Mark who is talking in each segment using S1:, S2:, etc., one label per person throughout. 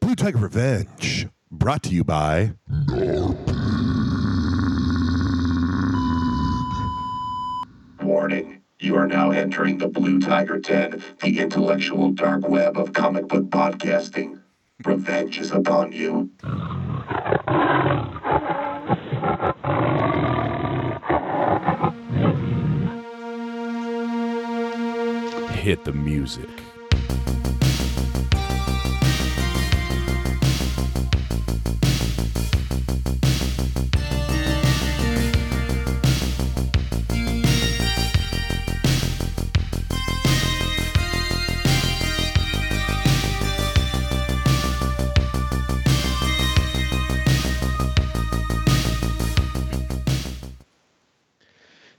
S1: Blue Tiger Revenge, brought to you by.
S2: Warning, you are now entering the Blue Tiger 10, the intellectual dark web of comic book podcasting. Revenge is upon you.
S3: Hit the music.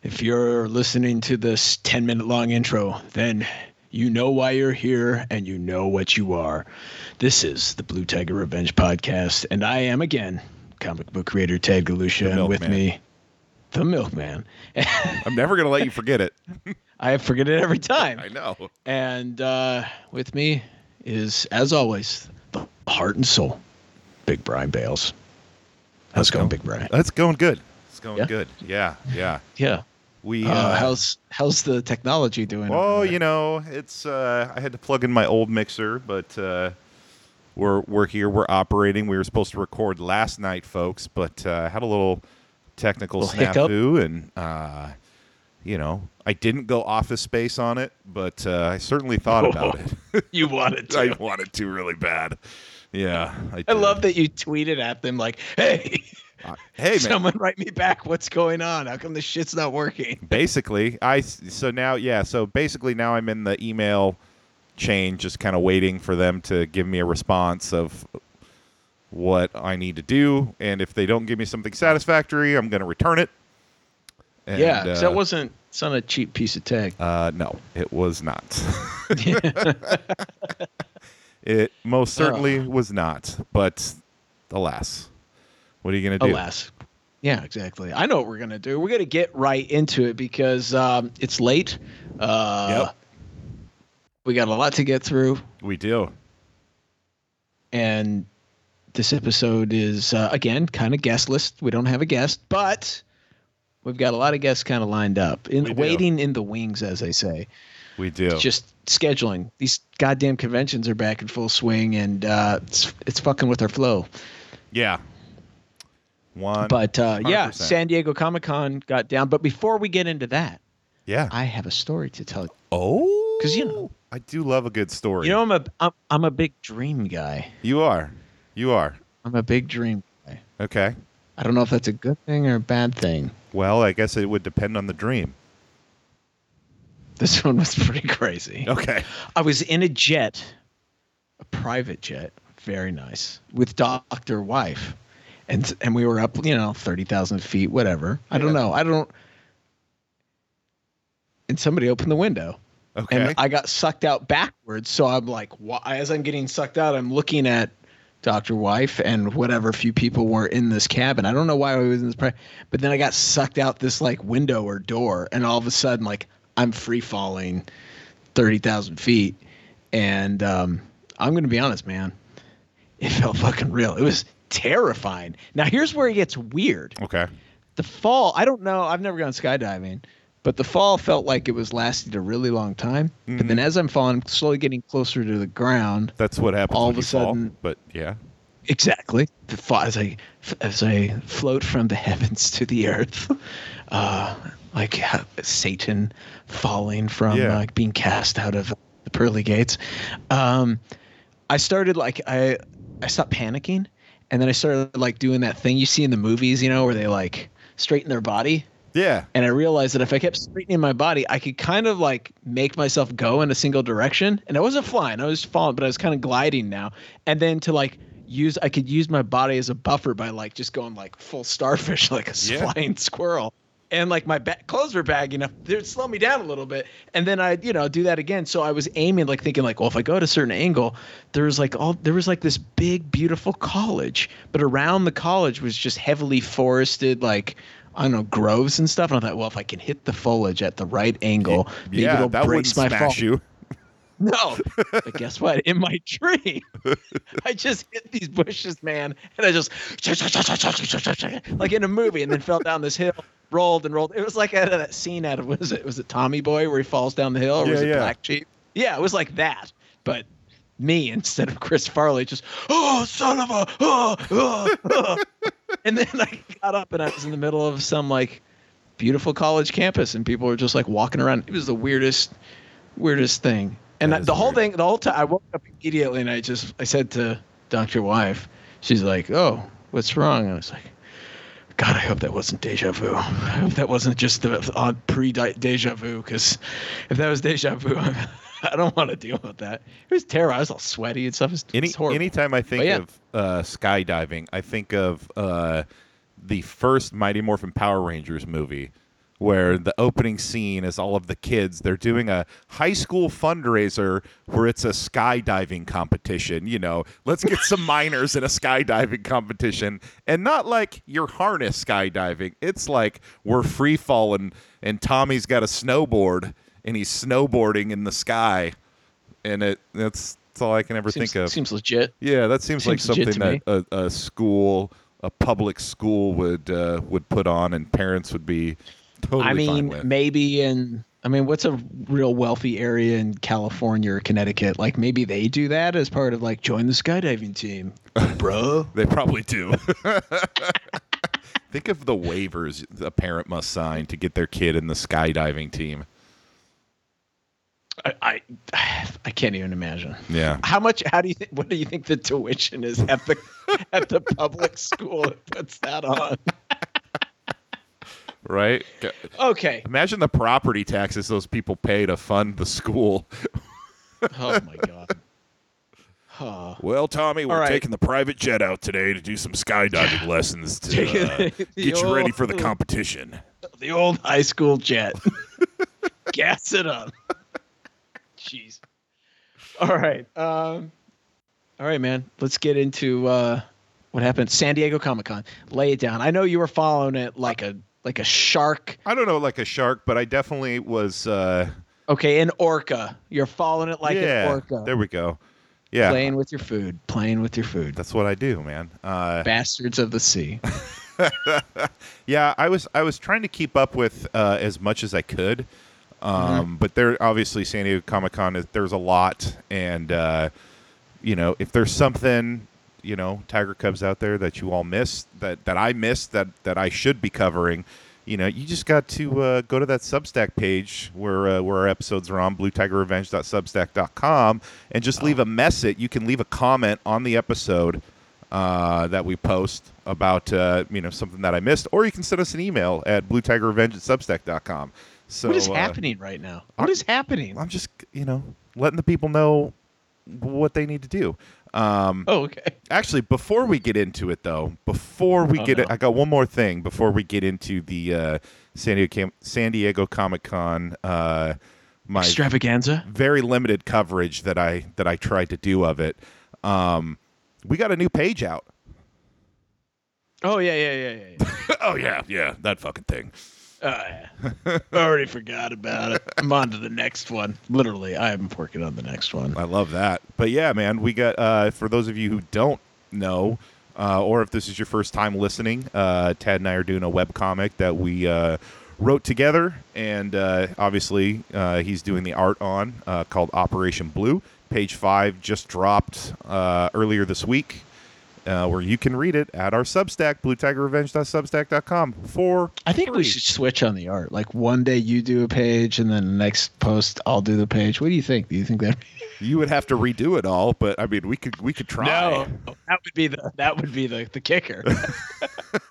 S4: If you're listening to this 10 minute long intro, then you know why you're here and you know what you are. This is the Blue Tiger Revenge podcast, and I am again comic book creator Ted Galusha, and with
S3: milkman.
S4: me, the Milkman.
S3: I'm never gonna let you forget it.
S4: I forget it every time.
S3: know.
S4: And uh, with me is, as always, the heart and soul, Big Brian Bales. How's it going, Big Brian?
S3: That's going good. It's going
S4: Yeah?
S3: good. Yeah, yeah.
S4: Yeah.
S3: We.
S4: Uh,
S3: uh,
S4: how's how's the technology doing?
S3: oh,
S4: over
S3: you know, it's. Uh, I had to plug in my old mixer, but uh, we're we're here. We're operating. We were supposed to record last night, folks, but uh, had a little technical
S4: Little hiccup.
S3: snafu, and uh, you know, I didn't go office space on it, but uh, I certainly thought about it.
S4: there? you wanted to.
S3: I wanted to really bad. Yeah, I,
S4: I
S3: did.
S4: love that you tweeted at them like, "Hey,
S3: Uh, hey, man.
S4: someone write me back. What's going on? How come this shit's not working?"
S3: basically i so now yeah so basically now i'm in the email chain just kind of waiting for them to give me a response of what i need to do and if they don't give me something satisfactory i'm going to return it And,
S4: yeah, 'cause
S3: uh,
S4: that wasn't. It's not a cheap piece of tech.
S3: uh, no it was not it most certainly was not but alas what are you going to do
S4: Alas. Yeah, exactly. I know what we're gonna do. We're gonna get right into it because um, it's late. Uh,
S3: Yep.
S4: We got a lot to get through,
S3: we do
S4: and this episode is uh, again kind of guest list. We don't have a guest, but we've got a lot of guests kind of lined up
S3: We
S4: in
S3: do.
S4: waiting in the wings, as they say.
S3: we do
S4: It's just scheduling. These goddamn conventions are back in full swing, and uh, it's it's fucking with our flow.
S3: yeah one
S4: But uh, yeah,
S3: 100%.
S4: San Diego Comic Con got down. But before we get into that,
S3: yeah
S4: I have a story to tell.
S3: Oh,
S4: 'Cause, you know-
S3: I do love a good story.
S4: You know, I'm a I'm, I'm a big dream guy.
S3: you are, you are
S4: I'm a big dream guy.
S3: okay.
S4: I don't know if that's a good thing or a bad thing.
S3: Well, I guess it would depend on the dream.
S4: This one was pretty crazy.
S3: Okay,
S4: I was in a jet, a private jet, very nice, with Doctor Wife, and and we were up, you know, thirty thousand feet, whatever. I don't know. I don't. And somebody opened the window,
S3: okay.
S4: and I got sucked out backwards. So I'm like, why? as I'm getting sucked out, I'm looking at Doctor Wife and whatever few people were in this cabin. I don't know why I was in this, pri- but then I got sucked out this like window or door, and all of a sudden, like I'm free falling thirty thousand feet, and um, I'm gonna be honest, man, it felt fucking real. It was terrifying. Now here's where it gets weird
S3: okay.
S4: the fall i don't know i've never gone skydiving but the fall felt like it was lasted a really long time but then as i'm falling I'm slowly getting closer to the ground
S3: That's what happens.
S4: All
S3: when
S4: of a
S3: you fall,
S4: sudden-
S3: but yeah,
S4: exactly the fall, as i as i float from the heavens to the earth uh like ha- satan falling from
S3: Yeah.
S4: like being cast out of the pearly gates um i started like i i stopped panicking and then i started like doing that thing you see in the movies you know where they like straighten their body
S3: yeah,
S4: and I realized that if I kept straightening my body, I could kind of like make myself go in a single direction. And I wasn't flying; I was falling, but I was kind of gliding now. And then to like use, I could use my body as a buffer by like just going like full starfish, like a s-
S3: Yeah.
S4: flying squirrel. And like my ba- clothes were bagging up, they'd slow me down a little bit. And then I'd you know do that again. So I was aiming like thinking like, well, if I go at a certain angle, there was like all there was like this big beautiful college, but around the college was just heavily forested like. I don't know groves and stuff, and I thought, well, if I can hit the foliage at the right angle, maybe
S3: yeah.
S4: it'll
S3: That would
S4: brace my
S3: smash
S4: fall.
S3: you.
S4: No, but guess what? In my dream, I just hit these bushes, man, and I just like in a movie, and then fell down this hill, rolled and rolled. It was like out of that scene out of was it was it Tommy Boy where he falls down the hill, or was
S3: Yeah,
S4: it
S3: yeah.
S4: Black Sheep? Yeah, it was like that, but me instead of Chris Farley, just oh son of a, oh, oh, oh." and then I got up and I was in the middle of some like beautiful college campus, and people were just like walking around. It was the weirdest weirdest thing. And
S3: That
S4: I-
S3: is
S4: the whole
S3: weird.
S4: thing, the whole time, I woke up immediately and I just, I said to Dr. Wife, she's like, oh, what's wrong? I was like, God, I hope that wasn't deja vu. I hope that wasn't just the odd pre deja vu, because if that was deja vu, I'm, I don't want to deal with that. It was terrible. I was all sweaty and stuff. It was, it
S3: Any
S4: was horrible.
S3: anytime I think
S4: But yeah.
S3: of uh, skydiving, I think of uh, the first Mighty Morphin Power Rangers movie, where the opening scene is all of the kids. They're doing a high school fundraiser where it's a skydiving competition. You know, let's get some minors in a skydiving competition, and not like your harness skydiving. It's like we're free falling, and Tommy's got a snowboard, and he's snowboarding in the sky, and it that's. That's all I can ever
S4: seems,
S3: think of.
S4: seems legit.
S3: Yeah, that seems, like
S4: Seems legit
S3: something that a, a school, a public school would uh, would put on, and parents would be totally
S4: I
S3: fine
S4: mean,
S3: with.
S4: maybe in I mean, what's a real wealthy area in California or Connecticut? Like maybe they do that as part of like join the skydiving team, bro.
S3: they probably do. Think of the waivers a parent must sign to get their kid in the skydiving team.
S4: I, I I can't even imagine.
S3: Yeah,
S4: How much? How do you think? What do you think the tuition is at the at the public school that puts that on?
S3: right. G-
S4: Okay.
S3: Imagine the property taxes those people pay to fund the school.
S4: Oh my god. Oh.
S3: Well, Tommy, we're
S4: right.
S3: taking the private jet out today to do some skydiving lessons to uh,
S4: Taking the
S3: get you ready for the
S4: old-
S3: competition.
S4: The old high school jet. Gas it up. Jeez. All right. Um, all right, man. Let's get into uh, what happened. San Diego Comic Con. Lay it down. I know you were following it like a like a shark.
S3: I don't know, like a shark, but I definitely was. Uh,
S4: Okay, an orca. You're following it like
S3: yeah,
S4: an orca.
S3: There we go. Yeah,
S4: Playing with your food. Playing with your food.
S3: that's what I do, man. Uh,
S4: Bastards of the sea.
S3: yeah, I was I was trying to keep up with uh, as much as I could,
S4: Mm-hmm.
S3: um, but there obviously San Diego Comic Con is there's a lot, and uh, you know if there's something you know Tiger Cubs out there that you all missed that that I missed that that I should be covering. You know, you just got to uh, go to that Substack page where uh, where our episodes are on bluetigerrevenge.substack.com and just leave a message. You can leave a comment on the episode uh, that we post about uh, you know something that I missed, or you can send us an email at bluetigerrevenge at substack.com. So
S4: what is
S3: uh,
S4: happening right now? What is happening?
S3: I'm just you know letting the people know what they need to do. Um,
S4: Oh, okay.
S3: actually, before we get into it though, before we
S4: Oh,
S3: get it,
S4: no.
S3: I got one more thing before we get into the uh, San Diego Cam- San Diego Comic Con. Uh, my
S4: Extravaganza.
S3: very limited coverage that I that I tried to do of it. Um, we got a new page out.
S4: Oh yeah, yeah, yeah, yeah. yeah.
S3: oh yeah, yeah, that fucking thing.
S4: Oh, yeah. I already forgot about it. I'm on to the next one. Literally, I'm working on the next one.
S3: I love that. But yeah, man, we got uh, for those of you who don't know, uh, or if this is your first time listening, uh, Tad and I are doing a web comic that we uh, wrote together, and uh, obviously uh, he's doing the art on uh, called Operation Blue. Page five just dropped uh, earlier this week. Uh, where you can read it at our Substack, bluetigerrevenge.substack.com. For
S4: I think we
S3: free.
S4: should switch on the art. Like one day you do a page, and then the next post I'll do the page. What do you think? Do you think that?
S3: you would have to redo it all, but I mean, we could we could try.
S4: that would be the that would be the the kicker.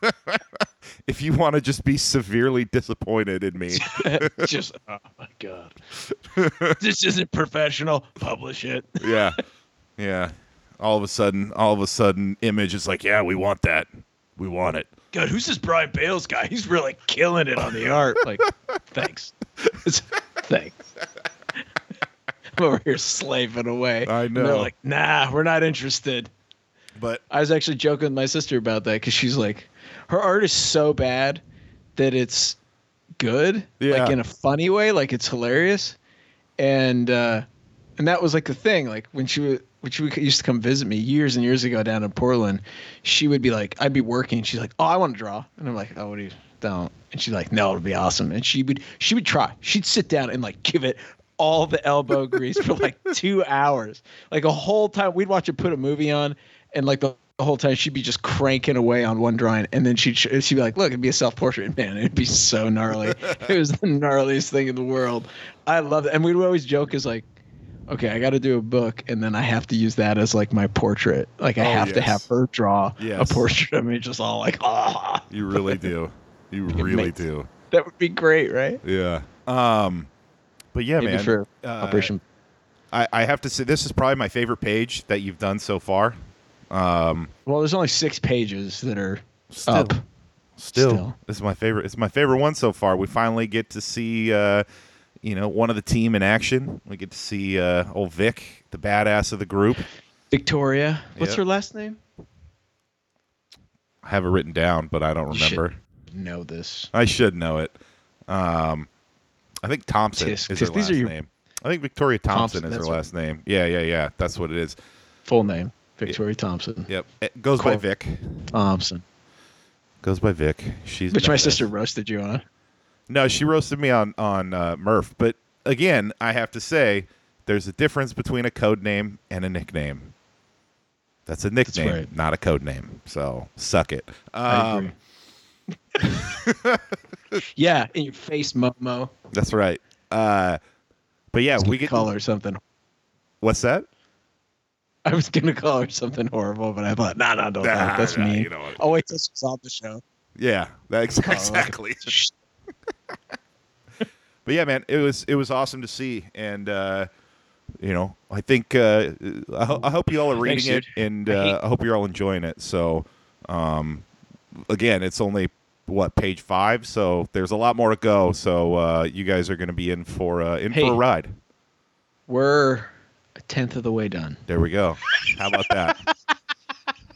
S3: if you want to just be severely disappointed in me.
S4: Just oh my god, this isn't professional. Publish it.
S3: yeah. Yeah. All of a sudden, all of a sudden, image is like, yeah, we want that. We want it.
S4: God, who's this Brian Bales guy? He's really killing it on the art. Like, thanks, thanks. I'm over here slaving away.
S3: I
S4: And they're
S3: know.
S4: like, nah, we're not interested.
S3: But
S4: I was actually joking with my sister about that because she's like, her art is so bad that it's good,
S3: Yeah.
S4: like in a funny way, like it's hilarious. And uh, and that was like the thing. Like when she wa- when she would- used to come visit me years and years ago down in Portland, she would be like, I'd be working. She's like, Oh, I want to draw, and I'm like, Oh, what do you don't? And she's like, No, it'll be awesome. And she would she would try. She'd sit down and like give it all the elbow grease for like two hours, like a whole time. We'd watch her put a movie on, and like the. The whole time she'd be just cranking away on one drawing, and then she'd sh- she'd be like, "Look, it'd be a self portrait, man. It'd be so gnarly. it was the gnarliest thing in the world. I loved it, and we'd always joke as like, okay, I got to do a book, and then I have to use that as like my portrait. Like I
S3: Oh,
S4: have to
S3: yes.
S4: have her draw
S3: Yes.
S4: a portrait of me, just all like, ah,
S3: You really do. You really
S4: makes-
S3: do.
S4: that would be great, right?
S3: Yeah. Um, but yeah,
S4: Maybe
S3: man.
S4: for
S3: uh,
S4: Operation.
S3: I, I have to say this is probably my favorite page that you've done so far. Um,
S4: Well, there's only six pages that are
S3: Still.
S4: up.
S3: still,
S4: Still.
S3: this is my favorite. It's my favorite one so far. We finally get to see, uh, you know, one of the team in action. We get to see uh, old Vic, the badass of the group.
S4: Victoria, what's
S3: Yep.
S4: her last name?
S3: I have it written down, but I don't
S4: You should-
S3: remember.
S4: Know this.
S3: I should know it. Um, I think Thompson
S4: Tisk-
S3: is
S4: tisk-
S3: her
S4: these
S3: last
S4: are your-
S3: name. I think Victoria Thompson,
S4: Thompson,
S3: is
S4: that's
S3: her
S4: right.
S3: last name. Yeah, yeah, yeah. That's what it is.
S4: Full name Victoria Thompson.
S3: Yep. It goes by
S4: Cool.
S3: Vic.
S4: Thompson,
S3: Goes by Vic. She's
S4: which my
S3: badass.
S4: sister roasted you on.
S3: No, she roasted me on on uh, Murph. But again, I have to say, there's a difference between a code name and a nickname. That's a nickname,
S4: right.
S3: not a code name. So suck it.
S4: I
S3: Um,
S4: Yeah, in your face, Momo.
S3: that's right. Uh, but yeah, we get
S4: call her something.
S3: what's that?
S4: I was gonna call her something horrible, but I thought, nah, nah, don't.
S3: Nah,
S4: talk. that's
S3: nah,
S4: mean.
S3: you know what-
S4: Oh wait, till she's on the show. Oh,
S3: Yeah, that's exactly. but yeah, man, it was it was awesome to see, and uh, you know, I think uh, I, ho- I hope you all are reading
S4: Thanks,
S3: it, and
S4: I
S3: uh, I hope you're all enjoying it. So, um, again, it's only what page five, so there's a lot more to go. So uh, you guys are going to be in for uh, in
S4: Hey.
S3: for a ride.
S4: We're a tenth of the way done.
S3: There we go. How about that?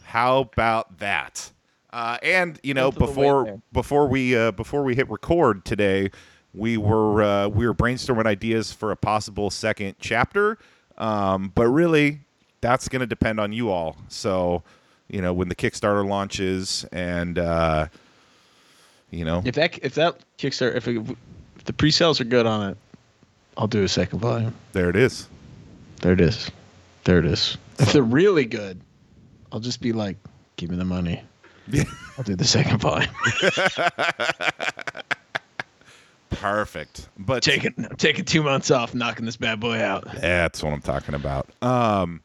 S3: How about that? Uh, and you know,
S4: Tenth of the way
S3: before
S4: there.
S3: before we uh, before we hit record today, we were uh, we were brainstorming ideas for a possible second chapter, um, but really, that's going to depend on you all. So, you know, when the Kickstarter launches, and uh, you know,
S4: If that if that Kickstarter if, it, if the pre-sales are good on it, I'll do a second volume.
S3: there it is.
S4: There it is. There it is. If they're really good, I'll just be like, give me the money. I'll do the second volume.
S3: Perfect. But
S4: taking taking two months off, knocking this bad boy out.
S3: That's what I'm talking about. Um,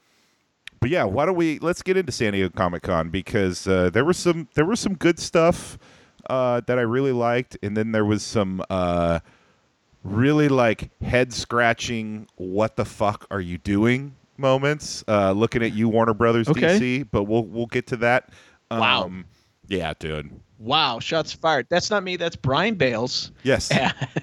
S3: but yeah, why don't we let's get into San Diego Comic Con because uh, there was some there was some good stuff uh, that I really liked, and then there was some uh, really like head scratching "What the fuck are you doing?" moments. Uh, looking at you, Warner Brothers
S4: Okay.
S3: DC, but we'll we'll get to that. Um,
S4: Wow.
S3: Yeah, dude.
S4: Wow, shots fired. That's not me. That's Brian Bales,
S3: Yes.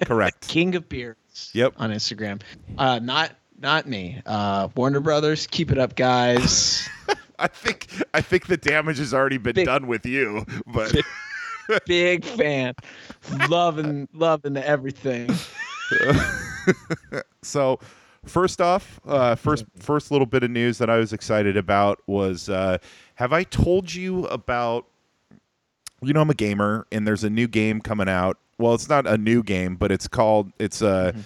S3: correct.
S4: King of Beards.
S3: Yep.
S4: On Instagram. Uh, not not me. Uh, Warner Brothers, keep it up, guys.
S3: I think I think the damage has already been
S4: Big-
S3: done with you, but.
S4: big fan loving loving everything
S3: So, first off, uh, first
S4: Mm-hmm.
S3: first little bit of news that I was excited about was: uh, Have I told you about? You know, I'm a gamer, and there's a new game coming out. Well, it's not a new game, but it's called it's uh,
S4: Mm-hmm.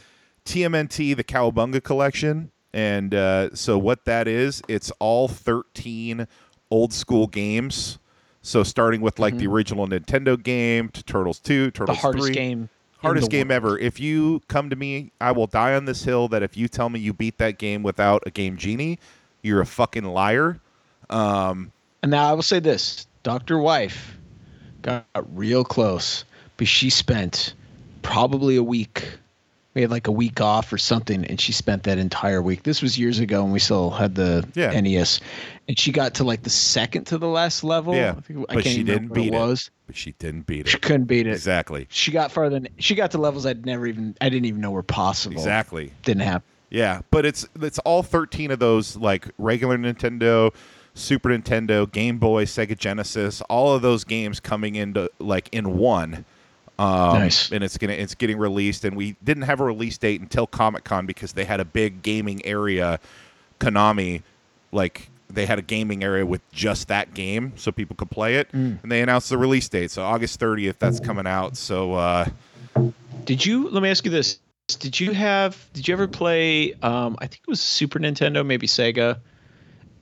S3: TMNT: The Cowabunga Collection. And uh, so, what that is, it's all 13 old school games. So, starting with like the original Nintendo game to Turtles 2,
S4: Mm-hmm. the
S3: Turtles
S4: hardest
S3: 3
S4: game
S3: hardest game ever. If you come to me, I will die on this hill that if you tell me you beat that game without a game genie, you're a fucking liar. Um,
S4: and now i will say this dr wife got real close but she spent probably a week we had like a week off or something and she spent that entire week this was years ago when we still had the
S3: Yeah.
S4: nes and she got to like the second to the last level
S3: Yeah,
S4: Oh, I think, I
S3: but
S4: can't
S3: she
S4: even
S3: didn't
S4: remember what
S3: beat it.
S4: it was
S3: but she didn't beat
S4: she
S3: it.
S4: couldn't beat it
S3: Exactly.
S4: she got farther than she got to levels i'd never even i didn't even know were possible
S3: Exactly.
S4: didn't happen
S3: Yeah, but it's it's all 13 of those like regular Nintendo, Super Nintendo, Game Boy, Sega Genesis, all of those games coming into like in one. Um,
S4: Nice.
S3: And it's gonna it's getting released, and we didn't have a release date until Comic Con because they had a big gaming area. Konami, like they had a gaming area with just that game, so people could play it,
S4: Mm.
S3: and they announced the release date. So August thirtieth, that's coming out. So uh,
S5: Did you? Let me ask you this: Did you have? Did you ever play? Um, I think it was Super Nintendo, maybe Sega.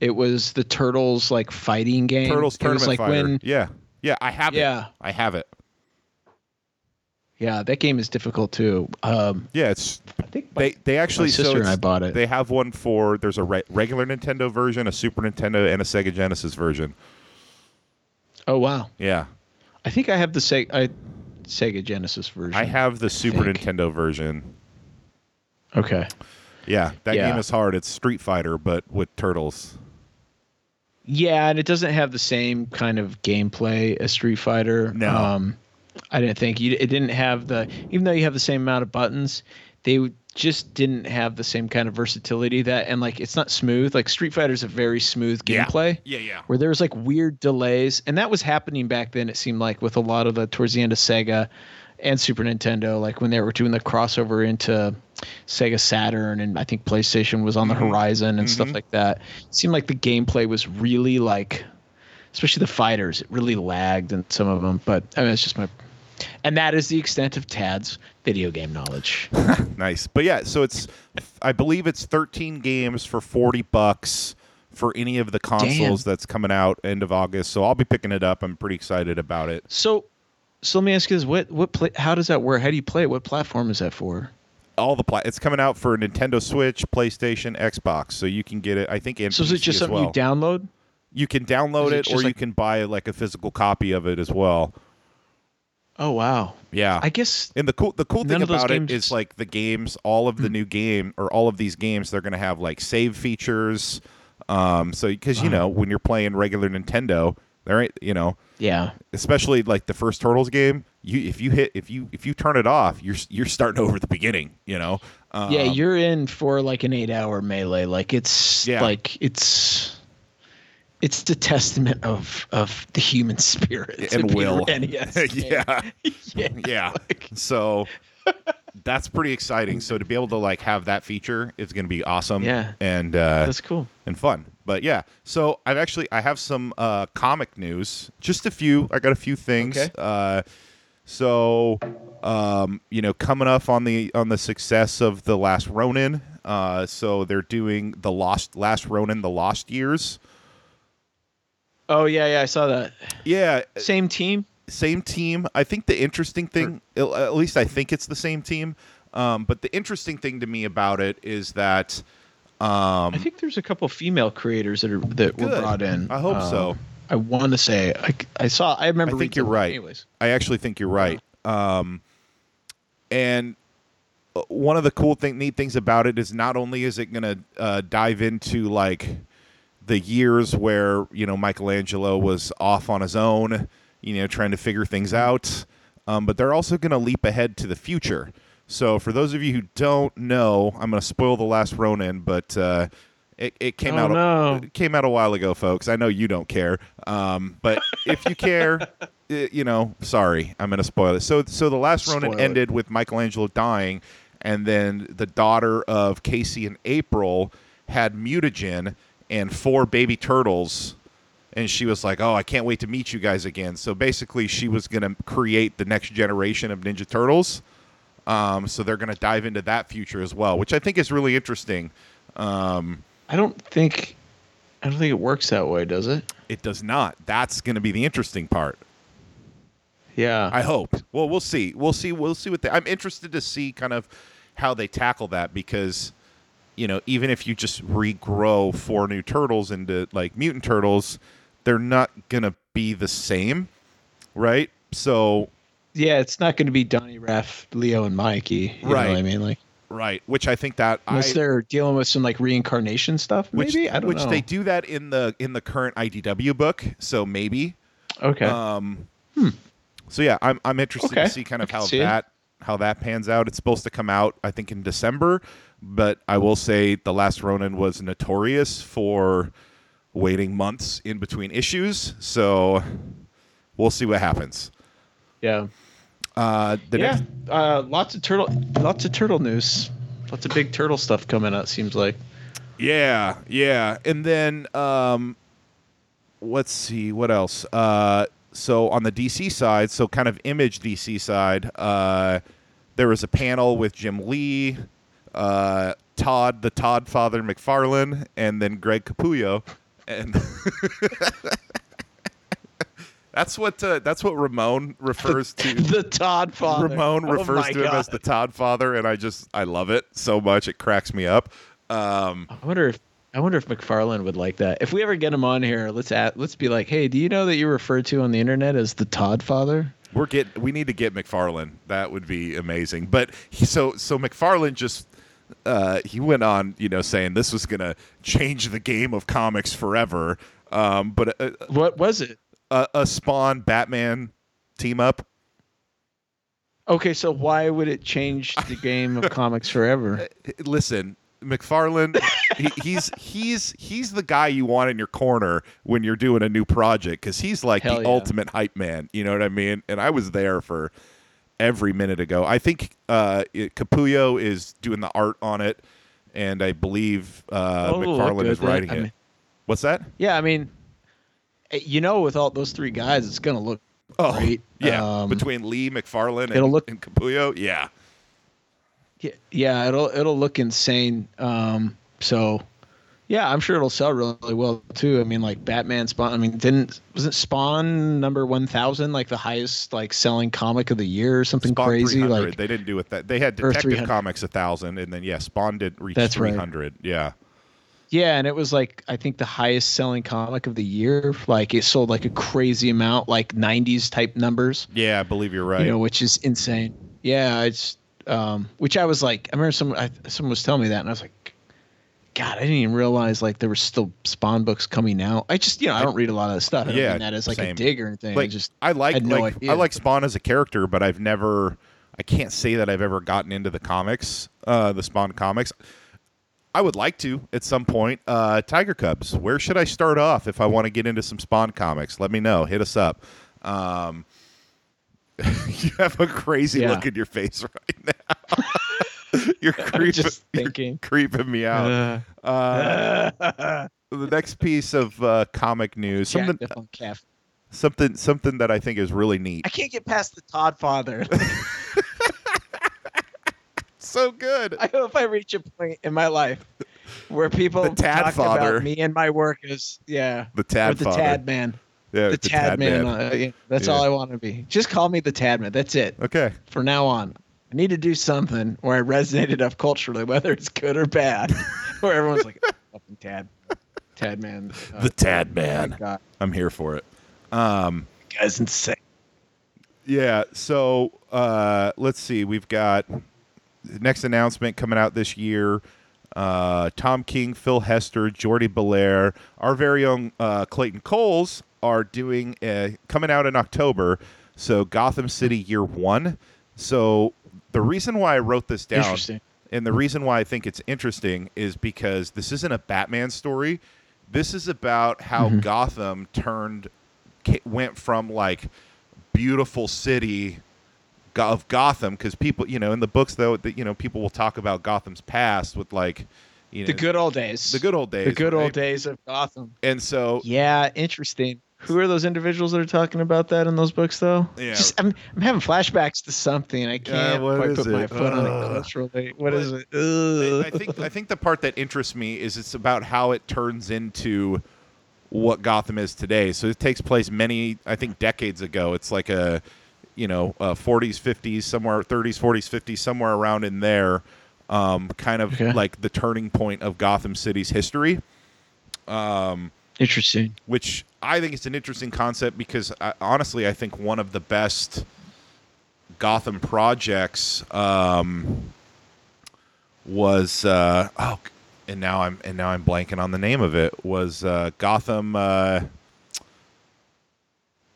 S5: It was the Turtles like fighting game.
S3: Turtles
S5: it was
S3: Tournament
S5: like
S3: Fighter.
S5: when
S3: yeah, yeah, I have it.
S5: Yeah.
S3: I have it.
S5: yeah,
S4: that game is difficult too. Um,
S3: Yeah, it's
S5: I think
S3: they they actually
S4: my
S3: so
S4: sister and
S3: it's-
S4: I bought it.
S3: They have one for there's a re- regular Nintendo version, a Super Nintendo, and a Sega Genesis version.
S4: oh wow,
S3: Yeah,
S4: I think I have the Sega, I, Sega Genesis version.
S3: I have the Super
S4: think.
S3: Nintendo version.
S4: okay.
S3: Yeah, that
S5: Yeah.
S3: game is hard. It's Street Fighter, but with turtles.
S4: Yeah, and it doesn't have the same kind of gameplay as Street Fighter.
S3: No.
S4: um, I didn't think you, it didn't have the even though you have the same amount of buttons, they w- just didn't have the same kind of versatility that and like it's not smooth. Like Street Fighter's a very smooth
S3: Yeah.
S4: gameplay
S3: Yeah, yeah.
S4: where there was like weird delays, and that was happening back then. It seemed like with a lot of the towards the end of Sega and Super Nintendo, like when they were doing the crossover into Sega Saturn, and I think PlayStation was on
S3: Mm-hmm.
S4: the horizon and stuff like that. It seemed like the gameplay was really like, especially the fighters, it really lagged in some of them. But I mean, it's just my, and that is the extent of Tad's video game knowledge.
S3: Nice. But yeah, so it's I believe it's 13 games for 40 bucks for any of the consoles that's coming out end of August. So I'll be picking it up. I'm pretty excited about it.
S4: So, so let me ask you this: what what play, How does that work? How do you play it? What platform is that for?
S3: All the pla- it's coming out for Nintendo Switch, PlayStation, Xbox. So you can get it. I think and
S4: So is
S3: PC
S4: it just
S3: as
S4: something
S3: well.
S4: you download?
S3: You can download
S4: Is it
S3: it, or
S4: just
S3: you
S4: like-
S3: can buy like a physical copy of it as well.
S4: Oh wow!
S3: Yeah.
S4: I guess
S3: and the cool the cool
S5: None
S3: thing
S5: of those
S3: about it
S5: games- Hmm.
S3: is like the games, all of the new game or all of these games, they're gonna have like save features. Um, so because
S5: Uh-huh.
S3: you know when you're playing regular Nintendo, there ain't you know
S4: yeah.
S3: especially like the first Turtles game, you if you hit if you if you turn it off, you're you're starting over at the beginning. You know. Um,
S4: Yeah, you're in for like an eight hour melee. Like it's
S3: Yeah.
S4: like it's it's the testament of of the human spirit to
S3: And
S4: be
S3: will.
S4: an NES game.
S3: yeah.
S4: yeah.
S3: Yeah. So that's pretty exciting. So to be able to like have that feature is going to be awesome.
S4: Yeah.
S3: And uh,
S4: That's cool.
S3: and fun. But yeah, so I've actually I have some uh, comic news. Just a few. I got a few things.
S4: Okay.
S3: Uh, so um, you know, coming up on the on the success of the Last Ronin. Uh, so they're doing the Lost Last Ronin, the Lost Years.
S4: Oh yeah, yeah, I saw that.
S3: Yeah,
S4: Same team.
S3: same team. I think the interesting thing, at at least I think it's the same team. Um, but the interesting thing to me about it is that
S4: I think there's a couple female creators that are that were
S3: um, Good.
S4: brought in.
S3: I hope
S4: Um,
S3: so.
S4: I want to say I, I saw I remember.
S3: I think
S4: reading-
S3: you're right.
S4: Anyways,
S3: I actually think you're right. Um, and uh, one of the cool thing, neat things about it is not only is it going to uh, dive into like the years where you know Michelangelo was off on his own, you know, trying to figure things out, um, but they're also going to leap ahead to the future. So for those of you who don't know, I'm going to spoil the last Ronin, but uh, it, it came
S5: Oh,
S3: out
S5: no.
S3: it came out a while ago, folks. I know you don't care, um, but if you care, uh, you know, sorry, I'm going to spoil it. So, so the last Ronin
S4: Spoil it.
S3: ended with Michelangelo dying, and then the daughter of Casey and April had mutagen and four baby turtles, and she was like, "Oh, I can't wait to meet you guys again." So basically, she was going to create the next generation of Ninja Turtles. Um, so they're going to dive into that future as well, which I think is really interesting.
S4: I don't think I don't think it works that way, does it?
S3: It does not. That's going to be the interesting part.
S4: Yeah.
S3: I hope. Well, we'll see. We'll see. We'll see what they. I'm interested to see kind of how they tackle that because, you know, even if you just regrow four new turtles into like mutant turtles, they're not gonna be the same, right? So
S4: yeah, it's not going to be Donnie Raff, Leo, and Mikey. You
S3: Right.
S4: Know what I mean, like.
S3: right, which I think that I
S4: Unless they're dealing with some like reincarnation stuff,
S3: which
S4: maybe I don't
S3: which
S4: know.
S3: they do that in the in the current IDW book, so maybe.
S4: okay,
S3: Um, So yeah, I'm I'm interested
S4: Okay.
S3: to see kind of
S4: I can
S3: how
S4: see it.
S3: that how that pans out. It's supposed to come out, I think, in December, but I will say the last Ronin was notorious for waiting months in between issues. So we'll see what happens.
S4: yeah.
S3: Uh, the
S4: yeah,
S3: next,
S4: uh, lots of turtle, lots of turtle news, lots of big turtle stuff coming out. Seems like
S3: yeah, yeah, and then um, let's see what else. Uh, so on the DC side, so kind of image DC side, uh, there was a panel with Jim Lee, uh, Todd, the Todd father McFarlane, and then Greg Capullo, and. That's what uh, that's what Ramon refers to.
S4: the Todd father.
S3: Ramon
S4: Oh
S3: refers
S4: my
S3: to him as
S4: God.
S3: the Todd father, and I just I love it so much it cracks me up. Um,
S4: I wonder if I wonder if McFarlane would like that. If we ever get him on here, let's at, let's be like, hey, do you know that you're referred to on the internet as the Todd father?
S3: we're get we need to get McFarlane. That would be amazing. But he, so so McFarlane just uh, he went on you know saying this was gonna change the game of comics forever. Um, but a,
S4: What was it?
S3: a, a Spawn Batman team up.
S4: Okay, so why would it change the game of comics forever?
S3: Listen. McFarlane, he, he's he's he's the guy you want in your corner when you're doing a new project because he's like
S4: Hell
S3: the
S4: yeah.
S3: ultimate hype man. You know what I mean? And I was there for every minute ago. I think uh, it, Capullo is doing the art on it, and I believe uh,
S4: Oh, look
S3: McFarlane
S4: good.
S3: is writing
S4: I
S3: it.
S4: mean-
S3: What's that?
S4: Yeah, I mean, eh, you know, with all those three guys, it's gonna look
S3: Oh,
S4: great.
S3: yeah.
S4: Um,
S3: Between Lee McFarlane and,
S4: it'll look-
S3: and Capullo, yeah.
S4: Yeah, yeah, it'll it'll look insane. Um, so yeah, I'm sure it'll sell really well too. I mean, like Batman Spawn. I mean, didn't wasn't Spawn number one thousand like the highest like selling comic of the year or something
S3: Spawn
S4: crazy?
S3: 300.
S4: Like
S3: they didn't do it that. They had
S4: Or
S3: Detective
S4: 300.
S3: Comics a thousand, and then yeah, Spawn did reach
S4: That's right.
S3: three hundred. Yeah.
S4: yeah, and it was like I think the highest selling comic of the year. Like it sold like a crazy amount, like '90s type numbers.
S3: Yeah, I believe you're right.
S4: you know, which is insane. Yeah, it's um, which I was like, I remember someone I, someone was telling me that, and I was like, God, I didn't even realize like there were still Spawn books coming out. I just, you know, I don't read a lot of that stuff. I don't
S3: Yeah,
S4: mean that as like
S3: same.
S4: a dig or anything. I
S3: like
S4: just,
S3: I like
S4: had no
S3: like
S4: idea.
S3: I like Spawn as a character, but I've never I can't say that I've ever gotten into the comics, uh, the Spawn comics. I would like to at some point. Uh, Tiger Cubs. Where should I start off if I want to get into some Spawn comics? Let me know. Hit us up. Um, you have a crazy
S4: Yeah.
S3: look in your face right now. you're creeping,
S4: just
S3: you're
S4: thinking.
S3: creeping me out. Uh, the next piece of uh, comic news,
S4: Jack
S3: something,
S4: the Funk Calf.
S3: something, something that I think is really neat.
S4: I can't get past the Todd Father.
S3: so good.
S4: I hope I reach a point in my life where people
S3: The Tad
S4: talk
S3: Father.
S4: about me and my work as yeah,
S3: The
S4: or
S3: Tad
S4: the
S3: Father.
S4: Tad Man,
S3: yeah,
S4: the, Tad, Man. Uh, yeah, that's
S3: Yeah.
S4: all I want to be. Just call me the Tad Man. That's it.
S3: Okay.
S4: from now on, I need to do something where I resonate it up culturally, whether it's good or bad, where everyone's like, "Oh, fucking Tad, Tad man. uh,
S3: The Tad Man.
S4: God,
S3: I'm here for it. Um,
S4: that guy's insane.
S3: yeah. So uh, let's see. We've got the next announcement coming out this year. Uh, Tom King, Phil Hester, Jordy Belair, our very own uh, Clayton Coles are doing a, coming out in October. So Gotham City Year One. So the reason why I wrote this down
S4: Interesting.
S3: And the reason why I think it's interesting is because this isn't a Batman story. This is about how Gotham turned ca- went from like beautiful city go- of Gotham because people, you know, in the books though, that you know, people will talk about Gotham's past with like, you know,
S4: The good old days.
S3: the good old days,
S4: The good
S3: right?
S4: old days of Gotham.
S3: And so,
S4: Yeah, interesting. Who are those individuals that are talking about that in those books, though?
S3: Yeah.
S4: Just, I'm, I'm having flashbacks to something. I can't
S3: what
S4: quite
S3: is
S4: put my
S3: it?
S4: foot
S3: Ugh.
S4: on it culturally. what
S3: What-
S4: is it?
S3: I
S4: Ugh.
S3: I think I think the part that interests me is it's about how it turns into what Gotham is today. So it takes place many, I think, decades ago. It's like a, you know, uh 40s, 50s, somewhere 30s, 40s, 50s, somewhere around in there. Um, kind of
S4: Okay.
S3: like the turning point of Gotham City's history
S4: Interesting.
S3: which I think it's an interesting concept because I, honestly, I think one of the best Gotham projects um, was uh, oh, and now I'm and now I'm blanking on the name of it was uh, Gotham. Uh,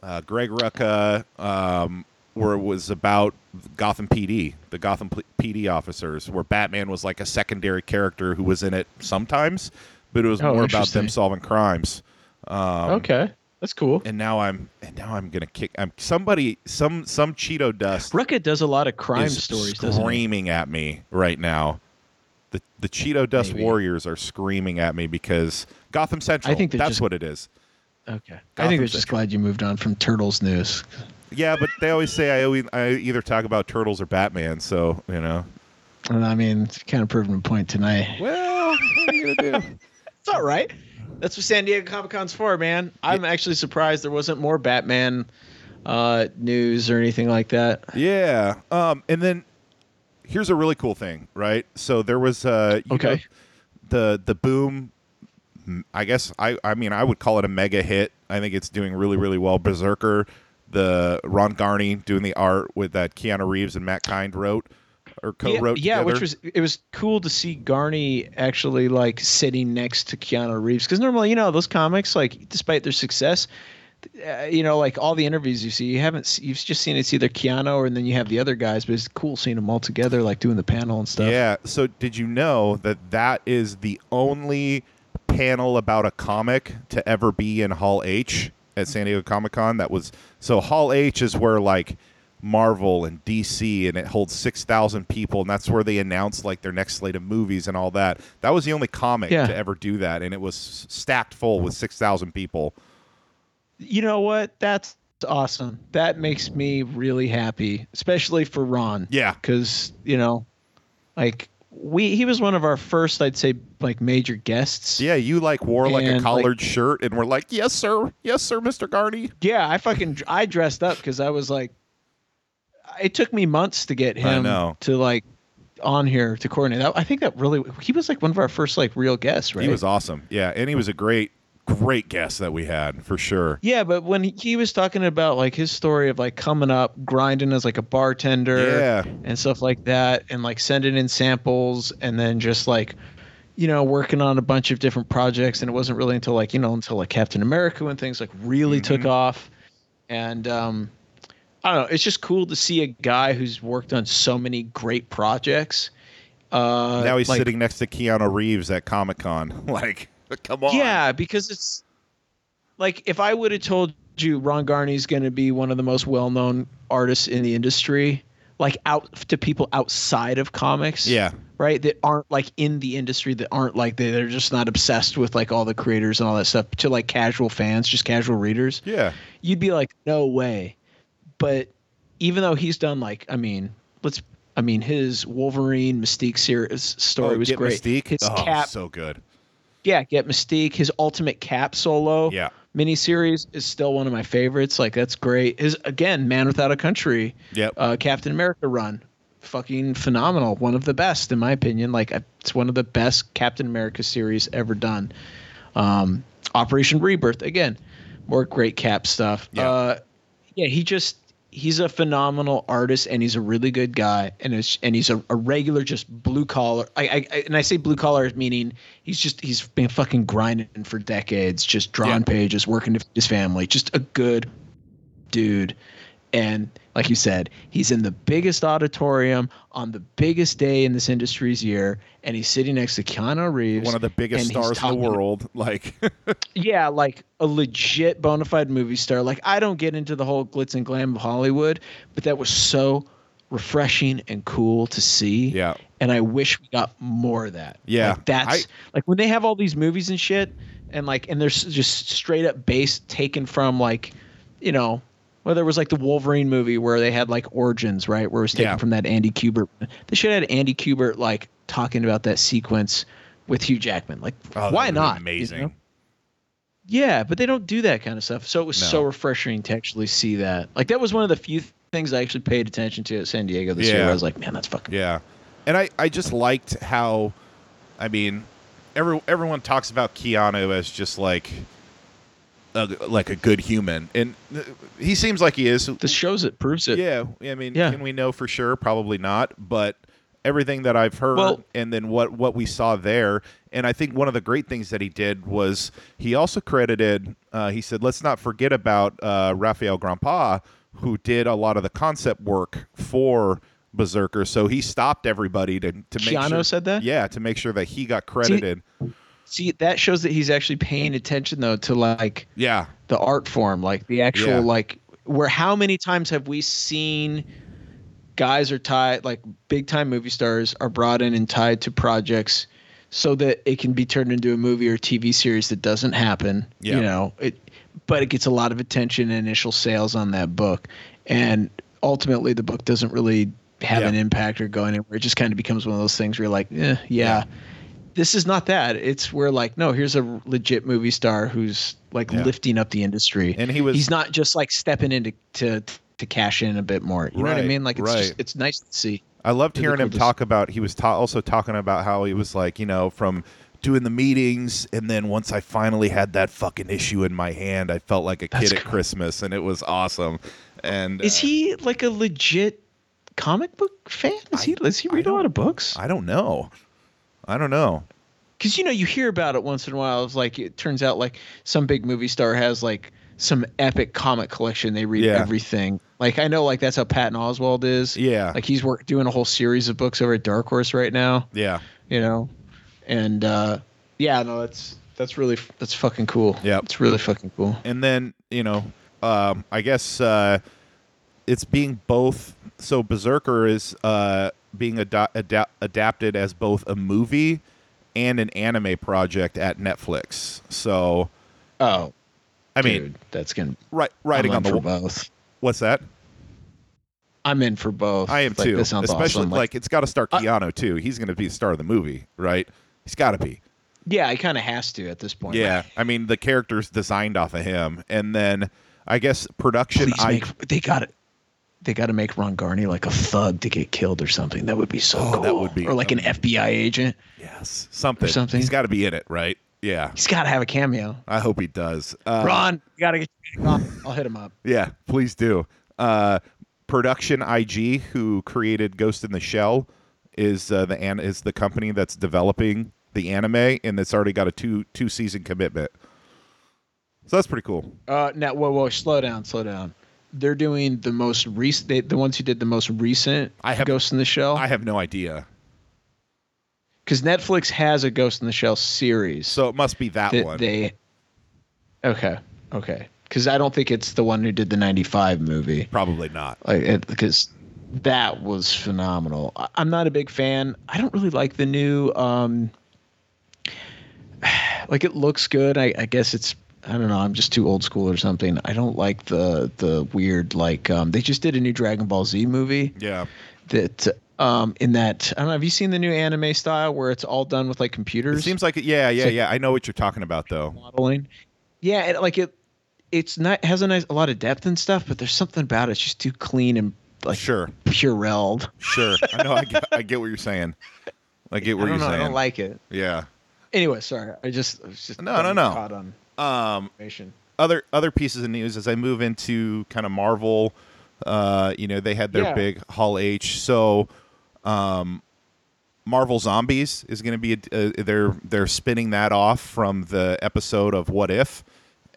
S3: uh, Greg Rucka, um, where it was about Gotham PD, the Gotham P- PD officers, where Batman was like a secondary character who was in it sometimes, but it was
S4: Oh,
S3: more about them
S4: interesting.
S3: solving crimes. Um,
S4: okay. That's cool.
S3: and now I'm and now I'm gonna kick. I'm somebody some some Cheeto dust
S4: Rucka does a lot of crime
S3: is
S4: stories, doesn't he?
S3: screaming at me right now. The the Cheeto dust
S4: Maybe.
S3: warriors are screaming at me because Gotham Central.
S4: I think they're
S3: that's
S4: just-
S3: what it is.
S4: Okay. I
S3: Gotham
S4: think I was just
S3: Central.
S4: glad you moved on from Turtles news.
S3: Yeah, but they always say I always I either talk about turtles or Batman. So you know.
S4: And I mean, it's kind of proven a point tonight.
S3: Well, what are you gonna do?
S4: It's all right. That's what San Diego Comic Con's for, man. I'm actually surprised there wasn't more Batman uh, news or anything like that.
S3: Yeah. Um, and then here's a really cool thing, right? So there was uh, you
S4: Okay.
S3: know, the the boom. m- I guess I I mean I would call it a mega hit. I think it's doing really really well. Berserker, the Ron Garney doing the art with that Keanu Reeves and Matt Kind wrote or
S4: Yeah,
S3: co-wrote.
S4: yeah, which
S3: together.
S4: was it was cool to see Garney actually like sitting next to Keanu Reeves because normally you know those comics like despite their success, uh, you know like all the interviews you see you haven't s- you've just seen it's either Keanu or and then you have the other guys but it's cool seeing them all together like doing the panel and stuff.
S3: Yeah. So did you know that that is the only panel about a comic to ever be in Hall H at San Diego Comic Con? That was so Hall H is where like Marvel and DC and it holds six thousand people, and that's where they announce like their next slate of movies and all that. That was the only comic
S4: Yeah.
S3: to ever do that, and it was s- stacked full with six thousand people.
S4: You know what? That's awesome. That makes me really happy, especially for Ron.
S3: Yeah.
S4: because you know, like we he was one of our first I'd say like major guests.
S3: Yeah, you like wore like
S4: And,
S3: a
S4: like-
S3: collared shirt, and we're like, yes, sir, yes, sir, Mister Garney.
S4: Yeah, I fucking I dressed up because I was like, it took me months to get
S3: I
S4: him
S3: know.
S4: to like on here to coordinate. I, I think that really he was like one of our first like real guests, right?
S3: He was awesome. Yeah, and he was a great, great guest that we had for sure.
S4: Yeah, but when he, he was talking about like his story of like coming up, grinding as like a bartender,
S3: Yeah.
S4: and stuff like that, and like sending in samples, and then just like, you know, working on a bunch of different projects, and it wasn't really until like you know until like Captain America when things like really took
S3: Mm-hmm.
S4: off, and um, I don't know, it's just cool to see a guy who's worked on so many great projects. Uh,
S3: now he's
S4: like,
S3: sitting next to Keanu Reeves at Comic Con. like, come on.
S4: Yeah, because it's like if I would have told you Ron Garney's going to be one of the most well-known artists in the industry, like out to people outside of comics.
S3: Yeah.
S4: Right, that aren't like in the industry, that aren't like they, they're just not obsessed with like all the creators and all that stuff. To like casual fans, just casual readers,
S3: Yeah.
S4: you'd be like, no way. But even though he's done like, I mean, let's, I mean, his Wolverine Mystique series story was
S3: Oh, Get
S4: great.
S3: Mystique.
S4: His
S3: oh,
S4: Cap
S3: so good.
S4: yeah, Get Mystique, his Ultimate Cap solo
S3: Yeah.
S4: miniseries is still one of my favorites. Like that's great. His again, Man Without a Country,
S3: Yep.
S4: uh, Captain America run, fucking phenomenal. One of the best in my opinion. Like I- it's one of the best Captain America series ever done. Um, Operation Rebirth again, more great Cap stuff.
S3: Yeah.
S4: Uh, yeah, he just he's a phenomenal artist and he's a really good guy and it's and he's a, a regular just blue collar I, I I- and i say blue collar meaning he's just he's been fucking grinding for decades just drawing pages working with his family just a good dude and like you said he's in the biggest auditorium on the biggest day in this industry's year and he's sitting next to keanu reeves
S3: One of the biggest
S4: and he's
S3: stars in the
S4: talking-
S3: world. Like, oh,
S4: yeah, like a legit bona fide movie star. Like I don't get into the whole glitz and glam of Hollywood, but that was so refreshing and cool to see.
S3: yeah.
S4: And I wish we got more of that.
S3: Yeah,
S4: Like, that's like when they have all these movies and shit and like and they're s- just straight up based taken from like, you know, well, there was like the Wolverine movie where they had like Origins, right? Where it was taken
S3: Yeah.
S4: from that Andy Kubert. They should have had Andy Kubert like talking about that sequence with Hugh Jackman. Like,
S3: Oh, that
S4: why
S3: would've been
S4: not? you
S3: Amazing.
S4: know? Yeah, but they don't do that kind of stuff. So it was
S3: No.
S4: so refreshing to actually see that. Like that was one of the few th- things I actually paid attention to at San Diego this year.
S3: Yeah.
S4: I was like, man, that's fucking.
S3: Yeah, and I I just liked how, I mean, every everyone talks about Keanu as just like. A, like a good human, and uh, he seems like he is.
S4: This shows it, proves it.
S3: Yeah, I mean,
S4: Yeah.
S3: can we know for sure? Probably not, but everything that I've heard
S4: Well-
S3: and then what what we saw there, and I think one of the great things that he did was he also credited. Uh, he said, "Let's not forget about uh, Raphael Grandpa, who did a lot of the concept work for." Berserker, so he stopped everybody to to make
S4: Keanu
S3: sure.
S4: said that?
S3: yeah, to make sure that he got credited.
S4: See, that shows that he's actually paying attention though to like
S3: Yeah.
S4: the art form, like the actual
S3: Yeah.
S4: like where how many times have we seen guys are tied like big time movie stars are brought in and tied to projects so that it can be turned into a movie or TV series that doesn't happen.
S3: Yeah.
S4: You know, it but it gets a lot of attention and initial sales on that book. And ultimately the book doesn't really have
S3: Yeah.
S4: an impact or go anywhere. It just kind of becomes one of those things where you're like, eh,
S3: Yeah.
S4: yeah this is not that. It's where like, no, here's a legit movie star who's like
S3: Yeah.
S4: lifting up the industry.
S3: And he was-
S4: he's not just like stepping into to to cash in a bit more. You know what
S3: Right,
S4: I mean? Like it's
S3: right.
S4: just it's nice to see.
S3: I loved
S4: Really
S3: hearing
S4: cool
S3: him
S4: to
S3: talk about. He was ta- also talking about how he was like, you know, from doing the meetings, and then once I finally had that fucking issue in my hand, I felt like a
S4: That's
S3: kid at
S4: cool.
S3: Christmas, and it was awesome. And
S4: Is
S3: uh,
S4: he like a legit comic book fan? Is he does he
S3: I
S4: read a
S3: don't-
S4: lot of books?
S3: uh, I don't know. I don't know.
S4: because you know you hear about it once in a while of like it turns out like some big movie star has like some epic comic collection they read
S3: Yeah.
S4: everything like i know like that's how patton oswald is
S3: Yeah.
S4: like he's work doing a whole series of books over at dark horse right now
S3: Yeah.
S4: you know and uh yeah no that's that's really that's fucking cool
S3: Yep.
S4: it's really fucking cool
S3: and then you know um, i guess uh, it's being both so berserker is uh, being ada- ada- adapted as both a movie and an anime project at netflix so
S4: oh
S3: i mean
S4: dude, that's gonna
S3: right writing on
S4: I'm in
S3: the
S4: for
S3: wall
S4: both
S3: what's that
S4: i'm in for both
S3: i am
S4: Like, Uh,
S3: too
S4: this sounds
S3: especially
S4: awesome.
S3: like, it's got to start keanu too he's going to be the star of the movie right he's got to be
S4: yeah it kind of has to at this point
S3: yeah i mean the character's designed off of him and then i guess production
S4: Please
S3: i
S4: make, they got it. They got to make Ron Garney like a thug to get killed or something. That would be so
S3: Oh,
S4: cool.
S3: that would be
S4: or like an FBI agent.
S3: yes something
S4: something.
S3: he's got to be in it right yeah
S4: He's got to have a cameo.
S3: I hope he does. Uh,
S4: Ron, you got to get. Ron, I'll hit him up.
S3: Yeah, please do. Uh, Production IG, who created Ghost in the Shell, is uh, the an- is the company that's developing the anime, and that's already got a two two season commitment. So that's pretty cool.
S4: Uh, now, whoa, whoa, slow down, slow down. They're doing the most recent. They, the ones who did the most recent
S3: I have-
S4: Ghost in the Shell
S3: I have no idea,
S4: because Netflix has a Ghost in the Shell series
S3: so it must be that
S4: that
S3: one.
S4: they. Okay, okay. Because I don't think it's the one who did the '95 movie.
S3: Probably not.
S4: like because that was phenomenal. I, I'm not a big fan. I don't really like the new. um Like it looks good. I, I guess it's. I don't know. I'm just too old school or something. I don't like the the weird like. um They just did a new Dragon Ball Z movie
S3: Yeah,
S4: that. um In that, I don't know. Have you seen the new anime style where it's all done with like
S3: it
S4: computers?
S3: seems like it. Yeah, yeah,
S4: So-
S3: yeah. I know what you're talking about, though.
S4: modeling. Yeah, it, like it, it's not has a nice a lot of depth and stuff, but there's something about it. It's just too clean and like
S3: Sure,
S4: Purelled.
S3: sure. I know. I get, I get what you're saying. I get what
S4: I
S3: you're
S4: don't know.
S3: saying.
S4: I don't like it.
S3: yeah.
S4: Anyway, sorry. I just, I was just
S3: No, no, no.
S4: Caught on
S3: Um,
S4: information.
S3: other other pieces of news as I move into kind of Marvel. Uh, you know, they had their
S4: Yeah.
S3: big Hall H. So, um, Marvel Zombies is going to be a, uh, they're they're spinning that off from the episode of What If,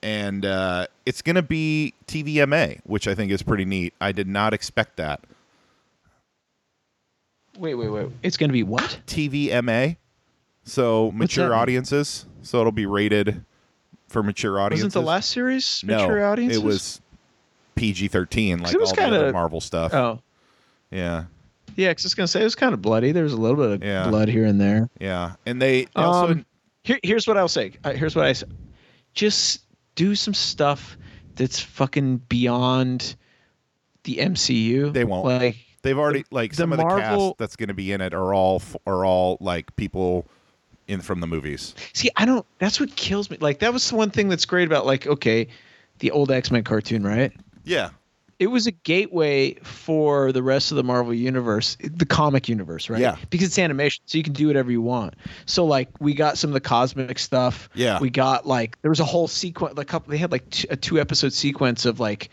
S3: and uh, it's going to be TVMA, which I think is pretty neat. I did not expect that
S4: Wait, wait, wait. It's gonna be what?
S3: TVMA, so mature
S4: that mean?
S3: audiences. So it'll be rated for mature audiences.
S4: Wasn't the last series
S3: no,
S4: mature audiences?
S3: It was PG thirteen, like
S4: it was
S3: all the other
S4: kinda-
S3: Marvel stuff.
S4: Oh,
S3: Yeah,
S4: yeah. 'cause I was gonna say it was kind of bloody. There was a little bit of
S3: Yeah.
S4: blood here and there.
S3: yeah, and they, they also
S4: Um, here, here's what I'll say. Uh, here's what I say. Just do some stuff that's fucking beyond the MCU.
S3: They won't.
S4: Like,
S3: they've already like
S4: the
S3: some of the cast
S4: Marvel-
S3: that's going to be in it are all f- are all like people in from the movies.
S4: See, I don't. That's what kills me. Like that was the one thing that's great about like okay, the old X Men cartoon, right?
S3: Yeah,
S4: It was a gateway for the rest of the Marvel universe, the comic universe, right?
S3: Yeah.
S4: Because it's animation, so you can do whatever you want. So like we got some of the cosmic stuff.
S3: Yeah.
S4: We got like there was a whole sequence, like couple. They had like t- a two episode sequence of like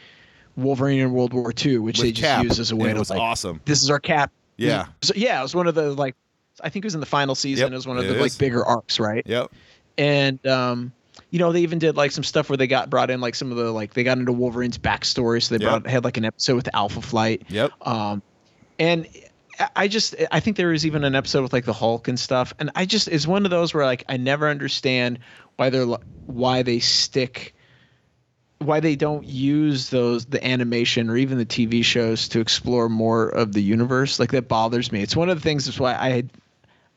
S4: Wolverine in World War II, which
S3: With
S4: they just
S3: Cap,
S4: used as a
S3: and
S4: way
S3: it
S4: to
S3: was
S4: like,
S3: awesome.
S4: this is our cap.
S3: Yeah.
S4: So, yeah, it was one of the like. I think it was in the final season.
S3: Yep,
S4: it was one of
S3: it
S4: the
S3: is.
S4: like bigger arcs, right?
S3: Yep.
S4: and um you know they even did like some stuff where they got brought in like some of the like they got into wolverine's backstory so they
S3: Yeah.
S4: brought had like an episode with alpha flight
S3: Yep.
S4: um and I just I think there was even an episode with like the Hulk and stuff, and I just it's one of those where like I never understand why they're li- why they stick why they don't use those the animation or even the TV shows to explore more of the universe. Like that bothers me. It's one of the things that's why I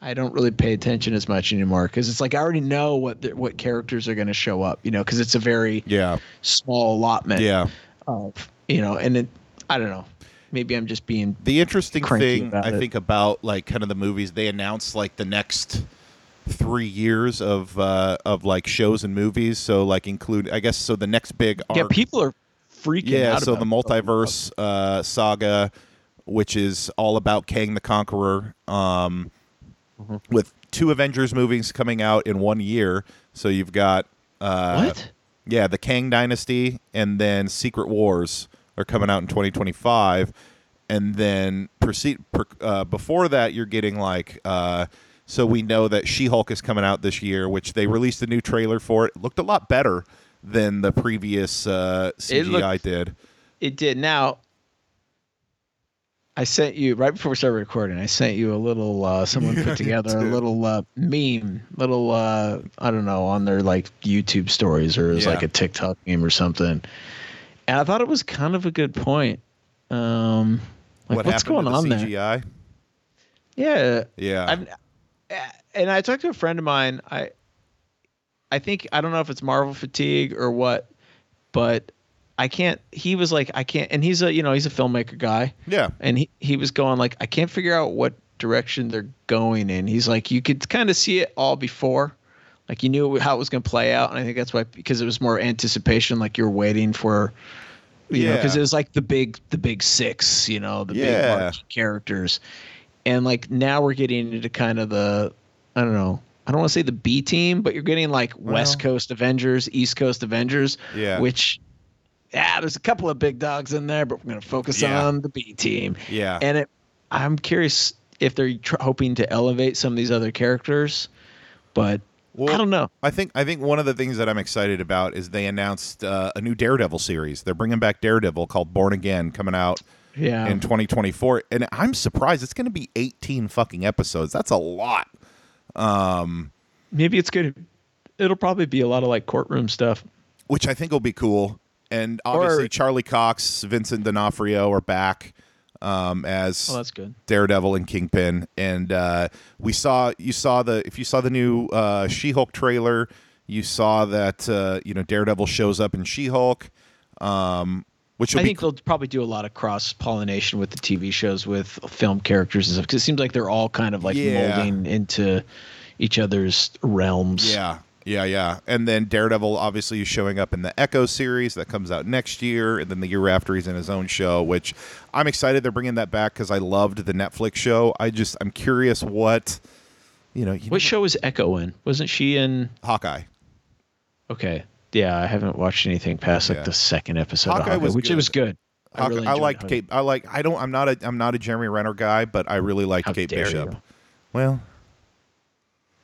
S4: I don't really pay attention as much anymore because it's like I already know what the, what characters are going to show up, you know, because it's a very
S3: Yeah.
S4: small allotment.
S3: Yeah.
S4: Of, you know, and it, I don't know. Maybe I'm just being
S3: the interesting
S4: cranky
S3: thing
S4: about
S3: I
S4: it.
S3: think about like kind of the movies they announced like the next three years of uh of like shows and movies so like include I guess so the next big arc
S4: yeah. People are freaking
S3: yeah
S4: out
S3: so
S4: about
S3: the
S4: it.
S3: multiverse uh saga which is all about Kang the Conqueror um
S4: Mm-hmm.
S3: with two Avengers movies coming out in one year so you've got uh
S4: what?
S3: yeah, the Kang Dynasty and then Secret Wars are coming out in 2025. And then proceed per, uh, before that, you're getting like uh, so we know that She Hulk is coming out this year, which they released a new trailer for. It looked a lot better than the previous uh, CGI
S4: It looked-
S3: did.
S4: It did. Now, I sent you right before we started recording. I sent you a little. Uh, someone put together a little uh, meme, little. Uh, I don't know on their like YouTube stories or it was
S3: Yeah.
S4: like a TikTok meme or something. And I thought it was kind of a good point. Um, like,
S3: what
S4: what's
S3: happened
S4: going on
S3: to the
S4: there?
S3: CGI?
S4: Yeah,
S3: Yeah,
S4: I've, uh, and I talked to a friend of mine. I, I think I don't know if it's Marvel fatigue or what, but I can't. He was like, I can't, and he's a you know he's a filmmaker guy,
S3: yeah,
S4: and he he was going like, I can't figure out what direction they're going in. He's like, you could kind of see it all before. Like you knew how it was going to play out, and I think that's why because it was more anticipation. Like you're waiting for, you know, because
S3: Yeah.
S4: it was like the big, the big six, you know, the
S3: Yeah.
S4: big marquee characters, and like now we're getting into kind of the, I don't know, I don't want to say the B team, but you're getting like West Coast Avengers, East Coast Avengers,
S3: Yeah.
S4: which, yeah, there's a couple of big dogs in there, but we're gonna focus
S3: Yeah.
S4: on the B team,
S3: yeah.
S4: and it, I'm curious if they're tr- hoping to elevate some of these other characters, but
S3: Well,
S4: I don't know.
S3: I think I think one of the things that I'm excited about is they announced uh, a new Daredevil series. They're bringing back Daredevil called Born Again, coming out
S4: Yeah.
S3: in 2024 and i'm surprised it's going to be 18 fucking episodes that's a lot
S4: maybe it's good. It'll probably be a lot of like courtroom stuff.
S3: which i think will be cool and obviously charlie cox vincent d'onofrio are back um, as
S4: Oh, that's good.
S3: daredevil and kingpin and uh, we saw you saw the if you saw the new uh, she-hulk trailer you saw that uh, you know daredevil shows up in she-hulk um, which will
S4: I
S3: be
S4: think they'll probably do a lot of cross pollination with the TV shows with film characters and stuff because it seems like they're all kind of like
S3: Yeah.
S4: molding into each other's realms.
S3: Yeah, yeah, yeah. And then Daredevil obviously is showing up in the Echo series that comes out next year, and then the year after he's in his own show, which I'm excited they're bringing that back because I loved the Netflix show. I just I'm curious what you know. You
S4: What
S3: know-
S4: show was Echo in? Wasn't she in?
S3: Hawkeye.
S4: Okay. Yeah, I haven't watched anything past like
S3: Yeah.
S4: the second episode
S3: Hawkeye
S4: of Hawkeye,
S3: was
S4: which
S3: good.
S4: it was good.
S3: Hawkeye. I,
S4: really enjoyed
S3: liked
S4: Hawkeye.
S3: Kate. I like. I don't. I'm not a. I'm not a Jeremy Renner guy, but I really liked
S4: How
S3: Kate
S4: dare
S3: Bishop.
S4: you.
S3: Well,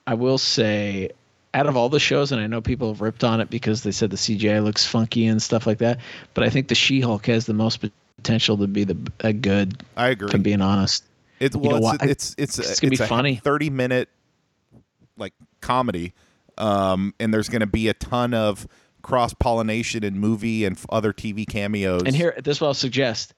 S4: I will say, out of all the shows, and I know people have ripped on it because they said the CGI looks funky and stuff like that, but I think the She-Hulk has the most potential to be the a good.
S3: I
S4: If I'm
S3: agree.
S4: being honest,
S3: It's
S4: know
S3: well.
S4: what? I-
S3: it's, it's it's
S4: it's
S3: a,
S4: gonna be
S3: a
S4: funny.
S3: Thirty minute like comedy, um, and there's going to be a ton of cross pollination in movie and f- other TV cameos.
S4: and here this is what I'll suggest.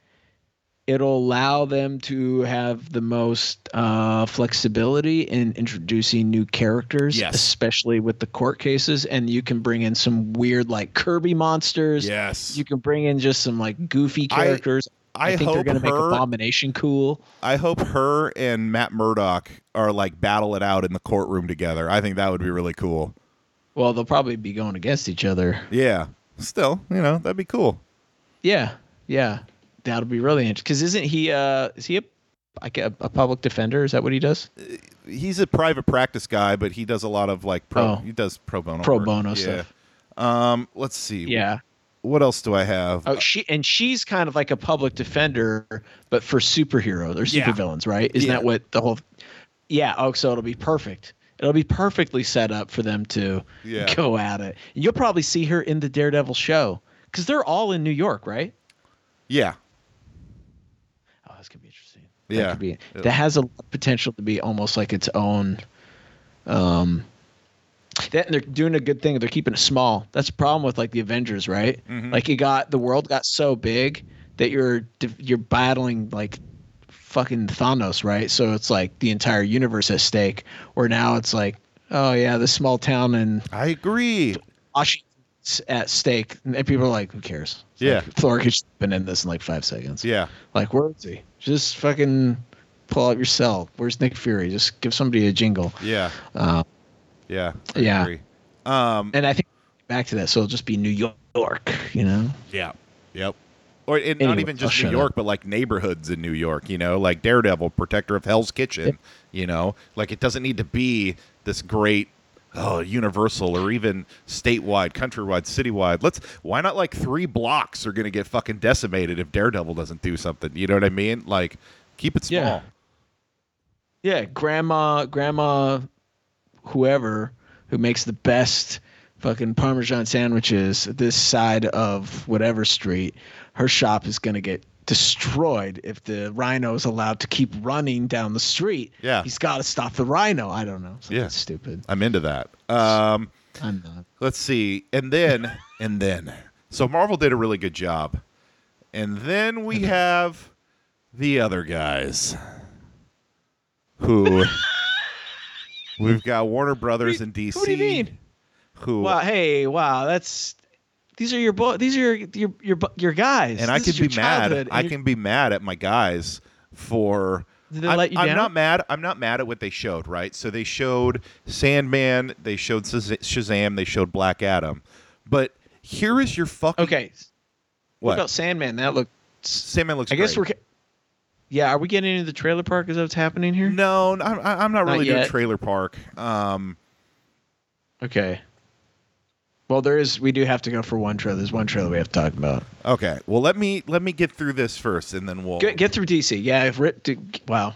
S4: It'll allow them to have the most uh, flexibility in introducing new characters,
S3: Yes.
S4: especially with the court cases. And you can bring in some weird, like Kirby monsters.
S3: yes,
S4: You can bring in just some like goofy
S3: I-
S4: characters.
S3: I,
S4: think they're
S3: hope
S4: gonna make
S3: her.
S4: Abomination cool.
S3: I hope her and Matt Murdock are like battle it out in the courtroom together. I think that would be really cool.
S4: Well, they'll probably be going against each other.
S3: Yeah. Still, you know, that'd be cool.
S4: Yeah, yeah, that'll be really interesting. Because isn't he? Uh, is he a like a, a public defender? Is that what he does?
S3: He's a private practice guy, but he does a lot of like pro.
S4: Oh.
S3: He does pro bono.
S4: Pro
S3: work.
S4: bono
S3: yeah.
S4: stuff.
S3: Um, let's see.
S4: Yeah.
S3: What else do I have?
S4: Oh, she and she's kind of like a public defender, but for superheroes or
S3: Yeah.
S4: supervillains, right? Isn't
S3: Yeah.
S4: that what the whole? Yeah. Oh, so it'll be perfect. It'll be perfectly set up for them to
S3: Yeah.
S4: go at it. You'll probably see her in the Daredevil show because they're all in New York, right?
S3: yeah.
S4: Oh, that's gonna be interesting.
S3: Yeah.
S4: That, could be, that has a potential to be almost like its own. Um, that and they're doing a good thing. They're keeping it small. That's the problem with like the Avengers, right?
S3: Mhm.
S4: Like you got the world got so big that you're you're battling like fucking Thanos, right? So it's like the entire universe at stake. Where now it's like, oh yeah, this small town in
S3: I agree.
S4: Washington's at stake, and people are like, who cares? It's
S3: Yeah.
S4: like, Thor could just been in this in like five seconds.
S3: Yeah.
S4: Like, where is he? Just fucking pull out your cell. Where's Nick Fury? Just give somebody a jingle.
S3: Yeah.
S4: Uh,
S3: Yeah. I
S4: Yeah.
S3: Agree. Um.
S4: and I think back to that, so it'll just be New York, you know?
S3: Yeah. Yep. Or and not
S4: Anyway,
S3: even
S4: I'll
S3: just New
S4: shut
S3: York, but like neighborhoods in New York. You know, like Daredevil, Protector of Hell's Kitchen. You know, like it doesn't need to be this great. Oh, universal or even statewide, countrywide, citywide. Let's why not like three blocks are gonna get fucking decimated if Daredevil doesn't do something. You know what I mean? Like keep it small.
S4: Yeah. Yeah, grandma, grandma, whoever who makes the best fucking Parmesan sandwiches this side of whatever street, her shop is going to get destroyed if the rhino is allowed to keep running down the street.
S3: Yeah.
S4: He's got to stop the rhino. I don't know. Something
S3: Yeah.
S4: stupid.
S3: I'm into that. Um
S4: I'm not.
S3: let's see and then and then so marvel did a really good job and then we have the other guys who we've got warner brothers and dc
S4: What do you mean?
S3: who
S4: Wow. Hey, wow. That's these are your bo- these are your your your, bu- your guys.
S3: and i
S4: This
S3: can
S4: is
S3: be
S4: your childhood,
S3: mad
S4: and
S3: i
S4: you're-
S3: can be mad at my guys for
S4: Did they
S3: I'm,
S4: let you
S3: I'm
S4: down?
S3: not mad. I'm not mad at what they showed, right? So they showed Sandman, they showed Shaz- Shazam, they showed Black Adam. But here is your fucking
S4: Okay. What,
S3: what?
S4: about Sandman? That looked.
S3: Sandman looks
S4: I guess
S3: great.
S4: we're. ca- Yeah, are we getting into the trailer park? Is that what's happening here?
S3: No, n- I'm, I'm not
S4: Not
S3: really doing
S4: yet.
S3: trailer park. Um,
S4: Okay. Well, there is. We do have to go for one trailer. There's one trailer we have to talk about.
S3: okay, well let me let me get through this first, and then we'll
S4: Get, get through DC. Yeah, if Rick, d- wow.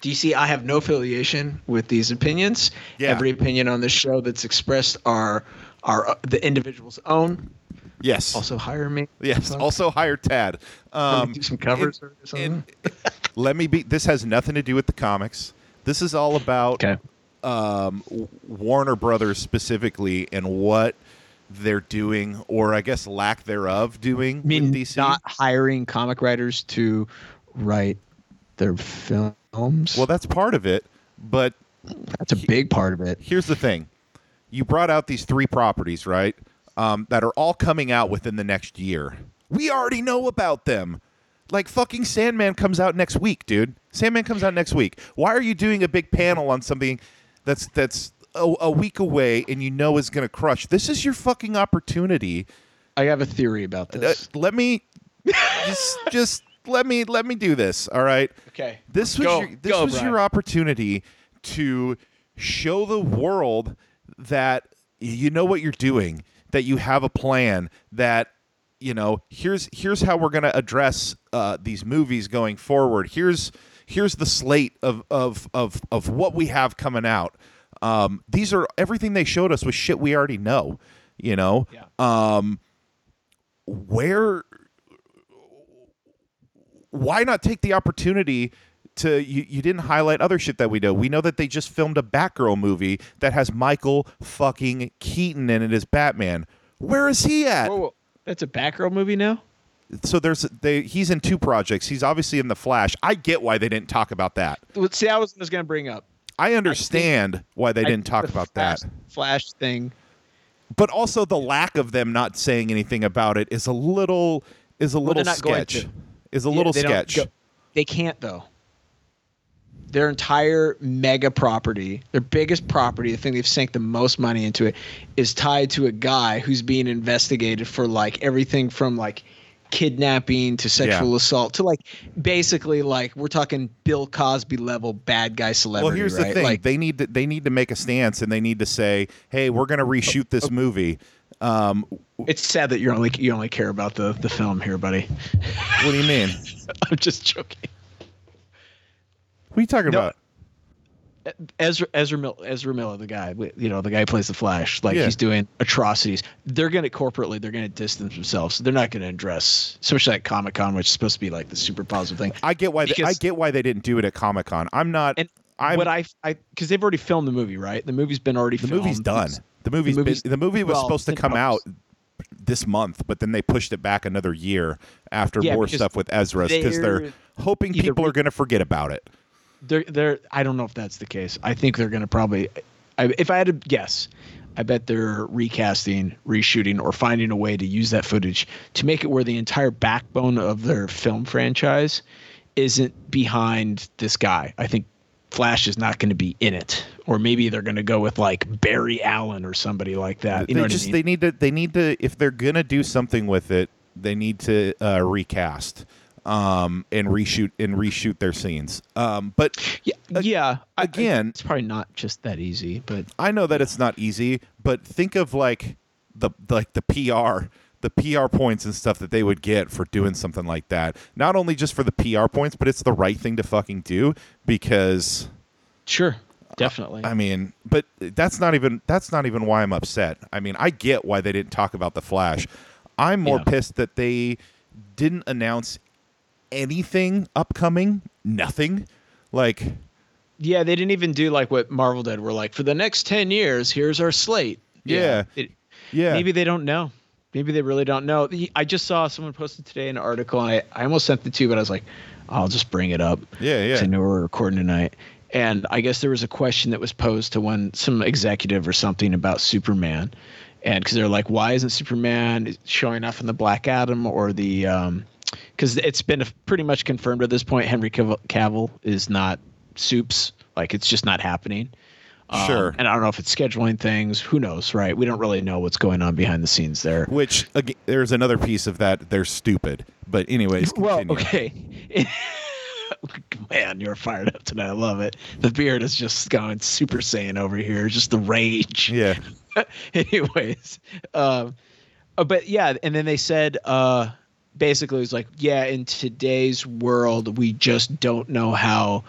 S4: DC, I have no affiliation with these opinions.
S3: Yeah.
S4: Every opinion on this show that's expressed are are uh, the individual's own.
S3: yes,
S4: Also, hire me.
S3: yes,
S4: Fuck.
S3: also hire Tad. Um,
S4: do some covers
S3: and-
S4: or something?
S3: and- let me be. This has nothing to do with the comics. This is all about
S4: Okay.
S3: um, W- Warner Brothers specifically and what they're doing, or I guess lack thereof doing
S4: I mean,
S3: with DC.
S4: not hiring comic writers to write their films.
S3: well,
S4: Well,
S3: that's part of it, but
S4: that's a big part of it.
S3: here's the thing you brought out these three properties right um, that are all coming out within the next year we already know about them like fucking sandman comes out next week dude sandman comes out next week why are you doing a big panel on something that's that's a, a week away and you know is going to crush this is your fucking opportunity
S4: I have a theory about
S3: Uh,
S4: this.
S3: let me just just let me let me do this all right
S4: okay.
S3: this was
S4: Go.
S3: your, this
S4: Go,
S3: was your
S4: Brian.
S3: opportunity to show the world that you know what you're doing, that you have a plan, that you know here's here's how we're going to address uh, these movies going forward. Here's here's the slate of of of of what we have coming out. Um, these are everything they showed us was shit we already know. You know,
S4: Yeah.
S3: um, where why not take the opportunity to you, you didn't highlight other shit that we know. We know that they just filmed a Batgirl movie that has Michael fucking Keaton in it as Batman. Where is he at?
S4: Whoa, whoa. That's a Batgirl movie now.
S3: So there's they he's in two projects. He's obviously in the Flash. I get why they didn't talk about that.
S4: Well, See, I was just gonna bring up.
S3: I understand why they
S4: I
S3: didn't
S4: think
S3: talk
S4: the
S3: about
S4: Flash-
S3: that.
S4: Flash thing.
S3: But also the lack of them not saying anything about it is a little is a little
S4: they're not going
S3: sketch.
S4: to.
S3: Is a little
S4: they don't
S3: sketch.
S4: go- they can't though. Their entire mega property, their biggest property, the thing they've sank the most money into it, is tied to a guy who's being investigated for like everything from like kidnapping to sexual assault to like basically like we're talking Bill Cosby level bad guy celebrity.
S3: Well, here's
S4: right?
S3: the thing:
S4: Like,
S3: they need to they need to make a stance, and they need to say, "Hey, we're going to reshoot
S4: Oh.
S3: this movie." Um,
S4: it's sad that you're only you only care about the the film here, buddy.
S3: what do you mean?
S4: I'm just joking.
S3: What are you talking
S4: No.
S3: about?
S4: Ezra Ezra Mil- Ezra Miller, the guy, wi- you know, the guy who plays the Flash, like
S3: Yeah.
S4: he's doing atrocities. They're gonna corporately, they're gonna distance themselves. They're not gonna address, especially at Comic Con, which is supposed to be like the super positive thing.
S3: I get why they, I
S4: Because-
S3: get why they didn't do it at Comic Con. I'm not.
S4: And
S3: I'm,
S4: what I, I, because they've already filmed the movie, right? The movie's been already.
S3: the movie's
S4: filmed.
S3: done. The movie's,
S4: the movie's-
S3: been, the movie was
S4: well,
S3: supposed to
S4: it
S3: come out
S4: helps.
S3: this month, but then they pushed it back another year after
S4: Yeah,
S3: more
S4: because
S3: stuff with Ezra because they're
S4: they're
S3: hoping
S4: either
S3: people
S4: re-
S3: are going to forget about it.
S4: They're, they're. I don't know if that's the case. I think they're gonna probably. I, if I had to guess, I bet they're recasting, reshooting, or finding a way to use that footage to make it where the entire backbone of their film franchise isn't behind this guy. I think Flash is not going to be in it, or maybe they're going to go with like Barry Allen or somebody like that. You know
S3: they
S4: what
S3: just
S4: I mean?
S3: they need to they need to if they're gonna do something with it, they need to uh, recast um, and reshoot and reshoot their scenes. Um, but
S4: Yeah, yeah. I- I-
S3: again-
S4: it's probably not just that easy, but
S3: I know that it's not easy, but think of like the like the PR the PR points and stuff that they would get for doing something like that. Not only just for the PR points, but it's the right thing to fucking do because
S4: sure, definitely.
S3: I mean, but that's not even that's not even why I'm upset. I mean, I get why they didn't talk about the Flash. I'm more
S4: Yeah.
S3: pissed that they didn't announce anything upcoming, nothing. Like
S4: yeah, they didn't even do like what Marvel did. We're like, for the next ten years, here's our slate.
S3: Yeah.
S4: It-
S3: yeah.
S4: Maybe they don't know. Maybe they really don't know. The- I just saw someone posted today an article, and I, I almost sent it to you, but I was like, I'll just bring it up.
S3: Yeah, yeah.
S4: 'cause I know we're recording tonight. And I guess there was a question that was posed to one, some executive or something about Superman. And because they're like, why isn't Superman showing up in the Black Adam or the. Because it's been pretty much confirmed at this point, Henry Cav- Cavill is not Supes. Like, it's just not happening. Um,
S3: Sure.
S4: And I don't know if it's scheduling things. Who knows, right? We don't really know what's going on behind the scenes there.
S3: Which again, there's another piece of that. They're stupid. But anyways,
S4: Well,
S3: continue.
S4: okay. Man, you're fired up tonight. I love it. The beard is just going super saiyan over here. Just the rage.
S3: Yeah,
S4: Anyways, um, uh, but yeah, and then they said uh, basically it was like, yeah, in today's world, we just don't know how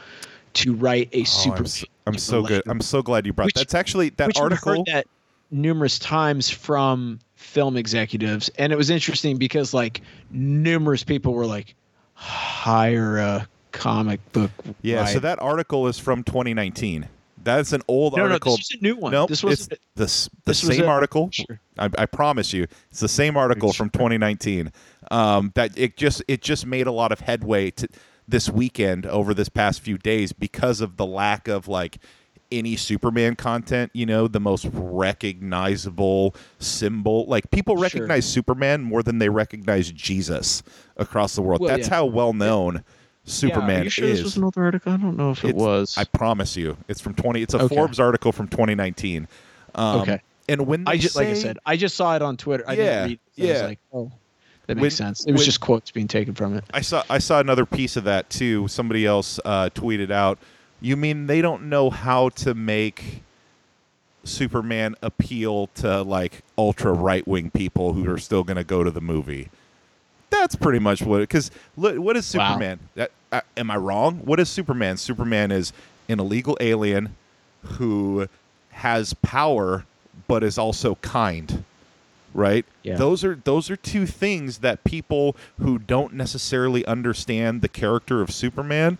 S4: to write a
S3: Oh,
S4: super.
S3: I'm so, I'm so good. I'm so glad you brought.
S4: Which-
S3: That's actually that
S4: Which we've
S3: article.
S4: heard that numerous times from film executives, and it was interesting because like numerous people were like, hire a comic book.
S3: yeah. So
S4: writer."
S3: that article is from 2019. That's an old
S4: no,
S3: article.
S4: no, this is a new one.
S3: Nope, it's
S4: this was
S3: the, s- the
S4: this was
S3: same
S4: a-
S3: article.
S4: Sure.
S3: I, I promise you, it's the same article from 2019. Um, that it just it just made a lot of headway to this weekend over this past few days because of the lack of like any Superman content. You know, the most recognizable symbol. Like people
S4: Sure.
S3: recognize Superman more than they recognize Jesus across the world.
S4: Well,
S3: That's
S4: yeah.
S3: how well known
S4: Yeah,
S3: Superman
S4: are you sure
S3: is.
S4: this was an old article? I don't know if it
S3: It's-
S4: was.
S3: I promise you, it's from twenty. It's a
S4: Okay.
S3: Forbes article from 2019. Um,
S4: Okay.
S3: And when they
S4: I just like I
S3: say-
S4: said, I just saw it on Twitter. I
S3: Yeah,
S4: didn't read. It, I was
S3: yeah.
S4: like, oh, that
S3: When-
S4: makes sense. It was
S3: when-
S4: just quotes being taken from it.
S3: I saw I saw another piece of that too. Somebody else uh, tweeted out, "You mean they don't know how to make Superman appeal to like ultra right wing people who are still going to go to the movie?" That's pretty much what. Because look, what is
S4: Wow.
S3: Superman? That, I, am I wrong? What is Superman? Superman is an illegal alien who has power but is also kind right?
S4: Yeah.
S3: Those are those are two things that people who don't necessarily understand the character of Superman,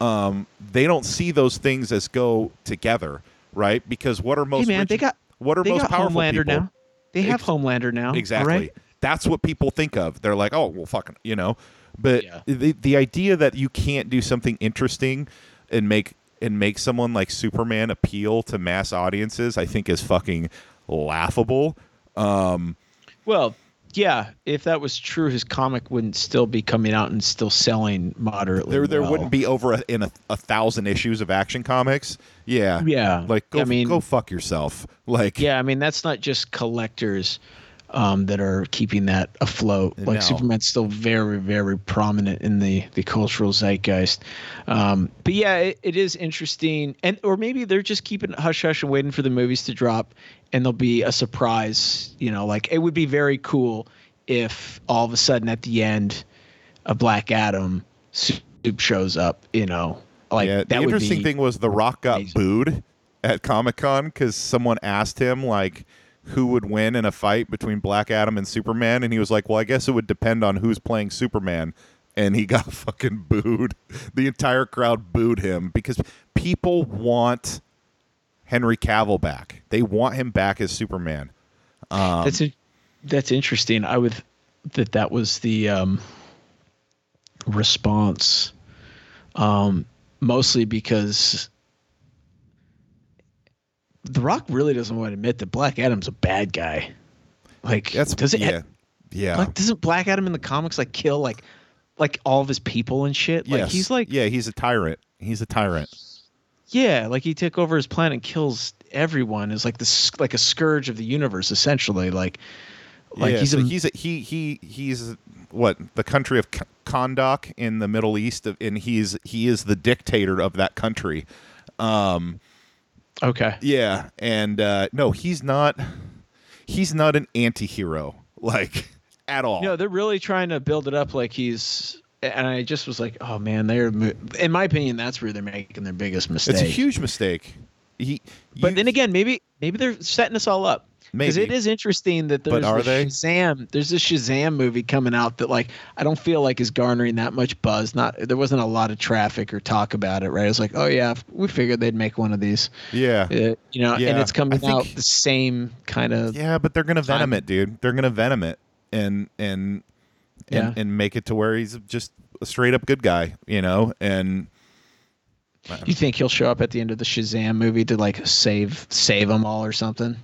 S3: um, they don't see those things as go together, right? Because what are most
S4: man,
S3: rich-
S4: they got-
S3: what are
S4: they
S3: most
S4: got
S3: powerful
S4: Homelander
S3: people?
S4: now. They have
S3: Ex-
S4: Homelander now. all right?
S3: Exactly. That's what people think of. They're like, oh, well, fucking, you know. But
S4: Yeah.
S3: the the idea that you can't do something interesting and make and make someone like Superman appeal to mass audiences, I think, is fucking laughable. Um,
S4: Well, yeah. If that was true, his comic wouldn't still be coming out and still selling moderately.
S3: there there
S4: well.
S3: wouldn't be over a, in a, a thousand issues of Action Comics. Yeah,
S4: Yeah.
S3: Like, go,
S4: I mean-
S3: go fuck yourself. Like,
S4: Yeah, I mean that's not just collectors um, that are keeping that afloat. Like
S3: No.
S4: Superman's still very, very prominent in the the cultural zeitgeist. Um, but yeah, it, it is interesting, and or maybe they're just keeping it hush hush and waiting for the movies to drop, and there'll be a surprise. You know, like it would be very cool if all of a sudden at the end of Black Adam, Soup shows up. You know. Like
S3: yeah, the
S4: that would
S3: interesting
S4: be
S3: thing was The Rock got
S4: amazing.
S3: booed at Comic Con because someone asked him like who would win in a fight between Black Adam and Superman, and he was like, "Well, I guess it would depend on who's playing Superman." And he got fucking booed. The entire crowd booed him because people want Henry Cavill back. They want him back as Superman. Um,
S4: that's a, that's interesting. I would that that was the um, response, um, mostly because The Rock really doesn't want to admit that Black Adam's a bad guy. Like,
S3: That's
S4: does it?
S3: yeah, yeah.
S4: Like, doesn't Black Adam in the comics like kill like like all of his people and shit? Like
S3: Yes.
S4: he's like
S3: yeah, he's a tyrant. He's a tyrant.
S4: yeah, like he took over his planet and kills everyone. Is like this like a scourge of the universe essentially. Like like
S3: yeah,
S4: he's
S3: so
S4: a
S3: he's a, he he he's what the country of K- Kondak in the Middle East, of, and he's he is the dictator of that country.
S4: okay.
S3: Yeah, and uh, no, he's not. He's not an anti-hero, like at all.
S4: No, they're really trying to build it up like he's. And I just was like, oh man, they're. mo- In my opinion, that's where they're making their biggest mistake.
S3: it's a huge mistake. He,
S4: But
S3: you-
S4: then again, maybe maybe they're setting us all up because it
S3: Maybe.
S4: is interesting that there's
S3: are
S4: the
S3: they?
S4: Shazam. There's this Shazam movie coming out that like I don't feel like is garnering that much buzz. Not there wasn't a lot of traffic or talk about it. Right? I was like, oh yeah, we figured they'd make one of these.
S3: yeah,
S4: Uh, you know, and
S3: Yeah,
S4: it's coming
S3: I think-
S4: out the same kind of.
S3: yeah, but they're gonna
S4: Time.
S3: venom it, dude. They're gonna venom it, and and
S4: Yeah.
S3: and, and make it to where he's just a straight up good guy, you know, and.
S4: You think he'll show up at the end of the Shazam movie to like save save them all or something?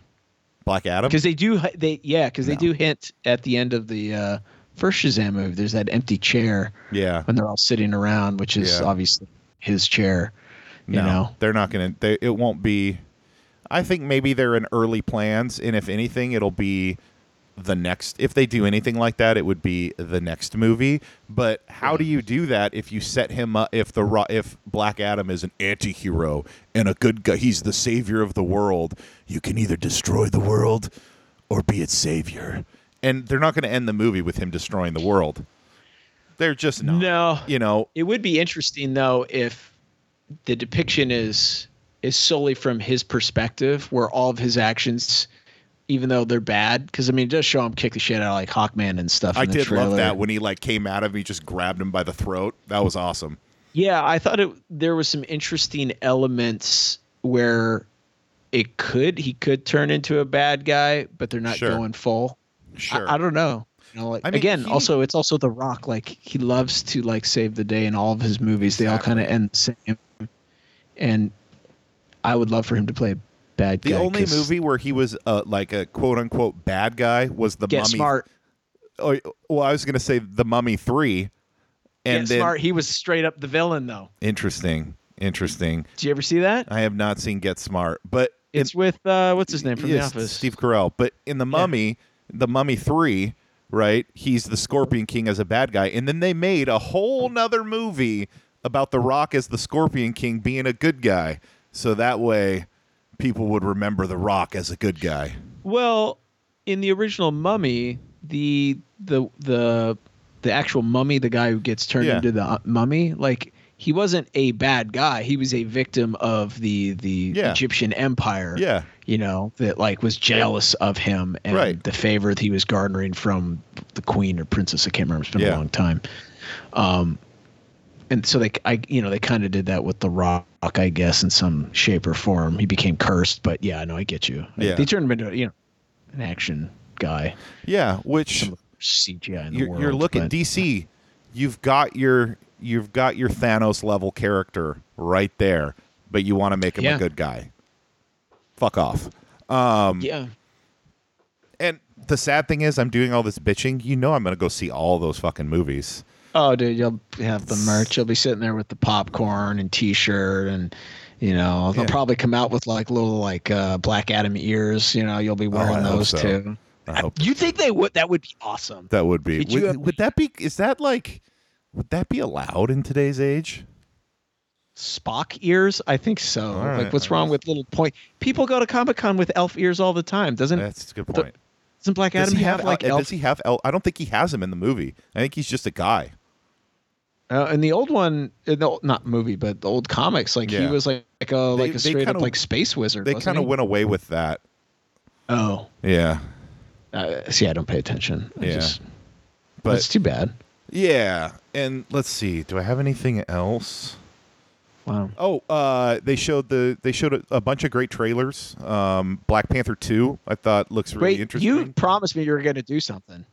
S3: Black Adam.
S4: because they do hi- they yeah because they do hint at the end of the uh, first Shazam movie. There's that empty chair
S3: Yeah.
S4: when they're all sitting around, which is
S3: Yeah.
S4: obviously his chair. You
S3: no,
S4: know,
S3: they're not going to. It won't be. I think maybe they're in early plans, and if anything, it'll be the next. If they do anything like that, it would be the next movie. But how do you do that if you set him up? If the Ro- if Black Adam is an anti-hero and a good guy, he's the savior of the world. You can either destroy the world or be its savior. And they're not going to end the movie with him destroying the world. They're just not.
S4: No.
S3: You know,
S4: it would be interesting though if the depiction is is solely from his perspective, where all of his actions, even though they're bad, because I mean, it does show him kick the shit out of like Hawkman and stuff.
S3: I
S4: in the
S3: did love
S4: trailer.
S3: that when he like came out of me, just grabbed him by the throat. That was awesome.
S4: Yeah, I thought it there was some interesting elements where it could he could turn into a bad guy, but they're not
S3: Sure.
S4: going full. I-
S3: Sure.
S4: I, don't know. You know, like
S3: I mean,
S4: again,
S3: he-
S4: also it's also The Rock. Like he loves to like save the day in all of his movies. They all kind of end the same. And I would love for him to play a bad
S3: the
S4: guy.
S3: only
S4: 'cause
S3: movie where he was uh, like a quote unquote bad guy was the
S4: Get
S3: Mummy.
S4: smart.
S3: Oh, well, I was gonna say the Mummy Three, and
S4: Get
S3: then
S4: smart. He was straight up the villain though.
S3: interesting, interesting.
S4: Did you ever see that?
S3: I have not seen Get Smart, but in-
S4: It's with uh, what's his name from
S3: yes,
S4: The Office.
S3: Steve Carell. But in the Mummy, the Mummy Three, right? He's the Scorpion King as a bad guy, and then they made a whole nother movie about The Rock as the Scorpion King being a good guy, so that way people would remember The Rock as a good guy.
S4: Well, in the original Mummy, the the the the actual mummy, the guy who gets turned
S3: Yeah.
S4: into the uh, mummy, like he wasn't a bad guy. He was a victim of the the
S3: Yeah.
S4: Egyptian empire.
S3: Yeah,
S4: You know, that like was jealous of him and
S3: Right.
S4: the favor that he was garnering from the queen or princess. I can't remember. It's been
S3: Yeah.
S4: a long time. Um, and so they, I, you know, they kind of did that with The Rock, I guess, in some shape or form. He became cursed, but yeah, I know, I get you.
S3: Yeah.
S4: They turned him into, you know, an action guy,
S3: yeah. Which
S4: CGI in the
S3: you're,
S4: world.
S3: you're looking
S4: but-
S3: DC. You've got your you've got your Thanos level character right there, but you want to make him a
S4: Yeah.
S3: good guy. Fuck off.
S4: Yeah.
S3: And the sad thing is, I'm doing all this bitching. You know, I'm going to go see all those fucking movies.
S4: Oh, dude, you'll have the merch. You'll be sitting there with the popcorn and T-shirt, and you know they'll
S3: Yeah.
S4: probably come out with like little like uh, Black Adam ears. You know, you'll be
S3: Oh, I
S4: wearing
S3: hope
S4: those
S3: so.
S4: too.
S3: I hope
S4: You think they would? That would be awesome.
S3: that would be.
S4: Did you
S3: Would,
S4: have-
S3: would that be? Is that like? Would that be allowed in today's age?
S4: Spock ears? I think so.
S3: All right,
S4: Like, what's wrong with little point? People go to Comic Con with elf ears all the time. Doesn't
S3: That's a good
S4: the-
S3: point.
S4: doesn't Black
S3: Does
S4: Adam
S3: he
S4: have,
S3: have?
S4: like
S3: El-
S4: elf?
S3: does he have? El- I don't think he has him in the movie. I think he's just a guy.
S4: Uh, and the old one, uh, the, old- not movie, but the old comics, like he
S3: Yeah.
S4: was like, like a like a
S3: they
S4: straight
S3: kinda-
S4: up like space wizard.
S3: They
S4: wasn't
S3: kind of
S4: he?
S3: went away with that.
S4: Oh,
S3: Yeah,
S4: uh, see, I don't pay attention. I
S3: Yeah.
S4: just,
S3: but
S4: that's too bad.
S3: yeah, and let's see. Do I have anything else?
S4: Wow.
S3: Oh, uh, they showed the they showed a, a bunch of great trailers. Um, Black Panther two, I thought looks really
S4: Wait,
S3: interesting.
S4: you promised me you were going to do something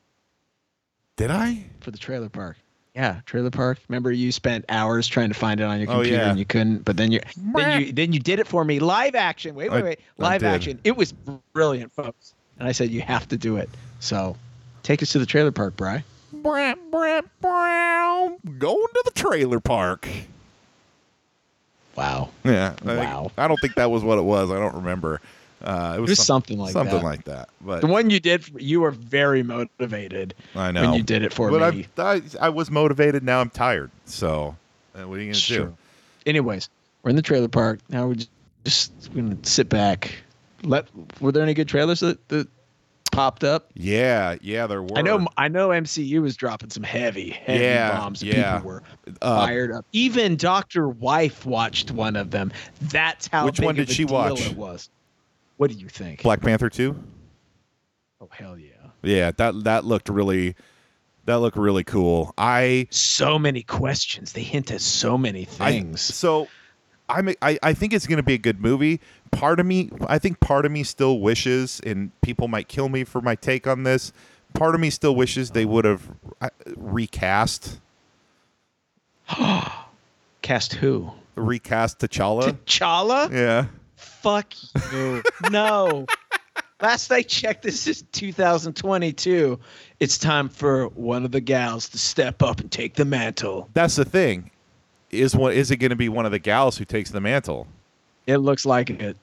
S3: Did I?
S4: for the trailer park. Yeah, trailer park. Remember, you spent hours trying to find it on your
S3: Oh,
S4: computer
S3: yeah.
S4: and you couldn't. But then you, then you, then you did it for me. Live action. Wait,
S3: I-
S4: wait, wait.
S3: I
S4: Live
S3: did.
S4: action. It was brilliant, folks. And I said you have to do it. So, take us to the trailer park, Bry.
S3: Brah, brah, brah. Going to the trailer park.
S4: Wow.
S3: Yeah. I think-
S4: Wow.
S3: I don't think that was what it was. I don't remember. Uh, it was,
S4: It was
S3: some-
S4: something like
S3: something
S4: that.
S3: like that. But
S4: The one you did, you were very motivated
S3: I know
S4: when you did it for
S3: but
S4: me.
S3: I'm, I, I was motivated. Now I'm tired. So uh, what are you gonna
S4: Sure.
S3: do?
S4: Anyways, we're in the trailer park now. We're just, just gonna sit back. Let were there any good trailers that, that popped up?
S3: Yeah, yeah, there were.
S4: I know, I know, MCU was dropping some heavy, heavy
S3: Yeah,
S4: bombs. and
S3: yeah.
S4: People were
S3: Uh,
S4: fired up. Even Doctor Wife watched one of them. That's how.
S3: Which
S4: big
S3: one
S4: of
S3: did
S4: a
S3: she
S4: deal
S3: watch?
S4: It was. What do you think?
S3: Black Panther two.
S4: Oh hell yeah!
S3: Yeah, that that looked really that looked really cool. I
S4: So many questions. They hint at so many
S3: I-
S4: things.
S3: so I'm, I I think it's going to be a good movie. Part of me, I think part of me still wishes, and people might kill me for my take on this. Part of me still wishes they would have uh, recast
S4: Cast who?
S3: recast T'Challa.
S4: T'Challa?
S3: yeah,
S4: Fuck you. no. Last I checked, this is 2022. It's time for one of the gals to step up and take the mantle.
S3: that's the thing. Is what is it going to be one of the gals who takes the mantle?
S4: It looks like it.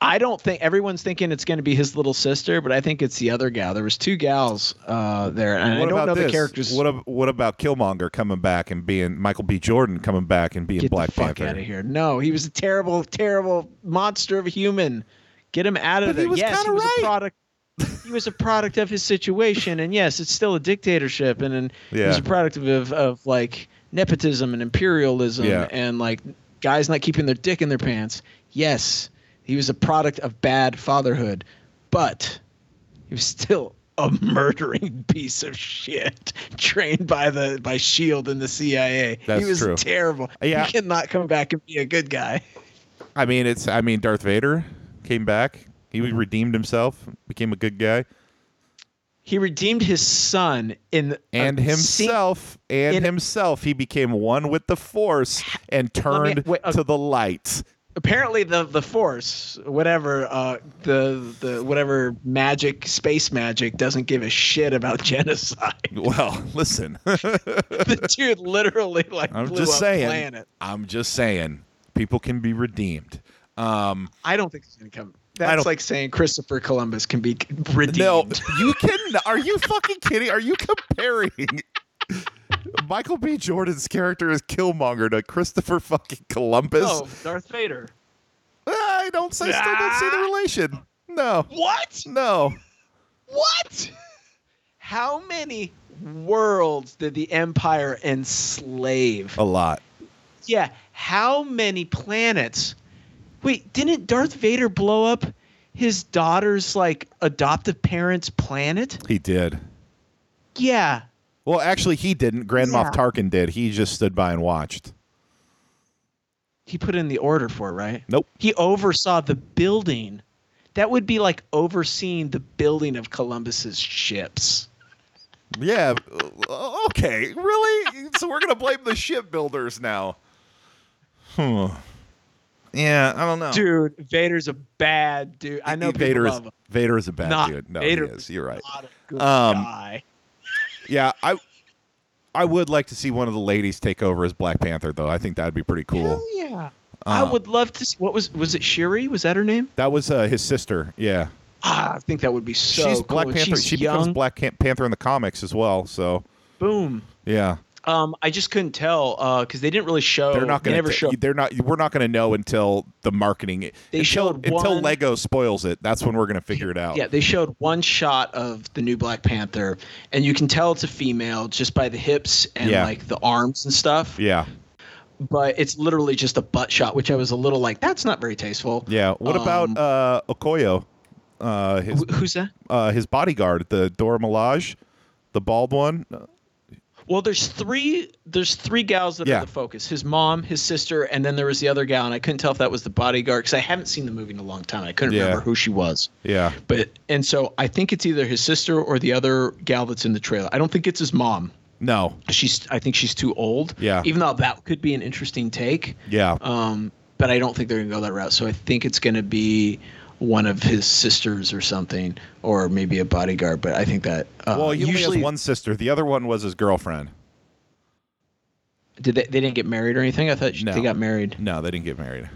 S4: I don't think everyone's thinking it's going to be his little sister, but I think it's the other gal. There was two gals uh, there, and
S3: what
S4: I don't
S3: about
S4: know the
S3: this?
S4: characters.
S3: What ab- what about Killmonger coming back and being Michael B. Jordan coming back and being
S4: Get
S3: Black
S4: the fuck
S3: Panther?
S4: out of here! No, he was a terrible, terrible monster of a human. Get him out of
S3: But he
S4: there.
S3: was
S4: yes, he
S3: kinda
S4: was
S3: right.
S4: a product. he was a product of his situation, and yes, it's still a dictatorship, and, and he was
S3: Yeah.
S4: a product of, of of like nepotism and imperialism,
S3: Yeah.
S4: and like guys not keeping their dick in their pants. Yes, he was a product of bad fatherhood, but he was still a murdering piece of shit trained by the by Shield E and the CIA.
S3: That's
S4: he was
S3: true.
S4: terrible.
S3: Yeah.
S4: He cannot come back and be a good guy.
S3: I mean, it's I mean Darth Vader came back. He redeemed himself, became a good guy,
S4: He redeemed his son in a
S3: and himself, and
S4: in-
S3: himself, he became one with the Force and
S4: me-
S3: turned
S4: wait, uh,
S3: to the light.
S4: sing- apparently, the the Force, whatever, uh, the the whatever magic, space magic, doesn't give a shit about genocide.
S3: Well, listen,
S4: the dude literally like
S3: I'm
S4: blew
S3: just
S4: up
S3: saying.
S4: planet.
S3: I'm just saying, people can be redeemed. Um,
S4: I don't think he's gonna come.
S3: don't-
S4: That's like saying Christopher Columbus can be redeemed.
S3: no, you can. Are you fucking kidding? Are you comparing? Michael B. Jordan's character as Killmonger to Christopher fucking Columbus.
S4: no, Oh, Darth Vader.
S3: I don't. I still don't see the relation. No.
S4: What?
S3: No.
S4: What? How many worlds did the Empire enslave?
S3: A lot.
S4: Yeah, how many planets? Wait, didn't Darth Vader blow up his daughter's like adoptive parents' planet?
S3: He did.
S4: Yeah.
S3: Well, actually, he didn't. Grand Moff Tarkin did. He just stood by and watched.
S4: He put in the order for it, right?
S3: Nope.
S4: He oversaw the building. That would be like overseeing the building of Columbus's ships.
S3: Yeah. uh, Okay. Really? so we're gonna blame the shipbuilders now? Hmm. Yeah. I don't know.
S4: Dude, Vader's a bad dude. I know
S3: Oh. Vader
S4: people
S3: is
S4: love him.
S3: Vader is a bad
S4: Not
S3: dude. No,
S4: Vader.
S3: he is. You're right.
S4: Not a good
S3: Um,
S4: guy.
S3: Yeah. I. I would like to see one of the ladies take over as Black Panther, though. I think that'd be pretty cool.
S4: Hell yeah. I
S3: Uh,
S4: would love to. See, what was was it? Shiri was that her name?
S3: That was uh, his sister. Yeah.
S4: Ah, I think that would be so.
S3: she's
S4: cool.
S3: Black
S4: And
S3: Panther.
S4: She's
S3: she
S4: young.
S3: becomes Black Can- Panther in the comics as well. So
S4: Boom.
S3: yeah.
S4: Um, I just couldn't tell because they didn't really show.
S3: They're not
S4: they
S3: going
S4: Oh, never
S3: to.
S4: show.
S3: They're not. We're not going to know until the marketing.
S4: They
S3: until,
S4: showed
S3: until
S4: one-
S3: Lego spoils it. That's when we're going to figure it out.
S4: Yeah, they showed one shot of the new Black Panther, and you can tell it's a female just by the hips and
S3: Yeah.
S4: like the arms and stuff.
S3: Yeah.
S4: But it's literally just a butt shot, which I was a little like, that's not very tasteful.
S3: Yeah. What
S4: Um,
S3: about uh, Okoyo? Uh, his
S4: wh- who's that?
S3: uh, his bodyguard, the Dora Milaje, the bald one.
S4: Well, there's three. There's three gals that
S3: Yeah.
S4: are the focus: his mom, his sister, and then there was the other gal, and I couldn't tell if that was the bodyguard because I haven't seen the movie in a long time. I couldn't
S3: Yeah.
S4: remember who she was.
S3: Yeah.
S4: But and so I think it's either his sister or the other gal that's in the trailer. I don't think it's his mom.
S3: No.
S4: She's I think she's too old.
S3: Yeah.
S4: Even though that could be an interesting take.
S3: Yeah.
S4: Um, but I don't think they're gonna go that route. So I think it's gonna be one of his sisters or something, or maybe a bodyguard. But I think that uh,
S3: well, he only
S4: usually
S3: has one sister. The other one was his girlfriend.
S4: did they, they didn't get married or anything. I thought she,
S3: No.
S4: they got married.
S3: No, they didn't get married.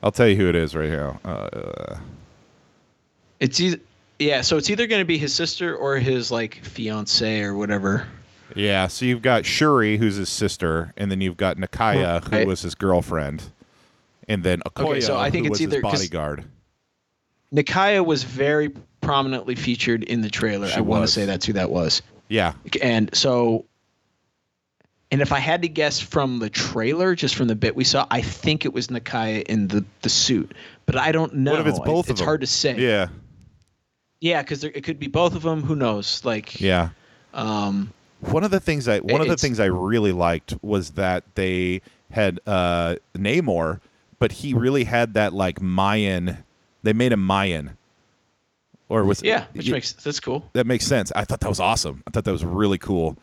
S3: I'll tell you who it is right now. Uh,
S4: It's either, yeah. So it's either gonna be his sister or his like fiance or whatever.
S3: yeah. So you've got Shuri, who's his sister, and then you've got Nakaya, who
S4: Okay.
S3: was his girlfriend, and then Okoyo,
S4: Okay, so I
S3: who
S4: think it's
S3: was his
S4: either- 'cause-
S3: bodyguard.
S4: Nakaya was very prominently featured in the trailer.
S3: She
S4: I want to
S3: was.
S4: say that's who that was.
S3: Yeah.
S4: And so, and if I had to guess from the trailer, just from the bit we saw, I think it was Nakaya in the, the suit. But I don't know.
S3: What if it's
S4: It-
S3: both of them?
S4: It's hard to say.
S3: Yeah.
S4: Yeah, because it could be both of them. Who knows? Like,
S3: Yeah.
S4: um,
S3: One of the things I one of the
S4: It's-
S3: things I really liked was that they had uh, Namor, but he really had that like Mayan. They made him Mayan, or was
S4: yeah, which
S3: y-
S4: makes that's cool.
S3: that makes sense. I thought that was awesome. I thought that was really cool.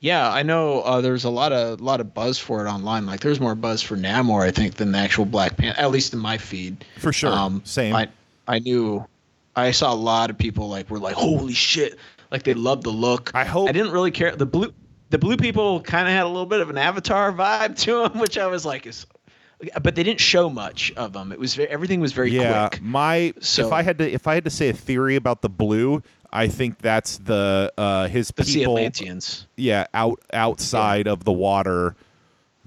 S4: Yeah, I know. Uh, there was a lot of lot of buzz for it online. Like, there's more buzz for Namor, I think, than the actual Black Panther. At least in my feed.
S3: For sure. Same.
S4: Um, I, I knew. I saw a lot of people like were like, "Holy shit!" Like they loved the look.
S3: I hope-
S4: I didn't really care. The blue, the blue people kind of had a little bit of an Avatar vibe to them, which I was like, is, but they didn't show much of them. It was very, everything was very
S3: yeah,
S4: quick.
S3: my if
S4: So-
S3: I had to if I had to say a theory about the blue, I think that's the uh, his
S4: The sea
S3: people.
S4: Atlanteans.
S3: Yeah, out outside of the water,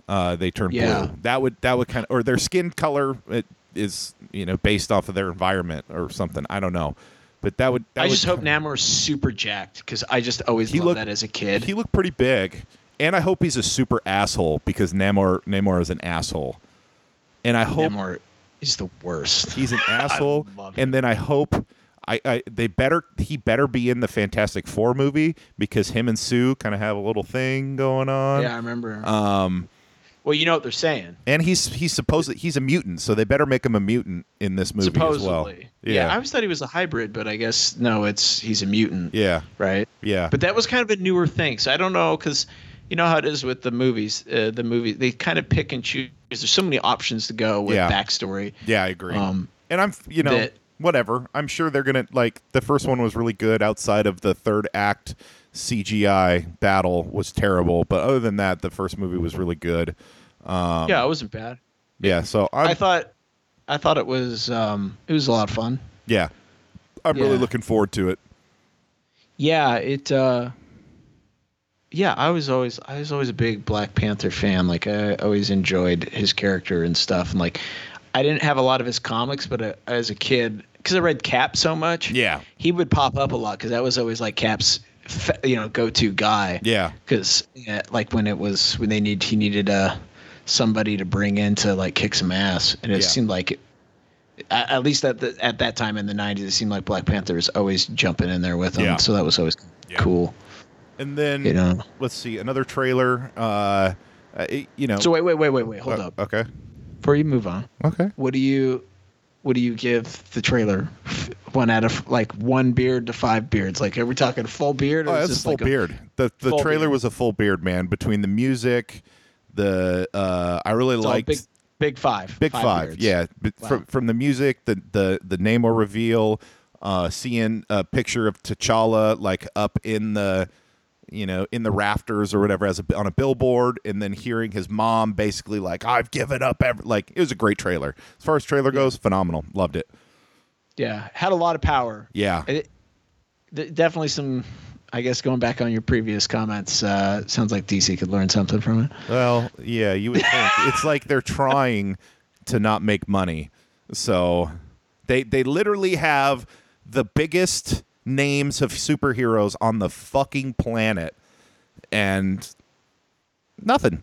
S3: uh, they turn
S4: Yeah.
S3: blue. That would that would kind of or their skin color it is you know based off of their environment or something. I don't know, but that would. That
S4: I
S3: would
S4: just hope Namor's super jacked because I just always
S3: He
S4: loved
S3: looked-
S4: that as a kid.
S3: he looked pretty big, and I hope he's a super asshole because Namor Namor is an asshole, and I hope
S4: Namor is the worst.
S3: he's an asshole
S4: love
S3: and then i hope I, I they better he better be in the fantastic four movie because him and sue kind of have a little thing going on
S4: yeah, I remember.
S3: um
S4: well, you know what they're saying.
S3: and he's he's supposed he's a mutant so they better make him a mutant in this movie
S4: supposedly.
S3: as well
S4: yeah. I
S3: yeah
S4: always thought he was a hybrid, but I guess no, it's he's a mutant,
S3: yeah
S4: right?
S3: yeah
S4: But that was kind of a newer thing. So I don't know because you know how it is with the movies. Uh, the movie they kind of pick and choose. There's so many options to go with
S3: Yeah.
S4: backstory.
S3: yeah i agree
S4: Um,
S3: and i'm you know
S4: that-
S3: whatever i'm sure they're gonna like the first one was really good outside of the third act cgi battle was terrible but other than that the first movie was really good um
S4: yeah, it wasn't bad.
S3: yeah so
S4: i
S3: i'm
S4: thought I thought it was um, it was a lot of fun.
S3: Yeah. I'm really
S4: Yeah.
S3: looking forward to it.
S4: Yeah, it. Uh, yeah, I was always I was always a big Black Panther fan. Like I always enjoyed his character and stuff. And like, I didn't have a lot of his comics, but uh, as a kid, because I read Cap so much,
S3: Yeah.
S4: he would pop up a lot because that was always like Cap's, fa- you know, go-to guy.
S3: Yeah.
S4: Because like when it was when they need he needed uh somebody to bring in to like kick some ass, and it
S3: Yeah.
S4: seemed like it. At at least at the, at that time in the '90s, it seemed like Black Panther was always jumping in there with him,
S3: Yeah.
S4: so that was always cool.
S3: And then
S4: You know.
S3: let's see another trailer. Uh, uh it- you know.
S4: So wait, wait, wait, wait, wait. Hold
S3: uh,
S4: up
S3: Okay.
S4: before you move on.
S3: Okay.
S4: What do you, what do you give the trailer? F- One out of like one beard to five beards. Like, are we talking full beard? Or
S3: Oh,
S4: is
S3: that's a
S4: this
S3: full
S4: like a-
S3: beard. the the
S4: full
S3: trailer
S4: beard.
S3: was a full beard, man. Between the music, the uh, I really
S4: so
S3: liked
S4: big, big five.
S3: Big Five,
S4: beards.
S3: yeah. But From from the music, the the the Namor reveal, uh, seeing a picture of T'Challa like up in the, you know, in the rafters or whatever, as a, on a billboard, and then hearing his mom basically like, "I've given up." Every-. Like it was a great trailer. As far as trailer goes, phenomenal. Loved it.
S4: Yeah, had a lot of power.
S3: Yeah.
S4: It, th- definitely some I guess going back on your previous comments, uh, sounds like DC could learn something from it.
S3: Well, yeah, you would think it's like they're trying to not make money. So they they literally have the biggest names of superheroes on the fucking planet and nothing.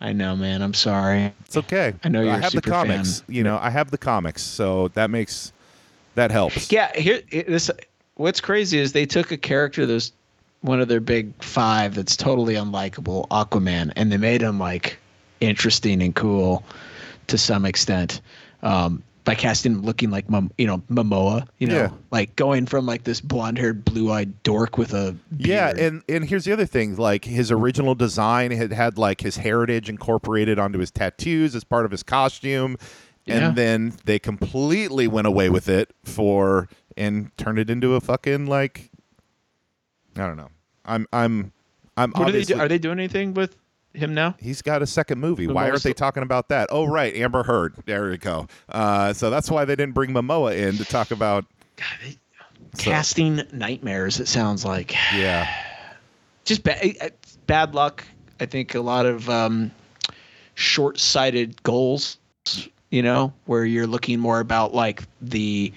S4: I know, man. I'm sorry.
S3: It's okay.
S4: I know you're
S3: I
S4: a
S3: have the
S4: super fan.
S3: comics, you know, I have the comics, so that makes that helps.
S4: Yeah, here it- this. What's crazy is they took a character that's one of their big five that's totally unlikable, Aquaman, and they made him like interesting and cool to some extent um, by casting him looking like Mom, you know Momoa, you know,
S3: Yeah.
S4: like going from like this blonde-haired, blue-eyed dork with a
S3: Yeah,
S4: beard.
S3: and and here's the other thing: like his original design had had like his heritage incorporated onto his tattoos as part of his costume,
S4: Yeah.
S3: and then they completely went away with it for and turned it into a fucking like I don't know. I'm I'm I'm
S4: what are they?
S3: obviously
S4: Do? Are they doing anything with him now?
S3: he's got a second movie. Why
S4: Momoa's
S3: aren't they
S4: still-
S3: talking about that? Oh right, Amber Heard. There we go. Uh, so that's why they didn't bring Momoa in to talk about So-
S4: Casting nightmares. It sounds like.
S3: yeah.
S4: just ba- uh, bad luck. I think a lot of um, short-sighted goals. You know, where you're looking more about like the.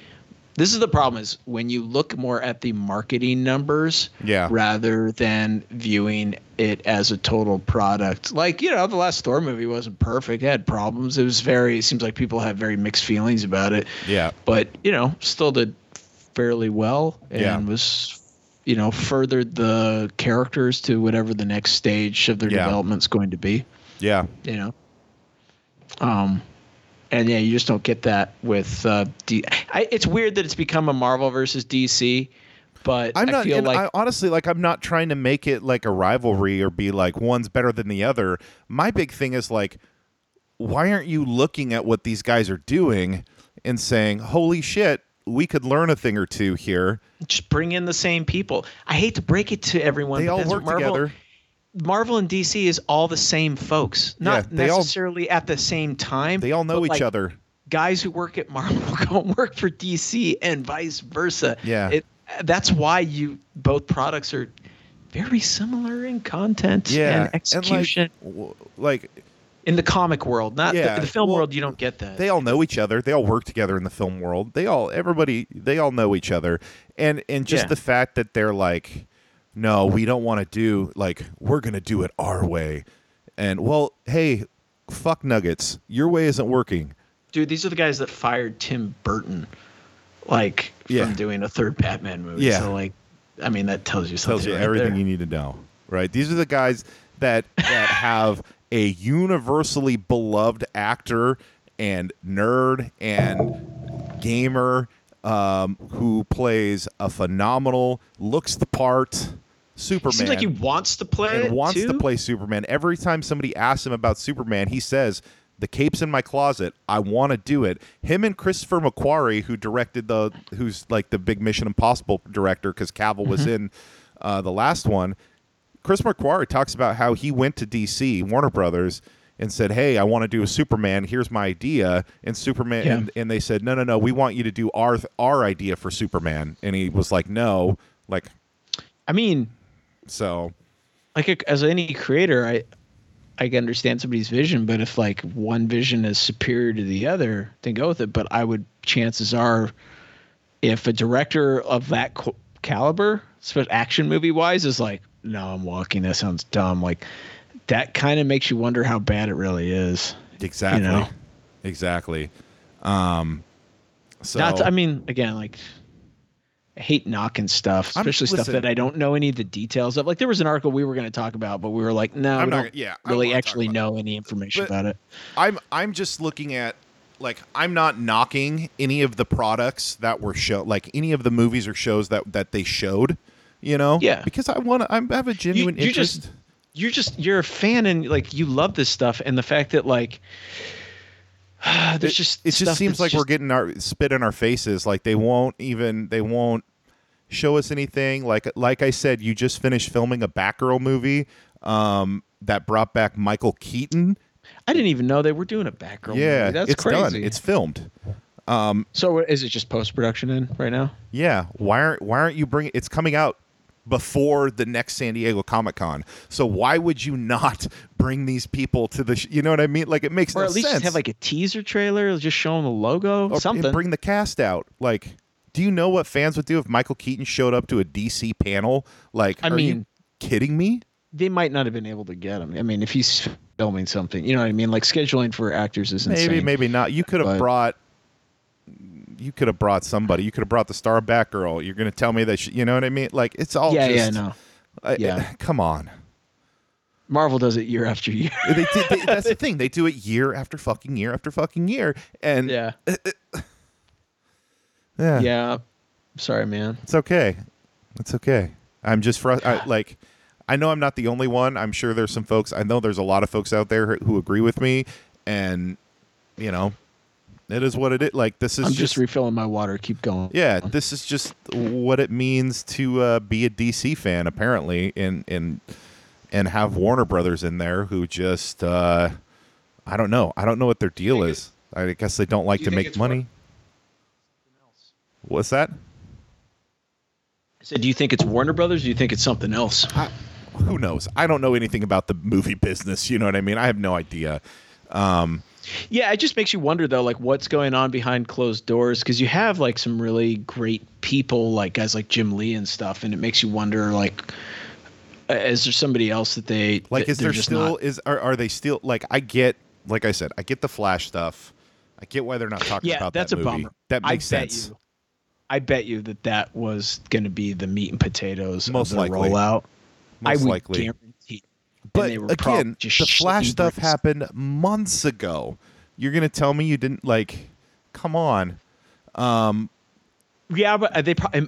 S4: This is the problem: is when you look more at the marketing numbers
S3: Yeah.
S4: rather than viewing it as a total product. Like you know, the last Thor movie wasn't perfect; it had problems. It was very. It seems like people have very mixed feelings about it
S3: Yeah.
S4: but you know still did fairly well and
S3: Yeah.
S4: was you know furthered the characters to whatever the next stage of their
S3: Yeah.
S4: development's going to be
S3: Yeah.
S4: you know um and yeah you just don't get that with uh D- I, it's weird that it's become a marvel versus dc but
S3: I'm
S4: i
S3: not
S4: feel
S3: and
S4: like
S3: I, honestly like I'm not trying to make it like a rivalry or be like one's better than the other. My big thing is like why aren't you looking at what these guys are doing and saying, "Holy shit, we could learn a thing or two here."
S4: just bring in the same people i hate to break it to everyone
S3: They
S4: but
S3: all
S4: that's what
S3: work
S4: marvel,
S3: together.
S4: marvel and dc is all the same folks not
S3: Yeah, they all-
S4: necessarily at the same time
S3: They all know
S4: but,
S3: each
S4: like,
S3: other.
S4: guys who work at Marvel go and work for DC and vice versa.
S3: Yeah.
S4: It, that's why you both products are very similar in content
S3: Yeah.
S4: and execution
S3: And like, w- like
S4: in the comic world, not
S3: Yeah,
S4: the, the film
S3: well,
S4: world. You don't get that.
S3: they all know each other. They all work together in the film world. They all everybody they all know each other. And and just
S4: Yeah.
S3: the fact that they're like, no, we don't want to do like we're gonna do it our way. And well, hey, fuck nuggets. Your way isn't working.
S4: Dude, these are the guys that fired Tim Burton, like
S3: Yeah.
S4: from doing a third Batman movie.
S3: Yeah.
S4: So like, I mean, that tells you something.
S3: Tells you
S4: right
S3: everything
S4: there.
S3: you need to know. Right? These are the guys that that have a universally beloved actor and nerd and gamer um, who plays a phenomenal, looks the part, Superman.
S4: Seems like he wants to play
S3: and
S4: it
S3: wants to
S4: too.
S3: play Superman. Every time somebody asks him about Superman, he says, "The cape's in my closet. I want to do it." Him and Christopher McQuarrie, who directed the, who's like the big Mission Impossible director, because Cavill
S4: Mm-hmm.
S3: was in uh, the last one. Chris McQuarrie talks about how he went to DC Warner Brothers and said, "Hey, I want to do a Superman. Here's my idea." And Superman
S4: Yeah.
S3: and, and they said, "No, no, no. We want you to do our our idea for Superman." And he was like, "No." Like
S4: I mean,
S3: so
S4: like a, as any creator i i can understand somebody's vision but if like one vision is superior to the other then go with it but i would chances are if a director of that co- caliber especially action movie wise is like no i'm walking that sounds dumb like that kind of makes you wonder how bad it really is
S3: Exactly.
S4: you know?
S3: Exactly. Um, so
S4: not i mean again like I hate knocking stuff,
S3: I'm-
S4: especially stuff
S3: listen.
S4: that I don't know any of the details of. Like there was an article we were going to talk about, but we were like, no,
S3: I'm
S4: we
S3: not-
S4: don't
S3: yeah, I don't
S4: really
S3: wanna talk
S4: actually
S3: about
S4: know any information
S3: But-
S4: about it.
S3: I'm I'm just looking at like I'm not knocking any of the products that were show like any of the movies or shows that that they showed, you know?
S4: Yeah.
S3: Because I want to I have a genuine
S4: you
S3: interest.
S4: just- you're just you're a fan and like you love this stuff and the fact that like there's
S3: It-
S4: just
S3: it just
S4: stuff
S3: seems
S4: that's
S3: like we're
S4: just-
S3: getting our spit in our faces like they won't even they won't show us anything like like i said you just finished filming a batgirl movie um that brought back michael keaton
S4: I didn't even know they were doing a Batgirl
S3: yeah
S4: Oh, movie. That's
S3: it's
S4: crazy.
S3: done it's filmed
S4: So what- is it just post production in right now?
S3: Yeah, why aren't why aren't you bringing? It's coming out before the next San Diego Comic Con, so why would you not bring these people to the? Sh- you know what I mean? Like it makes
S4: Or
S3: no
S4: at least
S3: sense.
S4: just have like a teaser trailer, just show them the logo,
S3: Or- and
S4: something.
S3: Bring the cast out. Like, do you know what fans would do if Michael Keaton showed up to a DC panel? Like,
S4: I
S3: are you
S4: mean-
S3: kidding me?
S4: they might not have been able to get him. I mean, if he's filming something, you know what I mean? Like scheduling for actors is insane.
S3: Maybe, maybe not. You could have
S4: But-
S3: brought. You could have brought somebody. You could have brought the star Batgirl. You're gonna tell me that she, you know what I mean? Like it's all
S4: yeah, yeah,
S3: just,
S4: no.
S3: I-
S4: Yeah.
S3: come on.
S4: Marvel does it year after year.
S3: they, did- they, that's the thing. They do it year after fucking year after fucking year, and
S4: yeah,
S3: yeah,
S4: yeah. Sorry, man.
S3: it's okay. It's okay. I'm just fru- I, like, I know I'm not the only one. I'm sure there's some folks. I know there's a lot of folks out there who agree with me, and you know, it is what it is. Like this is
S4: I'm just, refilling my water. Keep going.
S3: yeah, this is just what it means to uh, be a DC fan, apparently, and and and have Warner Brothers in there who just uh, I don't know, I don't know what their deal is. I guess they don't like
S4: Do you
S3: to
S4: think
S3: make
S4: it's wor-
S3: money. What's that?
S4: So, do you think it's Warner Brothers? Or do you think it's something else?
S3: Who knows? I don't know anything about the movie business. You know what I mean? I have no idea.
S4: Yeah, it just makes you wonder though, like what's going on behind closed doors because you have like some really great people, like guys like Jim Lee and stuff, and it makes you wonder, like, uh, is there somebody else that they
S3: Like,
S4: that
S3: is
S4: they're
S3: there
S4: just
S3: still
S4: not-
S3: is are, are they still like? I get, like I said, I get the Flash stuff. I get why they're not talking
S4: Yeah,
S3: about
S4: that's
S3: that
S4: a
S3: movie.
S4: bummer.
S3: That
S4: I
S3: makes
S4: bet
S3: sense.
S4: you, I bet you that that was going to be the meat and potatoes
S3: Most
S4: of the
S3: likely.
S4: rollout. I
S3: Most
S4: would
S3: likely.
S4: guarantee. And
S3: But
S4: they were probably
S3: again,
S4: just
S3: the Flash
S4: shitting
S3: stuff
S4: bricks.
S3: happened months ago. You're gonna tell me you didn't like? Come on.
S4: Yeah, but they probably,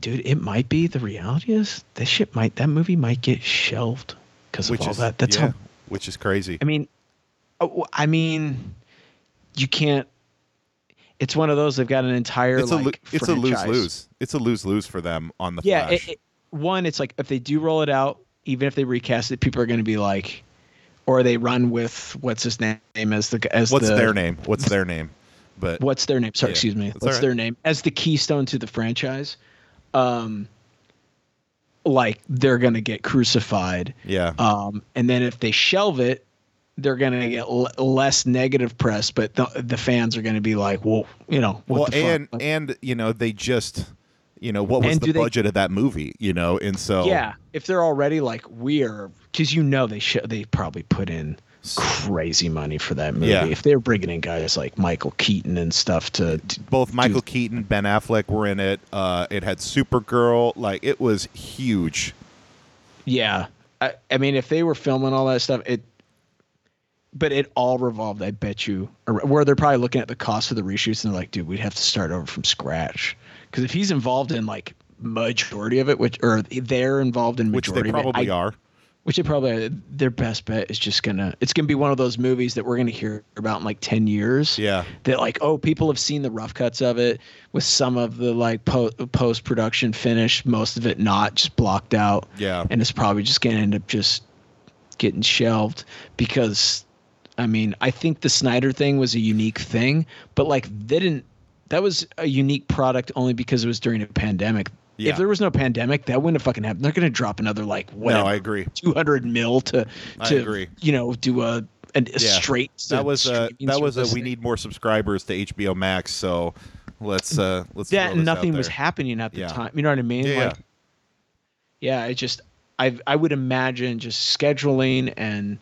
S4: dude. It might be the reality is this shit might that movie might get shelved because of
S3: Which
S4: all
S3: is
S4: that. That's
S3: yeah,
S4: how
S3: Which is crazy.
S4: I mean, uh, w- I mean, you can't. It's one of those. They've got an entire.
S3: It's a lo-
S4: like,
S3: it's a lose
S4: franchise.
S3: lose. It's a lose lose for them on the
S4: Yeah.
S3: Flash.
S4: It, it- one, it's like if they do roll it out, even if they recast it, people are going to be like, or they run with what's his name as the as
S3: What's
S4: the,
S3: their name? What's their name? But
S4: what's their name? Sorry,
S3: Yeah,
S4: excuse me.
S3: that's all
S4: What's
S3: right.
S4: their name as the keystone to the franchise? Um, like they're going to get crucified.
S3: yeah,
S4: Um, and then if they shelve it, they're going to get l- less negative press, but the, the fans are going to be like, well, you know, what
S3: well,
S4: the fuck?
S3: and
S4: Like,
S3: and you know they just you know what was
S4: And
S3: the
S4: do they-
S3: budget of that movie? You know, and so
S4: yeah, if they're already like we're, because you know they sh- they probably put in crazy money for that movie.
S3: Yeah.
S4: If they're bringing in guys like Michael Keaton and stuff to, to
S3: both Michael Keaton, Ben Affleck were in it. Uh, it had Supergirl. Like it was huge.
S4: yeah, I, I mean, if they were filming all that stuff, it. But it all revolved, I bet you, ar- where they're probably looking at the cost of the reshoots and they're like, dude, we'd have to start over from scratch. Because if he's involved in like majority of it, which or they're involved in
S3: Which
S4: majority,
S3: they probably
S4: of it, I-
S3: are.
S4: which they probably their best bet is just gonna it's gonna be one of those movies that we're gonna hear about in like ten years.
S3: Yeah.
S4: that like oh people have seen the rough cuts of it with some of the like po- post production finish, most of it not just blocked out.
S3: Yeah.
S4: and it's probably just gonna end up just getting shelved because I mean I think the Snyder thing was a unique thing, but like they didn't. That was a unique product only because it was during a pandemic.
S3: Yeah.
S4: If there was no pandemic, that wouldn't have fucking happened. They're gonna drop another like whatever,
S3: No, I agree.
S4: 200 mil to to
S3: I agree.
S4: you know do a an, a
S3: Yeah.
S4: straight
S3: that was a
S4: streaming
S3: that was a
S4: service
S3: we
S4: thing.
S3: need more subscribers to HBO Max. So let's uh let's
S4: that
S3: throw
S4: and
S3: this out
S4: nothing was
S3: there.
S4: happening at the
S3: Yeah.
S4: time you know what i mean
S3: Yeah,
S4: like yeah i just i i would imagine just scheduling and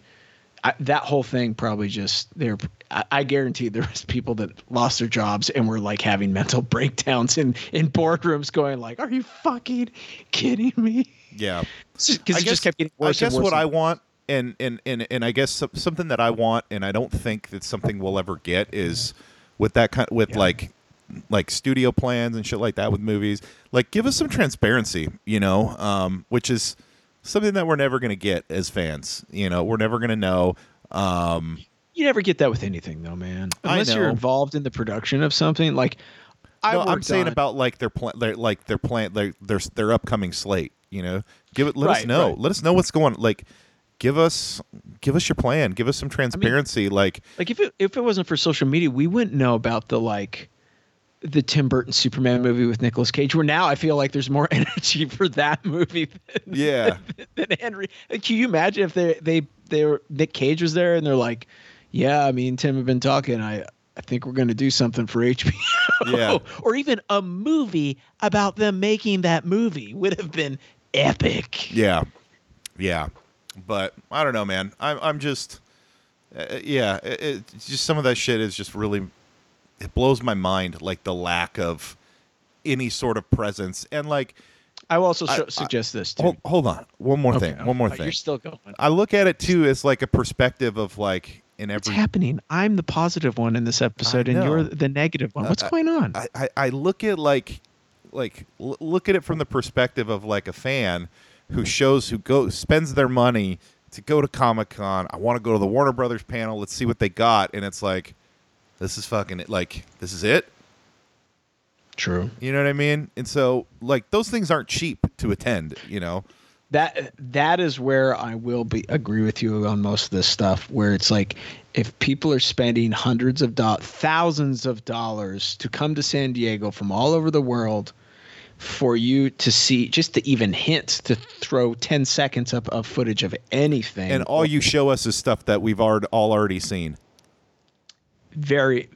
S4: I, that whole thing probably just there I, I guarantee there was people that lost their jobs and were like having mental breakdowns in in boardrooms going like are you fucking kidding me
S3: yeah. yeah.
S4: because
S3: I
S4: it
S3: guess-
S4: just kept getting worse
S3: I
S4: and
S3: guess
S4: worse
S3: what
S4: and
S3: I want, and and and and I guess some- something that I want, and I don't think that something we'll ever get is with that kind, with like like studio plans and shit like that with movies. Like, give us some transparency, you know, um, which is something that we're never gonna get as fans. You know, we're never gonna know. Um,
S4: You never get that with anything, though, man.
S3: I
S4: Unless you're
S3: know.
S4: involved in the production of something, like I
S3: no, I'm
S4: worked
S3: saying
S4: on-
S3: about like their plan, their, like their plan, their, their their upcoming slate. You know, give it. Let us
S4: Right,
S3: know.
S4: right.
S3: Let us know what's going. Like, give us give us your plan. Give us some transparency. like,
S4: like if it if it wasn't for social media, we wouldn't know about the like the Tim Burton Superman movie with Nicolas Cage. Where now I feel like there's more energy for that movie than,
S3: Yeah.
S4: than Henry. Like, can you imagine if they they they were Nick Cage was there and they're like, yeah, me and Tim have been talking. I I think we're gonna do something for HBO.
S3: Yeah.
S4: or even a movie about them making that movie would have been epic.
S3: Yeah, yeah, but I don't know, man. I'm I'm just, uh, yeah, it, it's just some of that shit is just really, it blows my mind. Like the lack of any sort of presence, and like,
S4: I will also
S3: I-
S4: su-
S3: I-
S4: suggest this too.
S3: hold, hold on, one more
S4: Okay,
S3: thing, one more
S4: oh,
S3: thing.
S4: You're still going.
S3: I look at it too as like a perspective of like in
S4: What's
S3: every.
S4: happening? I'm the positive one in this episode, and
S3: know.
S4: you're the negative one. What's going on?
S3: I, I I look at like like l- look at it from the perspective of like a fan who shows who go spends their money to go to Comic Con. I want to go to the Warner Brothers panel. Let's see what they got. And it's like, this is fucking it. Like this is it.
S6: True.
S3: You know what I mean? And so like those things aren't cheap to attend. You know?
S4: that that is where I will be agree with you on most of this stuff. Where it's like, if people are spending hundreds of dollars, thousands of dollars to come to San Diego from all over the world, for you to see, just to even hint to throw ten seconds up of footage of anything,
S3: And all you show us is stuff that we've already all already seen.
S4: very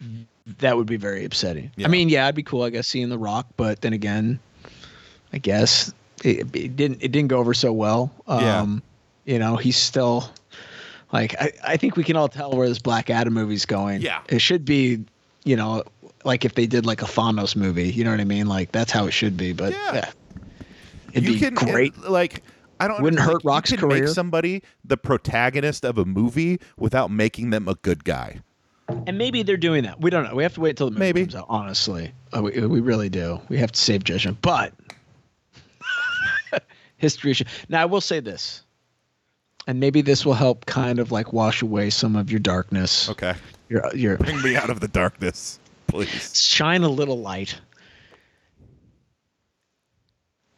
S4: that would be very upsetting.
S3: Yeah.
S4: I mean, yeah, it'd be cool, I guess, seeing The Rock, but then again, I guess it, it didn't it didn't go over so well.
S3: Yeah.
S4: Um You know, he's still like I, I think we can all tell where this Black Adam movie's going.
S3: Yeah.
S4: it should be, you know, like if they did like a Thanos movie, you know what I mean? Like that's how it should be. But
S3: Yeah.
S4: yeah, it'd be
S3: can
S4: great.
S3: it- like I don't
S4: Wouldn't
S3: like,
S4: hurt
S3: you
S4: Rock's
S3: can
S4: career.
S3: Make somebody the protagonist of a movie without making them a good guy.
S4: And maybe they're doing that. We don't know. We have to wait until the movie
S3: Maybe.
S4: comes out. Honestly, Uh, we, we really do. We have to save judgment. But history. Should, now I will say this, and maybe this will help kind of like wash away some of your darkness.
S3: Okay.
S4: Your your
S3: Bring me out of the darkness, please.
S4: shine a little light.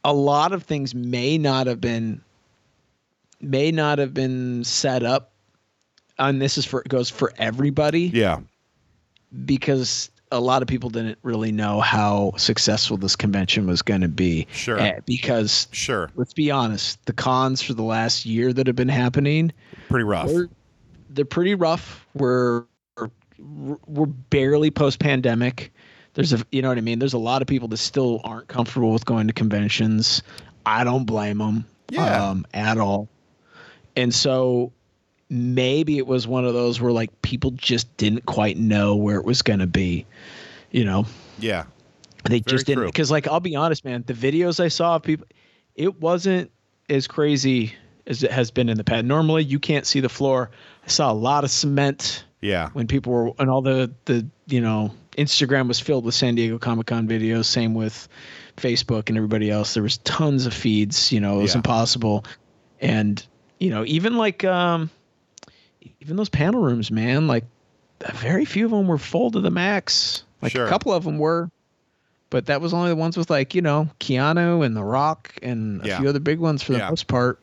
S4: A lot of things may not have been may not have been set up, and this is for goes for everybody.
S3: Yeah.
S4: because a lot of people didn't really know how successful this convention was going to be.
S3: Sure.
S4: Eh, Because
S3: Sure.
S4: let's be honest, the cons for the last year that have been happening,
S3: Pretty rough.
S4: were, they're pretty rough. We're we're barely post pandemic. There's a you know what I mean. There's a lot of people that still aren't comfortable with going to conventions. I don't blame them.
S3: Yeah.
S4: Um, at all. And so maybe it was one of those where like people just didn't quite know where it was going to be. You know,
S3: Yeah.
S4: they
S3: Very
S4: just didn't
S3: true.
S4: because like I'll be honest, man, the videos I saw of people, it wasn't as crazy as it has been in the past. Normally, you can't see the floor. I saw a lot of cement
S3: Yeah.
S4: when people were and all the the you know Instagram was filled with San Diego Comic Con videos. Same with Facebook and everybody else. There was tons of feeds. You know, it was
S3: Yeah.
S4: impossible. And you know, even like um, even those panel rooms, man. Like very few of them were full to the max. Like
S3: Sure.
S4: a couple of them were. But that was only the ones with like you know Keanu and The Rock and a
S3: Yeah.
S4: few other big ones for the
S3: Yeah.
S4: most part.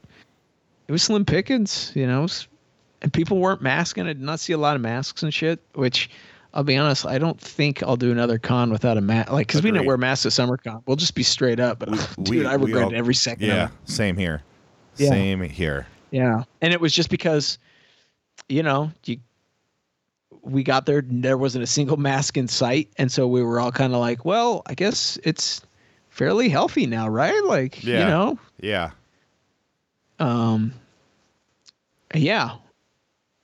S4: It was slim pickings, you know. s- and people weren't masking. I did not see a lot of masks and shit. Which, I'll be honest, I don't think I'll do another con without a mask. Like, because we didn't
S3: Agreed.
S4: wear masks at summer con. We'll just be straight up. But dude,
S3: we-
S4: I
S3: we
S4: regretted
S3: all-
S4: every second.
S3: Yeah.
S4: Of it.
S3: Same here.
S4: Yeah.
S3: Same here.
S4: Yeah. And it was just because, you know, you. We got there. and There wasn't a single mask in sight, and so we were all kind of like, "Well, I guess it's fairly healthy now, right?" Like, you
S3: Yeah.
S4: know,
S3: Yeah.
S4: um yeah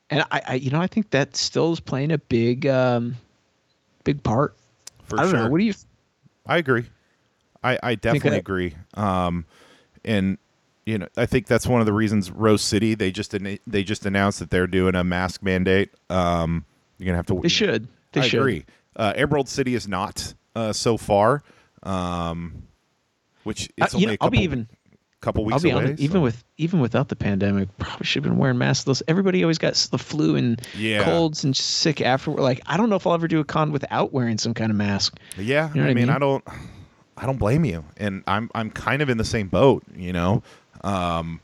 S4: and I, I you know i think that still is playing a big um big part
S3: For
S4: i don't
S3: sure.
S4: know what do you
S3: I agree. I, I definitely
S4: I-
S3: agree. Um, and you know, I think that's one of the reasons Rose City they just anna- they just announced that they're doing a mask mandate. Um, you're gonna have to.
S4: they should they
S3: I
S4: should
S3: agree. Uh, Emerald City is not uh, so far, um, which
S4: Uh,
S3: it's
S4: you
S3: only
S4: know,
S3: a
S4: i'll
S3: couple,
S4: be even
S3: couple
S4: i'll
S3: weeks
S4: be
S3: away.
S4: honest
S3: so-
S4: even with even without the pandemic probably should have been wearing masks those everybody always got s- the flu and
S3: Yeah.
S4: colds and sick afterward like i don't know if i'll ever do a con without wearing some kind of mask
S3: Yeah,
S4: You know
S3: I,
S4: what I
S3: mean,
S4: mean?
S3: I don't, I don't blame you, and I'm I'm kind of in the same boat, you know. Um,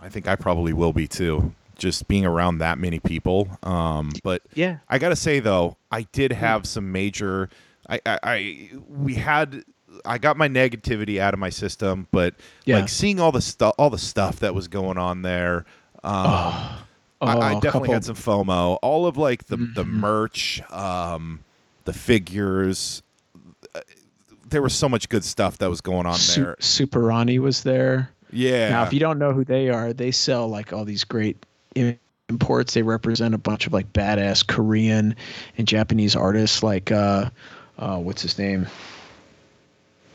S3: I think I probably will be too, just being around that many people. Um, but
S4: yeah Mm.
S3: I gotta say though, I did have some major. I, I, I we had I got my negativity out of my system, but
S4: Yeah.
S3: like seeing all the stuff, all the stuff that was going on there. Um, I, I
S4: Oh,
S3: definitely
S4: couple- Mm-hmm.
S3: had some FOMO. All of like the the merch, um, the figures. uh, There was so much good stuff that was going on
S4: Su-
S3: there.
S4: Superani was there.
S3: Yeah.
S4: Now, if you don't know who they are, they sell like all these great im- imports. They represent a bunch of like badass Korean and Japanese artists, like uh, uh, what's his name,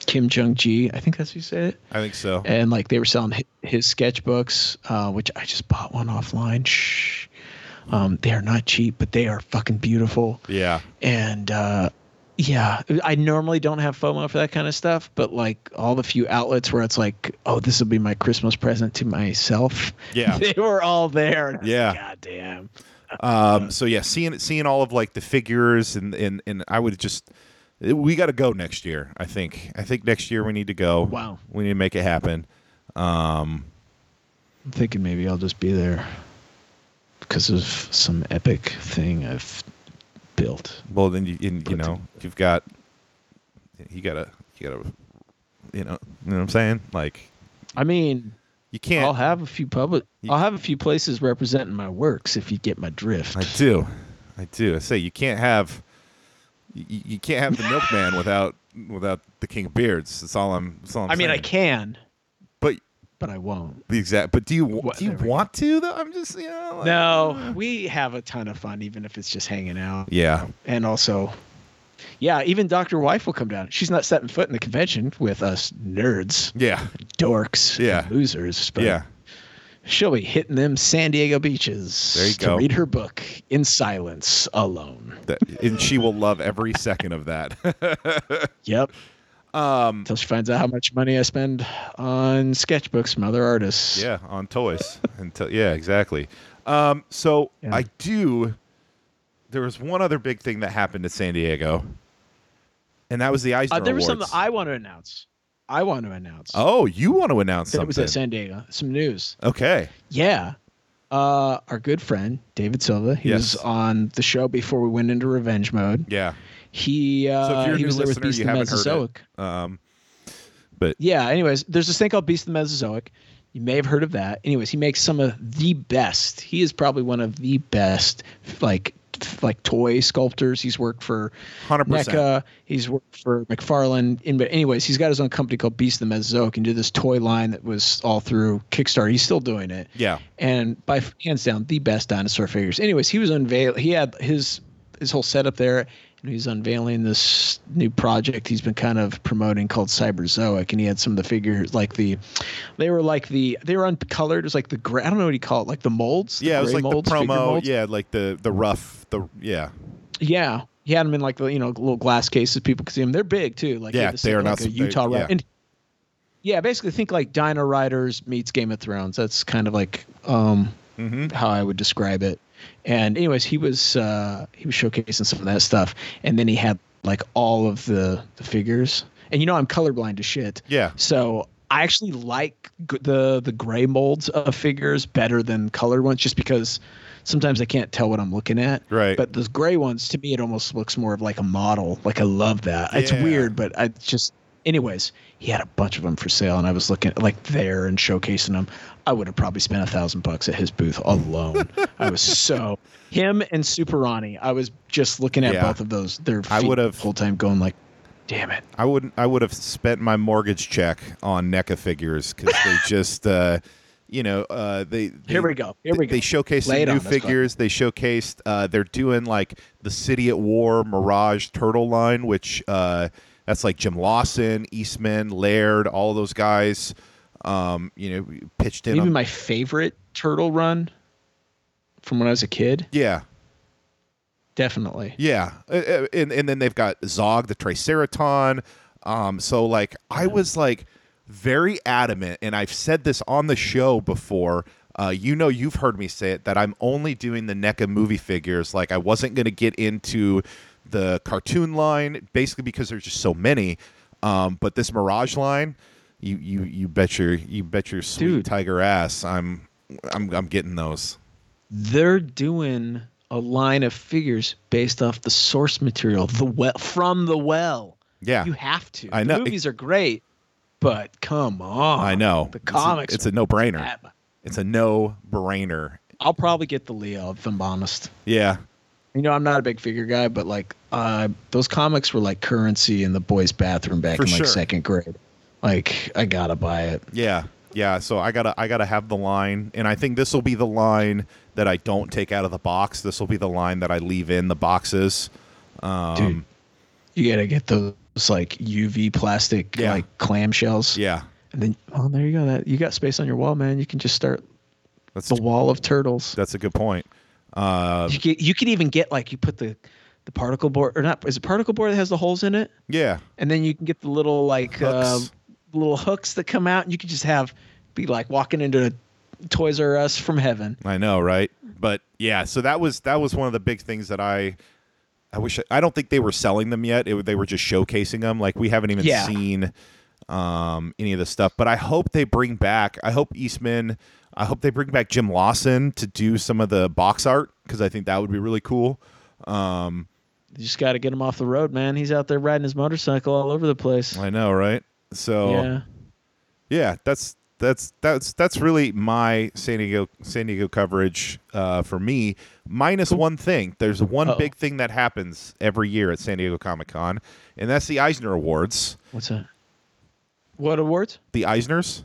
S4: Kim Jung Ji. I think that's who said it.
S3: I think so.
S4: And like they were selling hi- his sketchbooks, uh, which I just bought one offline. Shh. Um, they are not cheap, but they are fucking beautiful
S3: Yeah.
S4: and uh, yeah, I normally don't have FOMO for that kind of stuff, but like all the few outlets where it's like, oh, this will be my Christmas present to myself.
S3: Yeah.
S4: they were all there. and I was
S3: Yeah.
S4: like, God damn.
S3: Um, so yeah, seeing seeing all of like the figures and and and I would just eh, we got to go next year. I think I think next year we need to go.
S4: Wow.
S3: We need to make it happen. Um,
S4: I'm thinking maybe I'll just be there because of some epic thing I've built.
S3: well then you and, you know you've got you gotta you gotta you know you know what I'm saying like
S4: I mean,
S3: you can't
S4: I'll have a few public. I'll have a few places representing my works if you get my drift.
S3: I do. I do. I say you can't have you, you can't have the milkman without without the king of beards. That's all I'm. That's all I'm
S4: I mean, I
S3: saying.
S4: can,
S3: But
S4: but I won't.
S3: the exact. But do you wa-
S4: What-
S3: do you
S4: there we
S3: want to though? I'm just you know. like-
S4: No, we have a ton of fun, even if it's just hanging out.
S3: Yeah.
S4: and also yeah even dr wife will come down she's not setting foot in the convention with us nerds
S3: Yeah.
S4: dorks and
S3: Yeah.
S4: losers but
S3: Yeah.
S4: she'll be hitting them san diego beaches
S3: There you
S4: to
S3: go.
S4: read her book in silence alone
S3: That, and she will love every second of that.
S4: yep um until she finds out how much money i spend on sketchbooks from other artists
S3: yeah, on toys. Until yeah, exactly. Um, so
S4: Yeah.
S3: I do. There was one other big thing that happened at San Diego, and that was the Eisner
S4: uh, there was
S3: Awards.
S4: something i want to announce i want to announce
S3: oh, you want to announce
S4: that it was
S3: something?
S4: at san diego some news
S3: okay.
S4: Yeah. Uh, our good friend David Silva, he
S3: Yes.
S4: was on the show before we went into revenge mode.
S3: Yeah.
S4: He uh,
S3: So if you're a
S4: he
S3: new
S4: was there with
S3: listener,
S4: Beast
S3: you
S4: of the
S3: haven't heard it.
S4: Mesozoic.
S3: Um, but
S4: Yeah. Anyways, there's this thing called Beast of the Mesozoic. You may have heard of that. Anyways, he makes some of the best. He is probably one of the best, like like toy sculptors. He's worked for
S3: hundred percent.
S4: NECA. He's worked for McFarlane. In, but anyways, he's got his own company called Beast of the Mesozoic and did this toy line that was all through Kickstarter. He's still doing it.
S3: Yeah.
S4: and by f- hands down the best dinosaur figures. Anyways, he was unveil. He had his his whole setup there, and he's unveiling this new project he's been kind of promoting called Cyberzoic, and he had some of the figures like the, they were like the they were uncolored. It was like the gray. I don't know what you call it, like the molds.
S3: Yeah, it was
S4: gray
S3: like
S4: molds,
S3: the
S4: figure
S3: promo.
S4: molds.
S3: Yeah, like the the rough. The yeah,
S4: Yeah. He had them in like the you know little glass cases. People could see them. They're big too. Like
S3: Yeah,
S4: this
S3: they
S4: thing,
S3: are not
S4: like a
S3: so- they-
S4: Utah
S3: yeah.
S4: yeah. and yeah, basically think like Dino Riders meets Game of Thrones. That's kind of like um
S3: Mm-hmm.
S4: how I would describe it. And anyways, he was uh he was showcasing some of that stuff, and then he had like all of the the figures. And you know I'm colorblind to shit.
S3: yeah.
S4: So I actually like g- the the gray molds of figures better than colored ones, just because sometimes I can't tell what I'm looking at.
S3: Right.
S4: But those gray ones, to me, it almost looks more of like a model. Like I love that. It's
S3: Yeah.
S4: weird, but I just. Anyways, he had a bunch of them for sale, and I was looking like there and showcasing them. I would have probably spent a thousand bucks at his booth alone. I was so him and Superani. I was just looking at
S3: Yeah.
S4: both of those. Their
S3: I
S4: feet
S3: would have-
S4: full time going like, damn it.
S3: I wouldn't. I would have spent my mortgage check on NECA figures because they just, uh, you know, uh, they, they-
S4: Here we go. Here we go.
S3: They showcased
S4: Lay
S3: some
S4: it
S3: new
S4: on us, Clark.
S3: figures. They showcased. Uh, they're doing like the City at War Mirage Turtle line, which uh, that's like Jim Lawson, Eastman, Laird, all those guys. Um, you know, pitched in.
S4: Maybe
S3: on,
S4: my favorite turtle run from when I was a kid.
S3: yeah,
S4: Definitely.
S3: Yeah, Uh, uh, and and then they've got Zog the Triceraton. Um, so like I was like very adamant, and I've said this on the show before. Uh, you know, you've heard me say it that I'm only doing the NECA movie figures. Like I wasn't going to get into the cartoon line, basically because there's just so many. Um, but this Mirage line, you you you bet your you bet your sweet
S4: Dude.
S3: tiger ass, I'm I'm I'm getting those.
S4: They're doing a a line of figures based off the source material, the well from the well.
S3: Yeah,
S4: You have to.
S3: I know.
S4: The movies are great, but come on.
S3: I know.
S4: The
S3: It's a-
S4: comics.
S3: It's a, no-brainer.
S4: bad.
S3: It's a no-brainer.
S4: I'll probably get the Leo if I'm honest.
S3: Yeah,
S4: You know, I'm not a big figure guy, but like uh, those comics were like currency in the boys' bathroom back
S3: For
S4: in like
S3: sure.
S4: second grade. Like I gotta buy it.
S3: yeah, yeah. So I gotta, I gotta have the line, and I think this will be the line that I don't take out of the box. This will be the line that I leave in the boxes. Um,
S4: Dude. You gotta get those like UV plastic
S3: Yeah.
S4: like clamshells.
S3: Yeah,
S4: And then oh there you go. That you got space on your wall, man. You can just start
S3: that's
S4: the wall of turtles.
S3: that's a good point. Uh,
S4: You could, you could even get like you put the the particle board or not is it particle board that has the holes in it?
S3: yeah,
S4: And then you can get the little like uh,
S3: Hooks.
S4: little hooks that come out and you could just have be like walking into a Toys R Us from heaven.
S3: I know, right? But yeah, so that was that was one of the big things that I I wish I don't think they were selling them yet. It, they were just showcasing them. Like we haven't even
S4: Yeah.
S3: seen um, any of this stuff. But I hope they bring back. I hope Eastman. I hope they bring back Jim Lawson to do some of the box art because I think that would be really cool. Um,
S4: You just got to get him off the road, man. He's out there riding his motorcycle all over the place.
S3: I know, right? So
S4: yeah.
S3: yeah that's that's that's that's really my san diego san diego coverage uh, for me minus one thing there's one
S4: Uh-oh.
S3: big thing that happens every year at san diego comic-con and that's the eisner awards
S4: What's that? What awards?
S3: the eisners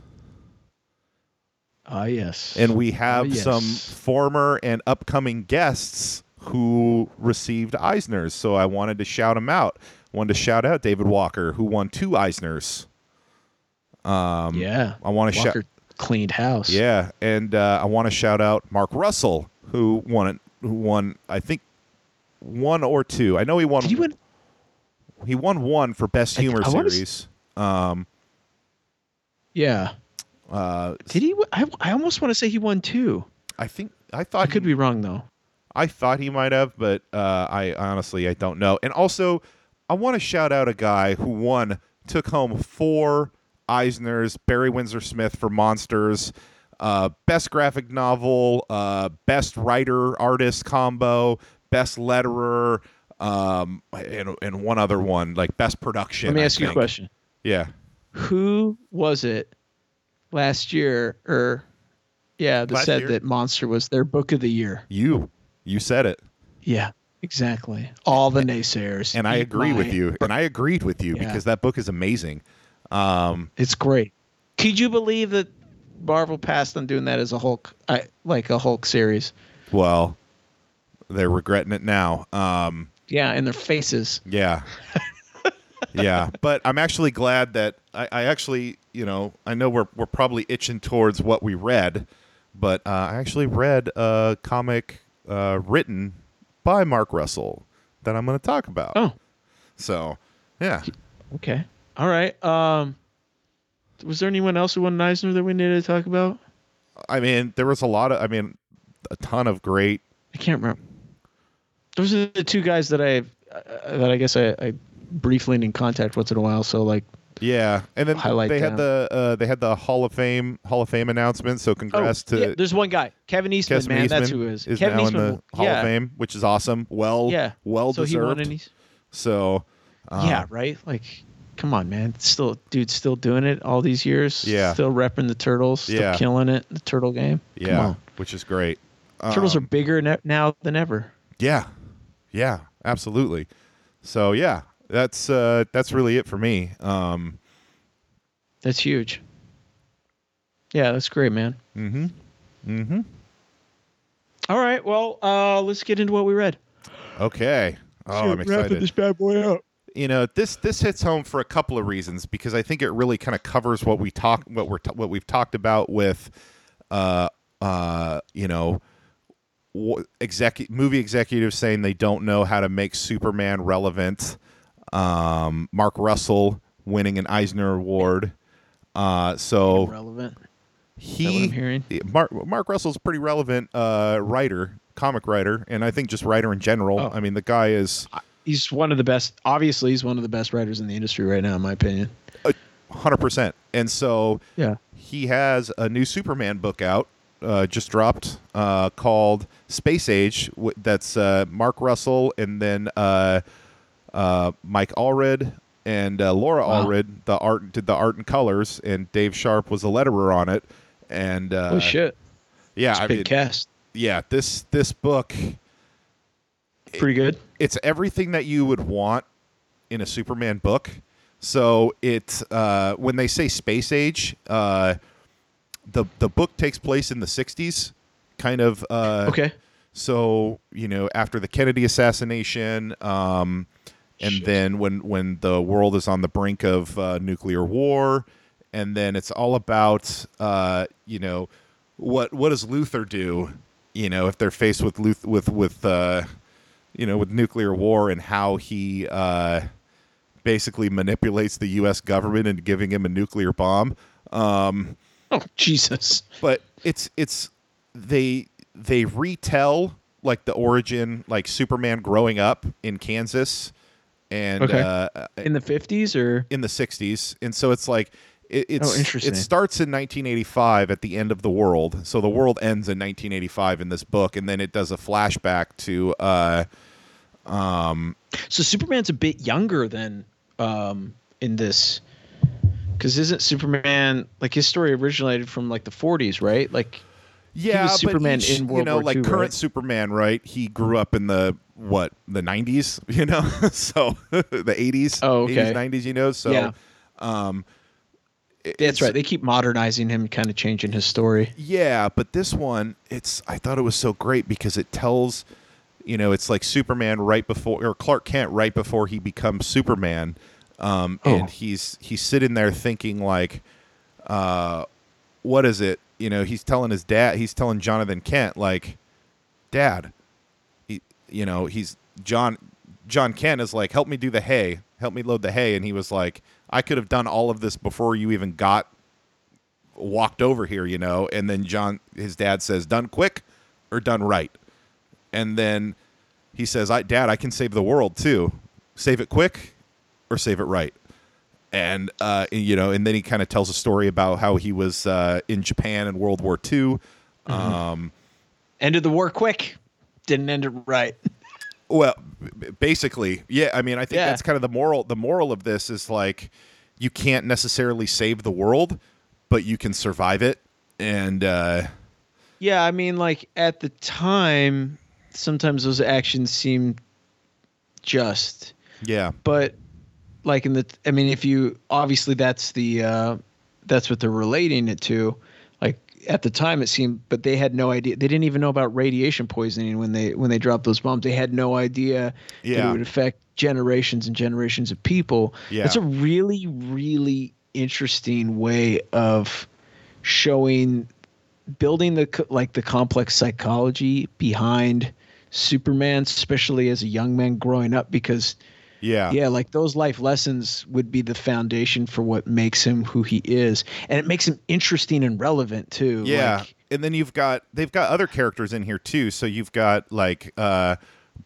S4: Ah, yes.
S3: and we have
S4: Oh, yes.
S3: some former and upcoming guests who received eisners so i wanted to shout them out wanted to shout out david walker who won two eisners um
S4: yeah,
S3: i want to shout
S4: Walker cleaned house.
S3: Yeah, and uh, I want to shout out Mark Russell, who won it. Who won? I think one or two. I know he won.
S4: Did he win?
S3: he won one for best
S4: I-
S3: humor
S4: I wanna s-
S3: series. Um,
S4: Yeah.
S3: uh,
S4: Did he? I, I almost want to say he won two.
S3: I think I
S4: I
S3: thought
S4: could
S3: he-
S4: be wrong though.
S3: I thought he might have, but uh, I honestly I don't know. And also, I want to shout out a guy who won, took home four Eisners, Barry Windsor Smith for Monsters, uh, best graphic novel, uh, best writer artist combo, best letterer, um, and and one other one like best production.
S4: Let me
S3: I
S4: ask you a
S3: think.
S4: question.
S3: Yeah,
S4: Who was it last year or yeah, that
S3: Last
S4: said
S3: year?
S4: that Monster was their book of the year?
S3: you you said it,
S4: Yeah, exactly. All the naysayers.
S3: and I
S4: Eat
S3: agree with
S4: my-
S3: you, and I agreed with you
S4: Yeah.
S3: because that book is amazing. Um,
S4: It's great. Could you believe that Marvel passed on doing that as a Hulk, I, like a Hulk series?
S3: Well, they're regretting it now. Um,
S4: Yeah, in their faces.
S3: yeah. yeah. But I'm actually glad that I, I actually, you know, I know we're, we're probably itching towards what we read, but uh, I actually read a comic uh, written by Mark Russell that I'm going to talk about.
S4: Oh,
S3: So, yeah.
S4: okay. All right. Um, was there anyone else who won an Eisner that we needed to talk about?
S3: I mean, there was a lot of, I mean, a ton of great.
S4: I can't remember. Those are the two guys that I uh, that I guess I, I briefly in contact once in a while. So like,
S3: Yeah, and then
S4: Highlight
S3: they had
S4: down.
S3: the uh, they had the Hall of Fame Hall of Fame announcement. So congrats to
S4: Oh, yeah, there's one guy, Kevin Eastman,
S3: Kevin
S4: man.
S3: Eastman
S4: that's who it is.
S3: is
S4: Kevin
S3: now
S4: Eastman.
S3: in the Hall
S4: yeah,
S3: of Fame, which is awesome. Well,
S4: Yeah.
S3: well
S4: so
S3: deserved.
S4: he won an East-
S3: so, uh,
S4: yeah, right. Like, come on, man. Still, dude, still doing it all these years.
S3: Yeah.
S4: Still repping the turtles. Still
S3: Yeah.
S4: killing it. in The turtle game.
S3: yeah,
S4: Come
S3: which is great.
S4: on. Turtles
S3: Um,
S4: are bigger ne- now than ever.
S3: yeah, yeah, absolutely. So yeah, that's uh, that's really it for me. Um,
S4: That's huge. Yeah, that's great, man.
S3: mm-hmm, mm-hmm.
S4: All right. Well, uh, let's get into what we read.
S3: Okay. Oh, I'm excited.
S4: bad boy up.
S3: you know this this hits home for a couple of reasons because I think it really kind of covers what we talk what we're what we've talked about with uh uh you know wh- execu- movie executives saying they don't know how to make Superman relevant um Mark Russell winning an Eisner award uh so
S4: Relevant.
S3: he
S4: that what I'm hearing?
S3: Mark Mark Russell's a pretty relevant uh writer comic writer and I think just writer in general
S4: Oh.
S3: I mean the guy is
S4: He's one of the best. Obviously, he's one of the best writers in the industry right now, in my opinion.
S3: hundred percent. And so
S4: Yeah.
S3: he has a new Superman book out, uh, just dropped uh, called Space Age. W- that's uh, Mark Russell and then uh, uh, Mike Allred and uh, Laura
S4: Wow.
S3: Allred. The art did the art and colors, and Dave Sharp was a letterer on it. And uh,
S4: oh shit,
S3: yeah,
S4: it's a
S3: I
S4: big
S3: mean,
S4: cast.
S3: yeah, this this book
S4: Pretty good.
S3: it's everything that you would want in a Superman book. So it uh, when they say space age, uh, the the book takes place in the '60s, kind of. Uh,
S4: Okay.
S3: So you know, after the Kennedy assassination, um, and
S4: Shit.
S3: then when when the world is on the brink of uh, nuclear war, and then it's all about uh, you know what what does Luther do? You know, if they're faced with Luth- with with uh, you know with nuclear war and how he uh, basically manipulates the U.S. government into giving him a nuclear bomb. Um,
S4: Oh Jesus.
S3: but it's it's they they retell like the origin like superman growing up in kansas and
S4: Okay.
S3: uh,
S4: In the fifties or
S3: in the 60s and so it's like it, it's
S4: Oh, interesting.
S3: it starts in 1985 at the end of the world so the world ends in 1985 in this book and then it does a flashback to uh
S4: so Superman's a bit younger than um in this. Because isn't Superman like his story originated from like the 40s, right? Like
S3: yeah
S4: was
S3: but
S4: Superman
S3: each-
S4: in
S3: you
S4: World
S3: know
S4: War
S3: like
S4: II,
S3: current
S4: right?
S3: superman right he grew up in the what the 90s you know so the 80s
S4: Oh,
S3: 80s
S4: okay.
S3: 90s you know so
S4: Yeah.
S3: um it-
S4: that's
S3: it's-
S4: right. They keep modernizing him, kind of changing his story.
S3: Yeah, but this one, it's I thought it was so great because it tells, you know, it's like Superman right before or Clark Kent right before he becomes Superman, um, and he's he's sitting there thinking like, uh, what is it? You know, he's telling his dad, he's telling Jonathan Kent like, Dad, he, you know, he's John John Kent is like, help me do the hay, help me load the hay, and he was like, I could have done all of this before you even got walked over here, you know, and then John his dad says, Done quick or done right. And then he says, I dad, I can save the world too. Save it quick or save it right. And uh and, you know, and then he kind of tells a story about how he was uh in Japan in World War II. Um
S4: Ended the war quick. Didn't end it right.
S3: well b- basically, yeah, I mean I think
S4: Yeah.
S3: that's kind of the moral the moral of this is like you can't necessarily save the world, but you can survive it. And uh
S4: Yeah, I mean, like at the time, sometimes those actions seem just,
S3: yeah.
S4: but like in the, I mean, if you obviously that's the, uh, that's what they're relating it to. Like at the time, it seemed, but they had no idea. They didn't even know about radiation poisoning when they when they dropped those bombs. They had no idea that
S3: Yeah.
S4: it would affect generations and generations of people.
S3: Yeah.
S4: That's a really, really interesting way of showing building the co- like the complex psychology behind Superman, especially as a young man growing up, because
S3: Yeah.
S4: yeah, like those life lessons would be the foundation for what makes him who he is, and it makes him interesting and relevant too.
S3: Yeah.
S4: like,
S3: and then you've got they've got other characters in here too. So you've got like uh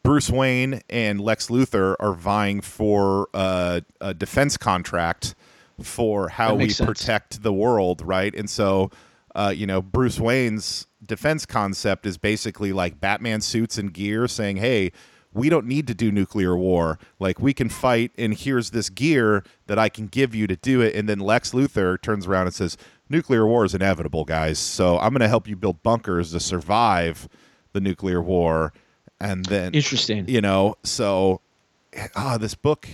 S3: Bruce Wayne and Lex Luthor are vying for uh, a defense contract for how
S4: That
S3: we
S4: makes sense.
S3: protect the world, right? And so uh, you know, Bruce Wayne's defense concept is basically like Batman suits and gear saying, "Hey, we don't need to do nuclear war. Like we can fight and here's this gear that I can give you to do it." And then Lex Luthor turns around and says, "Nuclear war is inevitable, guys. So I'm going to help you build bunkers to survive the nuclear war." And then
S4: interesting.
S3: you know, so ah, this book.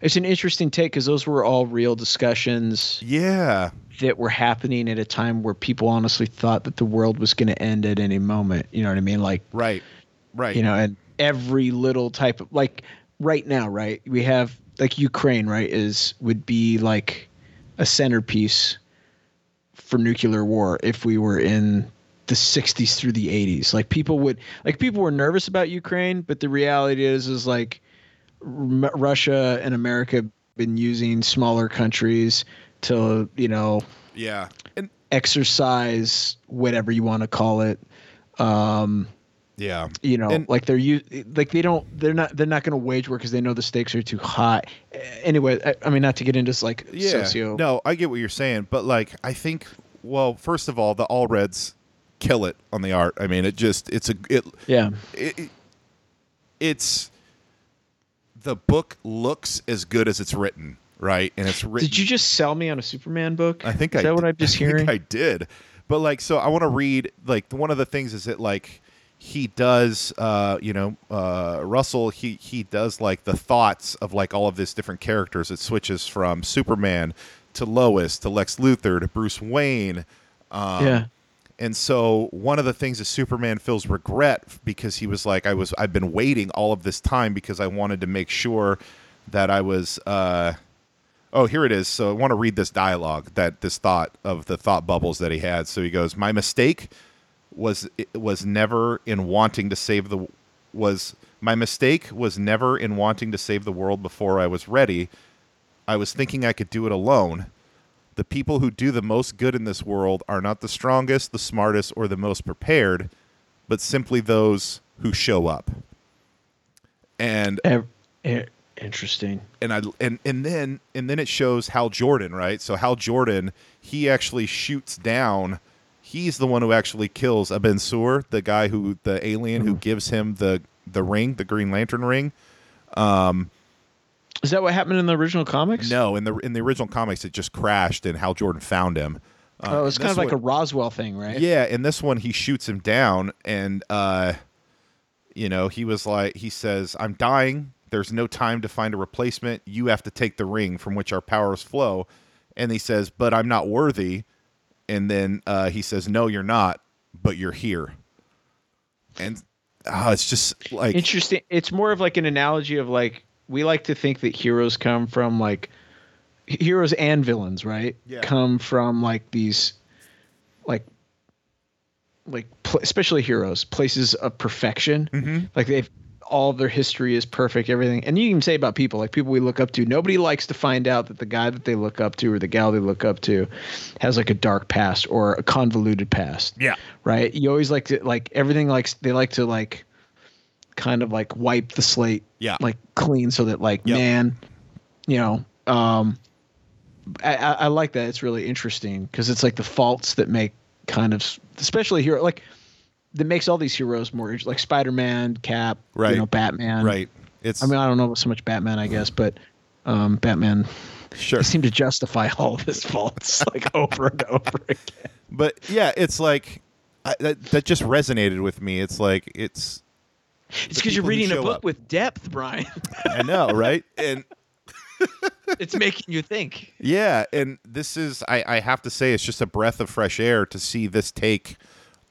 S4: It's an interesting take because those were all real discussions.
S3: Yeah.
S4: that were happening at a time where people honestly thought that the world was going to end at any moment. You know what I mean? Like,
S3: Right. Right.
S4: you know, and every little type of like right now, right? We have like Ukraine, right? Is would be like a centerpiece for nuclear war if we were in the 60s through the 80s. Like people would like people were nervous about Ukraine, but the reality is is like M- Russia and America have been using smaller countries to, you know,
S3: yeah. And
S4: exercise whatever you want to call it um
S3: yeah.
S4: you know
S3: And-
S4: like they're you like they don't they're not they're not going to wage war because they know the stakes are too high Eh, anyway I, I mean not to get into like
S3: yeah
S4: socio
S3: no i get what you're saying but like i think well, first of all, the all reds kill it on the art. I mean, it just it's a it,
S4: Yeah.
S3: it, it- it's the book looks as good as it's written, right? And it's written.
S4: Did you just sell me on a Superman book?
S3: I think
S4: Is
S3: I
S4: that
S3: did-
S4: what I'm just
S3: I
S4: hearing?
S3: Think I did, but like, so I want to read like one of the things is that like he does, uh, you know, uh, Russell he he does like the thoughts of like all of these different characters. It switches from Superman to Lois to Lex Luthor to Bruce Wayne. Um,
S4: yeah.
S3: and so one of the things is Superman feels regret because he was like, I was, I've been waiting all of this time because I wanted to make sure that I was. Uh, oh, here it is. So I want to read this dialogue that this thought of the thought bubbles that he had. So he goes, my mistake was it was never in wanting to save the was my mistake was never in wanting to save the world before I was ready. I was thinking I could do it alone. The people who do the most good in this world are not the strongest, the smartest, or the most prepared, but simply those who show up. And
S4: Ev- eh, interesting.
S3: and I and and then and then it shows Hal Jordan, right? So Hal Jordan, he actually shoots down. He's the one who actually kills Abensur, the guy who the alien
S4: Hmm.
S3: who gives him the the ring, the Green Lantern ring.
S4: Is that what happened in the original comics?
S3: No, in the in the original comics, it just crashed, and Hal Jordan found him. Uh,
S4: Oh, it's
S3: and
S4: kind
S3: this
S4: of like
S3: one-
S4: a Roswell thing, right?
S3: Yeah, in this one he shoots him down and uh you know, he was like he says, "I'm dying. There's no time to find a replacement. You have to take the ring from which our powers flow." And he says, "But I'm not worthy." And then uh he says, "No, you're not, but you're here." And ah, it's just like
S4: Interesting. It's more of like an analogy of like we like to think that heroes come from like heroes and villains, right?
S3: Yeah.
S4: Come from like these like like pl- especially heroes, places of perfection.
S3: Mhm.
S4: Like they've all of their history is perfect, everything. And you can say about people, like people we look up to, nobody likes to find out that the guy that they look up to or the gal they look up to has like a dark past or a convoluted past
S3: yeah.
S4: right? You always like to like everything like they like to like kind of like wipe the slate
S3: Yeah.
S4: like clean so that like
S3: Yep.
S4: man, you know, um I, I, I like that. It's really interesting because it's like the faults that make kind of especially hero like that makes all these heroes more like Spider Man, Cap,
S3: Right.
S4: you know, Batman.
S3: right. It's
S4: I mean, I don't know about so much Batman, I guess, but um, Batman
S3: sure.
S4: they seem to justify all of his faults like over and over again.
S3: but yeah, it's like I, that, that just resonated with me. It's like it's
S4: It's
S3: 'cause you're people who reading a show book up.
S4: with depth, Brian.
S3: I know, right? And
S4: it's making you think.
S3: Yeah, and this is I, I have to say it's just a breath of fresh air to see this take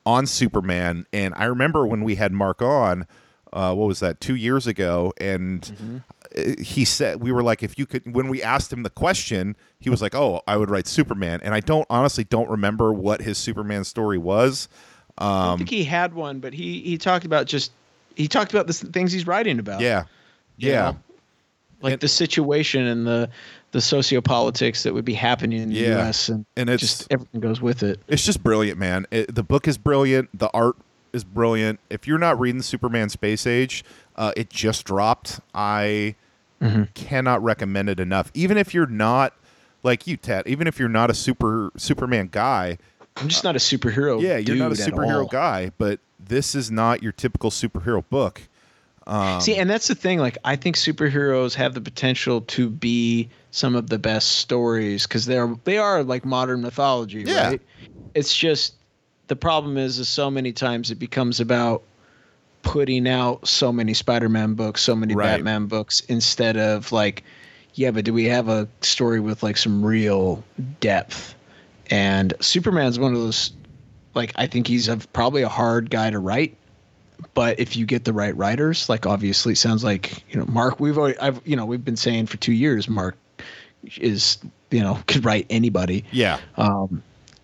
S3: on Superman. And I remember when we had Mark on, uh, what was that, two years ago, and uh, he said we were like, if you could, when we asked him the question, he was like, oh, I would write Superman, and I don't honestly don't remember what his Superman story was.
S4: I
S3: Um,
S4: think he had one, but he he talked about just he talked about the s- things he's writing about.
S3: yeah,
S4: you
S3: yeah,
S4: know? like the situation and the the sociopolitics that would be happening in the
S3: Yeah.
S4: U.S. and
S3: and it's
S4: just everything goes with it.
S3: it's just brilliant, man. It, the book is brilliant. The art is brilliant. If you're not reading Superman Space Age, uh, it just dropped. I
S4: Mm-hmm.
S3: cannot recommend it enough. Even if you're not like you, Ted. Even if you're not a super Superman guy,
S4: I'm just not a superhero.
S3: yeah, you're not a
S4: Oh, dude at all.
S3: superhero guy. But this is not your typical superhero book.
S4: See, and that's the thing. Like, I think superheroes have the potential to be some of the best stories because they're they are like modern mythology,
S3: Yeah.
S4: right? It's just the problem is, is so many times it becomes about putting out so many Spider-Man books, so many
S3: Right.
S4: Batman books, instead of like, yeah, but do we have a story with like some real depth? And Superman's one of those, like, I think he's a, probably a hard guy to write but if you get the right writers, like obviously it sounds like you know Mark, we've already, I've you know we've been saying for two years Mark is you know could write anybody,
S3: Yeah,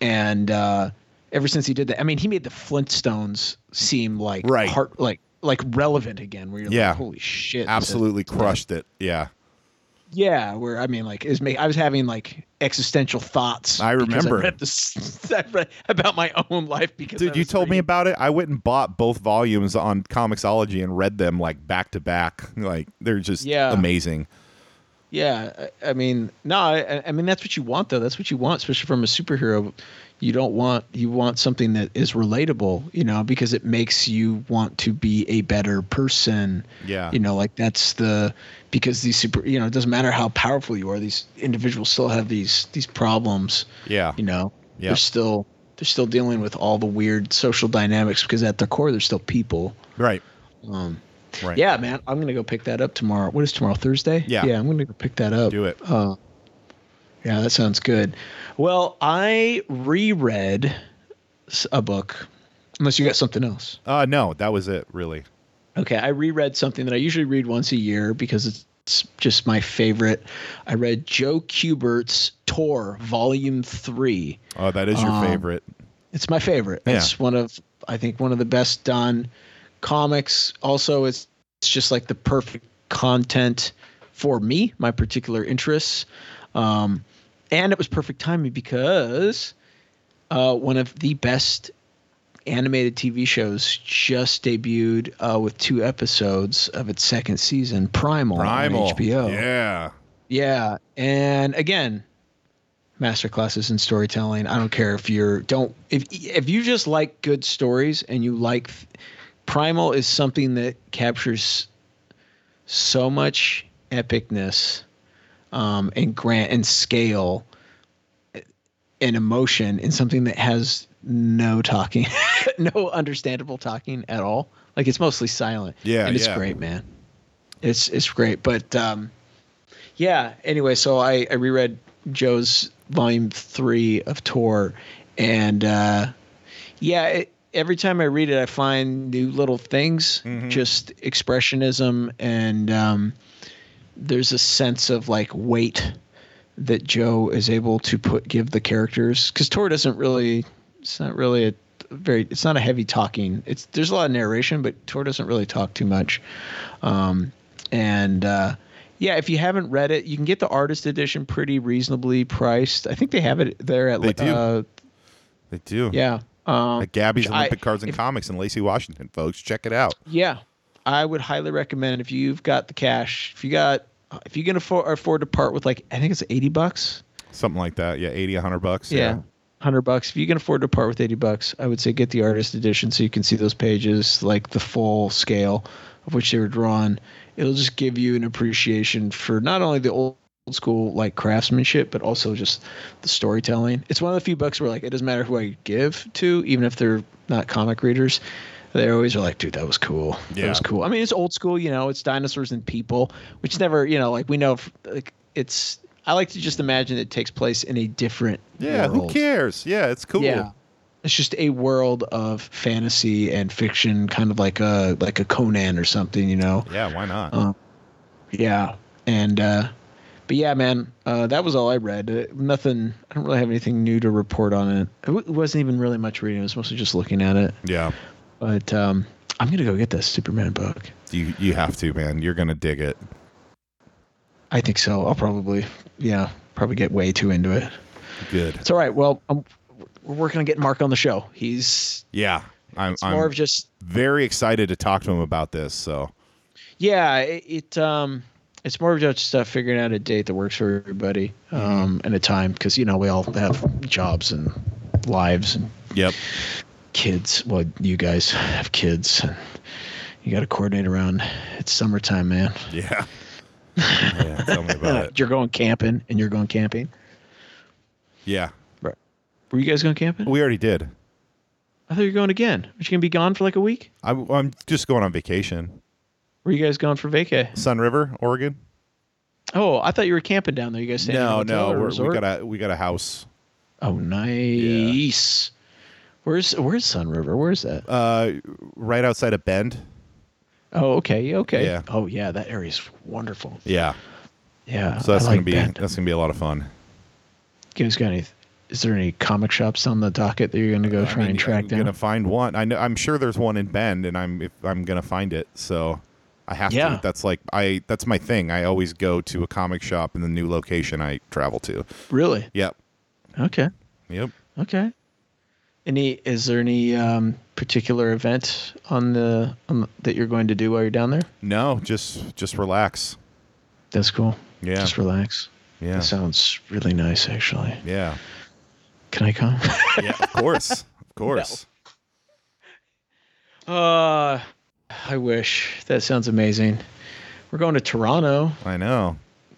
S4: and uh, ever since he did that, I mean he made the Flintstones seem like
S3: Right.
S4: heart, like like relevant again. Where you're
S3: Yeah.
S4: like, holy shit, this is-
S3: absolutely crushed it. Yeah,
S4: yeah, where I mean, like, is me. I was having like existential thoughts.
S3: I
S4: because
S3: remember.
S4: I read this I read about my own life because
S3: dude, you told me about it. I went and bought both volumes on Comixology and read them like back to back. Like they're just
S4: Yeah.
S3: amazing.
S4: Yeah, I, I mean, no, I, I mean that's what you want though. That's what you want, especially from a superhero. You don't want you want something that is relatable, you know, because it makes you want to be a better person.
S3: Yeah.
S4: You know, like that's the because these super, you know, it doesn't matter how powerful you are. These individuals still have these these problems.
S3: Yeah.
S4: You know,
S3: Yeah.
S4: they're still they're still dealing with all the weird social dynamics because at their core they're still people.
S3: Right.
S4: Um,
S3: Right.
S4: yeah, man, I'm gonna go pick that up tomorrow. What is tomorrow? Thursday?
S3: Yeah.
S4: yeah, I'm gonna go pick that up.
S3: Do it.
S4: Uh, yeah, that sounds good. Well, I reread s- a book, unless you got something else.
S3: Uh, no, that was it, really.
S4: Okay, I reread something that I usually read once a year because it's it's just my favorite. I read Joe Kubert's Tor, Volume Three.
S3: Oh, that is your
S4: Um,
S3: favorite.
S4: It's my favorite.
S3: Yeah.
S4: It's one of I think one of the best done comics. Also, it's it's just like the perfect content for me, my particular interests. Um, and it was perfect timing because uh, one of the best animated TV shows just debuted uh, with two episodes of its second season, Primal,
S3: Primal.
S4: on HBO.
S3: Yeah.
S4: Yeah, and again, master classes in storytelling. I don't care if you're don't if if you just like good stories and you like Primal is something that captures so much epicness um, and grant and scale and emotion in something that has no talking, no understandable talking at all. Like it's mostly silent.
S3: Yeah,
S4: and it's
S3: yeah.
S4: great, man. It's it's great, but um, yeah. Anyway, so I I reread Joe's volume three of Tor, and uh, yeah. It, Every time I read it, I find new little things,
S3: Mm-hmm.
S4: just expressionism, and um, there's a sense of like weight that Joe is able to put give the characters because Tor doesn't really it's not really a very it's not a heavy talking it's there's a lot of narration but Tor doesn't really talk too much um, and uh, yeah if you haven't read it you can get the artist edition pretty reasonably priced I think they have it there at
S3: They
S4: like
S3: do.
S4: Uh,
S3: They do.
S4: yeah um,
S3: At Gabby's
S4: I-
S3: Olympic Cards and Comics in Lacey, Washington, folks. Check it out.
S4: Yeah, I would highly recommend if you've got the cash. If you got, if you can afford afford to part with like, I think it's eighty bucks.
S3: Something like that. Yeah, 80, 100 bucks.
S4: hundred bucks. If you can afford to part with eighty bucks, I would say get the artist edition so you can see those pages, like the full scale of which they were drawn. It'll just give you an appreciation for not only the old school like craftsmanship, but also just the storytelling. It's one of the few books where like it doesn't matter who I give to, even if they're not comic readers. They always are like, dude, that was cool. That
S3: Yeah.
S4: was cool. I mean, it's old school, you know, it's dinosaurs and people, which never, you know, like we know f- like it's I like to just imagine it takes place in a different
S3: Yeah, who
S4: world.
S3: cares? Yeah, it's cool.
S4: Yeah. It's just a world of fantasy and fiction, kind of like a like a Conan or something, you know.
S3: Yeah, why not?
S4: Uh, Yeah. And uh but yeah, man, uh that was all I read. Uh, nothing I don't really have anything new to report on it. It w- wasn't even really much reading. It was mostly just looking at it.
S3: yeah.
S4: But um I'm going to go get that Superman book.
S3: You you have to, man. You're gonna dig it.
S4: I think so. I'll probably yeah, probably get way too into it.
S3: Good.
S4: It's all right. Well, I'm, we're working on getting Mark on the show. He's
S3: Yeah. I'm
S4: it's
S3: I'm
S4: more of just
S3: very excited to talk to him about this. So
S4: yeah it, it um it's more of just uh, figuring out a date that works for everybody
S3: Mm-hmm.
S4: um and a time because you know we all have jobs and lives and
S3: Yep.
S4: kids well you guys have kids and you got to coordinate around it's summertime man
S3: Yeah. yeah. Tell me about it.
S4: you're going camping and you're going camping
S3: Yeah.
S4: were you guys going camping
S3: We already did.
S4: i thought you were going again are you gonna be gone for like a week
S3: I, I'm just going on vacation.
S4: were you guys going for vacay
S3: Sun River, Oregon.
S4: oh i thought you were camping down there you guys staying in a
S3: No,
S4: hotel
S3: no,
S4: or
S3: we're, we
S4: resort?
S3: got a we got a house.
S4: oh nice where's where's sun river where's that
S3: Uh, right outside of Bend.
S4: Oh, okay, okay.
S3: Yeah.
S4: Oh, yeah, that area's wonderful.
S3: Yeah.
S4: Yeah.
S3: So that's
S4: I like
S3: gonna be
S4: that.
S3: that's gonna be a lot of fun.
S4: You guys got any? Is there any comic shops on the docket that you're going to go try
S3: I mean,
S4: and track
S3: I'm
S4: down?
S3: gonna find one. I know. I'm sure there's one in Bend, and I'm if I'm gonna find it. So I have
S4: Yeah.
S3: to. That's like I. That's my thing. I always go to a comic shop in the new location I travel to.
S4: Really?
S3: Yep.
S4: Okay.
S3: Yep.
S4: Okay. Any? Is there any um, particular event on the, on the that you're going to do while you're down there?
S3: No, just just relax.
S4: That's cool.
S3: Yeah.
S4: Just relax.
S3: Yeah.
S4: That sounds really nice, actually.
S3: Yeah.
S4: Can I come?
S3: Yeah. Of course. Of course.
S4: uh, I wish. That sounds amazing. We're going to Toronto.
S3: I know.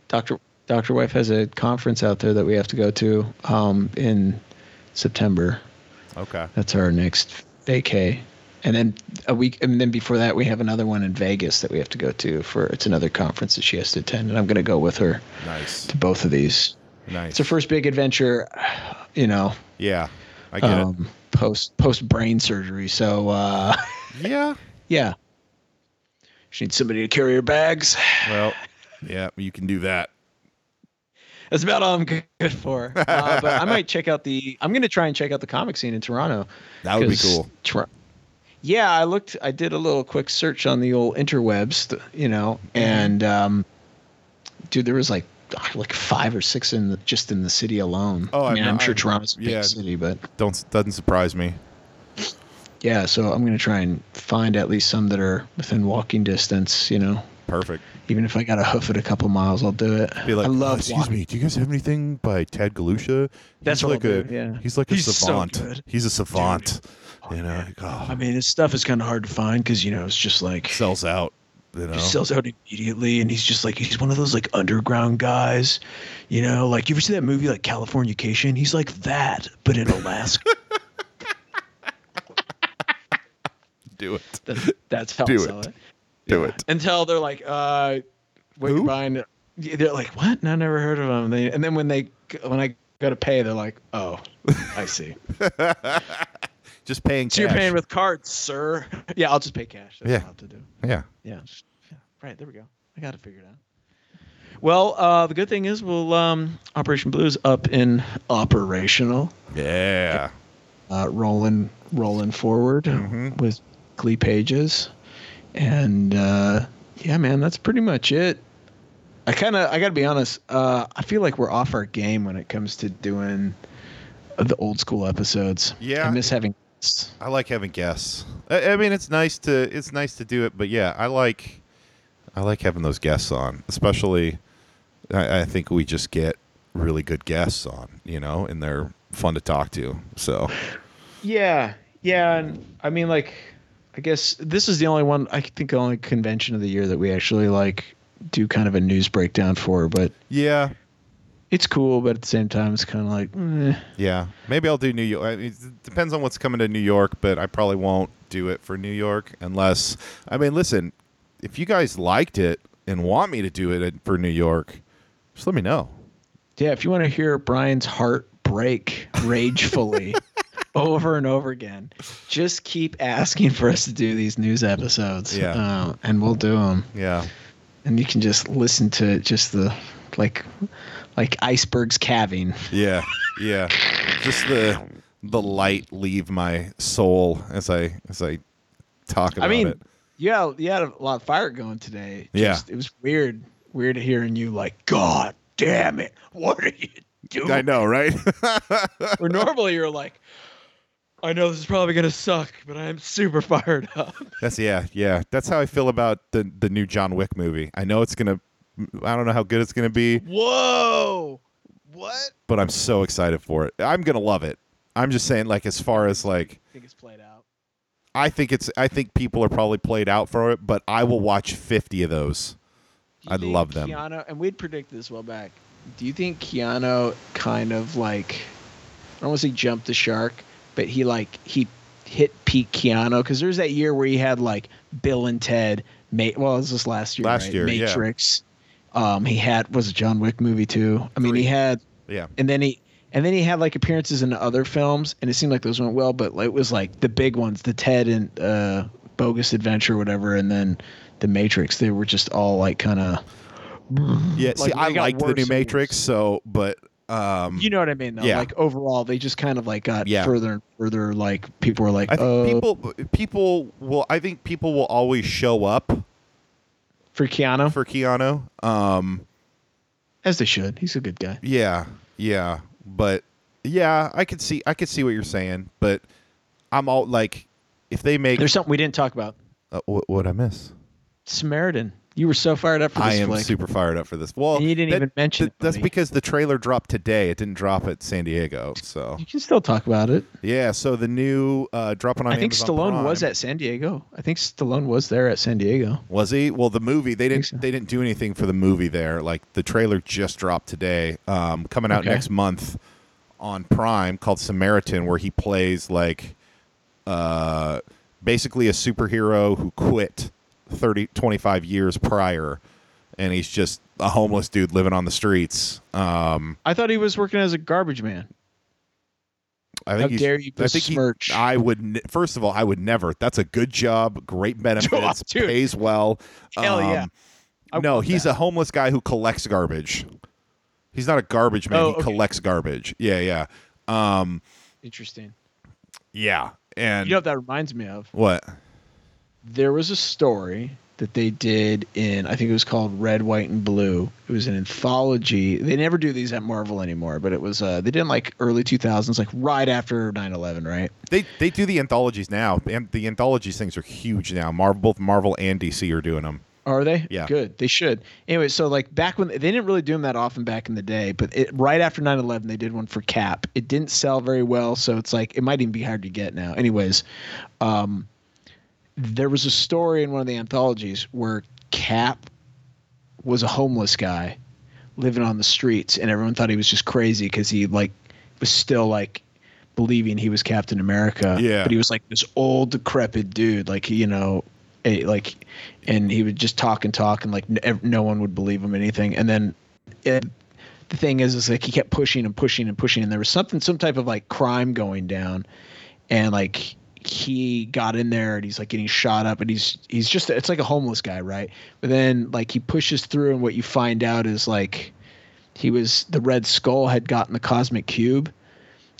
S4: Doctor Doctor Wife has a conference out there that we have to go to um, in September.
S3: Okay.
S4: That's our next vacay. And then a week, and then before that, we have another one in Vegas that we have to go to for. It's another conference that she has to attend, and I'm going to go with her
S3: Nice.
S4: to both of these.
S3: Nice.
S4: It's her first big adventure, you know,
S3: yeah. I get
S4: um, post post brain surgery. So uh,
S3: it. Yeah.
S4: yeah, she needs somebody to carry her bags.
S3: Well. Yeah. You can do that.
S4: That's about all I'm good for. Uh, but I might check out the. I'm going to try and check out the comic scene in Toronto.
S3: That would be
S4: 'Cause
S3: cool.
S4: Tor- yeah, I looked. I did a little quick search on the old interwebs, th- you know,
S3: Mm-hmm.
S4: and um, dude, there was like like five or six in the, just in the city alone.
S3: Oh,
S4: I
S3: I
S4: mean,
S3: know-
S4: I'm
S3: I-
S4: sure Toronto's a
S3: yeah.
S4: big city, but
S3: Don't doesn't surprise me.
S4: yeah. So I'm gonna try and find at least some that are within walking distance. You know,
S3: Perfect.
S4: even if I gotta hoof it a couple miles, I'll do it.
S3: Be like, "Oh,
S4: I
S1: Uh,
S4: love
S1: excuse
S4: walking.
S1: me. Do you guys have anything by Tad Galusha?
S4: That's
S1: he's like
S4: what I'll
S1: a
S4: do, yeah.
S1: he's like a
S4: He's so
S1: savant.
S4: good.
S1: he's a savant. you know, like, oh,
S4: I mean, his stuff is kind of hard to find because you know it's just like
S3: Sells out. You know.
S4: He sells out immediately, and he's just like he's one of those like underground guys, you know. Like you ever see that movie like Californication? He's like that, but in Alaska.
S3: do it.
S4: that's, that's how
S3: Do
S4: I
S3: it.
S4: saw it.
S3: Do it.
S4: Until they're like, uh, what
S3: Who?
S4: you buying? it- Yeah, They're like, what? No, I never heard of him. They, and then when they when I go to pay, they're like, oh, I see.
S3: Just paying cash.
S4: so you're paying with cards, sir? yeah, I'll just pay cash. That's
S3: Yeah.
S4: what I'll have to do.
S3: yeah.
S4: Yeah. yeah. Right. There we go. I got it figured out. Well, uh, the good thing is, we'll um, Operation Blue's up in operational,
S3: Yeah.
S4: uh, rolling, rolling forward with Glee pages, and uh, yeah, man, that's pretty much it. I kind of, I gotta be honest, uh, I feel like we're off our game when it comes to doing the old school episodes.
S3: Yeah.
S4: I miss having. guests.
S3: I like having guests. I, I mean, it's nice to it's nice to do it, but yeah, I like I like having those guests on, especially. I, I think we just get really good guests on, you know, and they're fun to talk to. So
S4: Yeah, yeah, and I mean, like, I guess this is the only one I think the only convention of the year that we actually like do kind of a news breakdown for. But
S3: yeah,
S4: it's cool, but at the same time, it's kind of like, eh.
S3: yeah, maybe I'll do New York. I mean, it depends on what's coming to New York, but I probably won't do it for New York unless I mean, listen, if you guys liked it and want me to do it for New York, just let me know.
S4: yeah. If you want to hear Brian's heart break ragefully over and over again, just keep asking for us to do these news episodes.
S3: Yeah.
S4: uh, and we'll do them.
S3: Yeah,
S4: And you can just listen to just the like, like icebergs calving.
S3: Yeah, yeah. Just the the light leave my soul as I as I talk about
S4: I mean,
S3: it.
S4: yeah, you had a lot of fire going today.
S3: Yeah.
S4: it was weird, weird hearing you like, God damn it, what are you doing?
S3: I know, right?
S4: Where normally you're like, I know this is probably gonna suck, but I'm super fired up.
S3: That's yeah, yeah. That's how I feel about the the new John Wick movie. I know it's gonna. I don't know how good it's gonna be,
S4: Whoa, what?
S3: but I'm so excited for it. I'm gonna love it. I'm just saying, like, as far as like,
S4: I think it's played out.
S3: I think it's. I think people are probably played out for it, but I will watch 50 of those.
S4: Do you
S3: I'd
S4: think
S3: love them.
S4: Keanu, and we'd predict this well back. Do you think Keanu kind of like, I don't want to say jumped the shark, but he like he hit peak Keanu because there's that year where he had like Bill and Ted. Ma- well, it was this last year.
S3: Last
S4: right?
S3: year, yeah.
S4: Matrix. Um, he had was a John Wick movie too. I mean, he had,
S3: Yeah,
S4: and then he. And then he had like appearances in other films, and it seemed like those went well. But like, it was like the big ones, the Ted and uh, Bogus Adventure, whatever, and then the Matrix. They were just all like kind of
S3: yeah. see,
S4: Like,
S3: I
S4: they got
S3: liked the
S4: worse
S3: new
S4: and
S3: Matrix,
S4: worse.
S3: so but um,
S4: you know what I mean though.
S3: Yeah.
S4: Like overall, they just kind of like got
S3: Yeah.
S4: further and further. Like people were like,
S3: I think
S4: "Oh,
S3: people people will I think people will always show up
S4: for Keanu,
S3: for Keanu. Um
S4: as they should. He's a good guy."
S3: yeah, yeah, but yeah, I could see I could see what you're saying, but I'm all like if they make
S4: There's something we didn't talk about.
S3: uh, what what I miss.
S4: Samaritan. You were so fired up for
S3: I
S4: this
S3: am
S4: flick.
S3: super fired up for this. Well,
S4: And you didn't
S3: that-
S4: even mention
S3: that-
S4: it to
S3: that's
S4: me.
S3: because the trailer dropped today. It didn't drop at San Diego. So
S4: you can still talk about it.
S3: yeah, so the new uh, dropping on.
S4: I think
S3: Amazon
S4: Stallone was
S3: Prime.
S4: at San Diego. I think Stallone was there at San Diego.
S3: Was he? Well, the movie they didn't
S4: so.
S3: they didn't do anything for the movie there. Like the trailer just dropped today, um, coming out
S4: Okay.
S3: next month on Prime called Samaritan, where he plays like uh, basically a superhero who quit 30, 25 years prior, and he's just a homeless dude living on the streets. Um,
S4: I thought he was working as a garbage man.
S3: I
S4: How
S3: think he's-
S4: dare you
S3: I think he-
S4: besmirch?
S3: I would n- first of all, I would never. That's a good job, great benefits,
S4: Dude.
S3: pays well. Um,
S4: Hell yeah. I
S3: no,
S4: want
S3: he's
S4: that.
S3: a homeless guy who collects garbage. He's not a garbage man.
S4: Oh,
S3: he
S4: okay.
S3: collects garbage. Yeah, yeah, um,
S4: Interesting.
S3: yeah. And
S4: You know what that reminds me of?
S3: what?
S4: There was a story that they did in I think it was called Red, White, and Blue. It was an anthology. They never do these at Marvel anymore, but it was uh they did in like early 2000s, like right after 9/11, right?
S3: They they do the anthologies now, and the anthologies things are huge now. Marvel, both Marvel and DC are doing them.
S4: Are they?
S3: Yeah.
S4: Good. They should. Anyway, so like back when they didn't really do them that often back in the day, but it, right after 9 11, they did one for Cap. It didn't sell very well. So it's like, it might even be hard to get now. Anyways, um, there was a story in one of the anthologies where Cap was a homeless guy living on the streets, and everyone thought he was just crazy because he like was still like believing he was Captain America.
S3: Yeah.
S4: But he was like this old, decrepit dude, like you know, a, like, and he would just talk and talk, and like n- ev- no one would believe him anything. And then it, the thing is, is like he kept pushing and pushing and pushing, and there was something, some type of like crime going down, and like he got in there and he's like getting shot up and he's he's just it's like a homeless guy right but then like he pushes through and what you find out is like he was the red skull had gotten the cosmic cube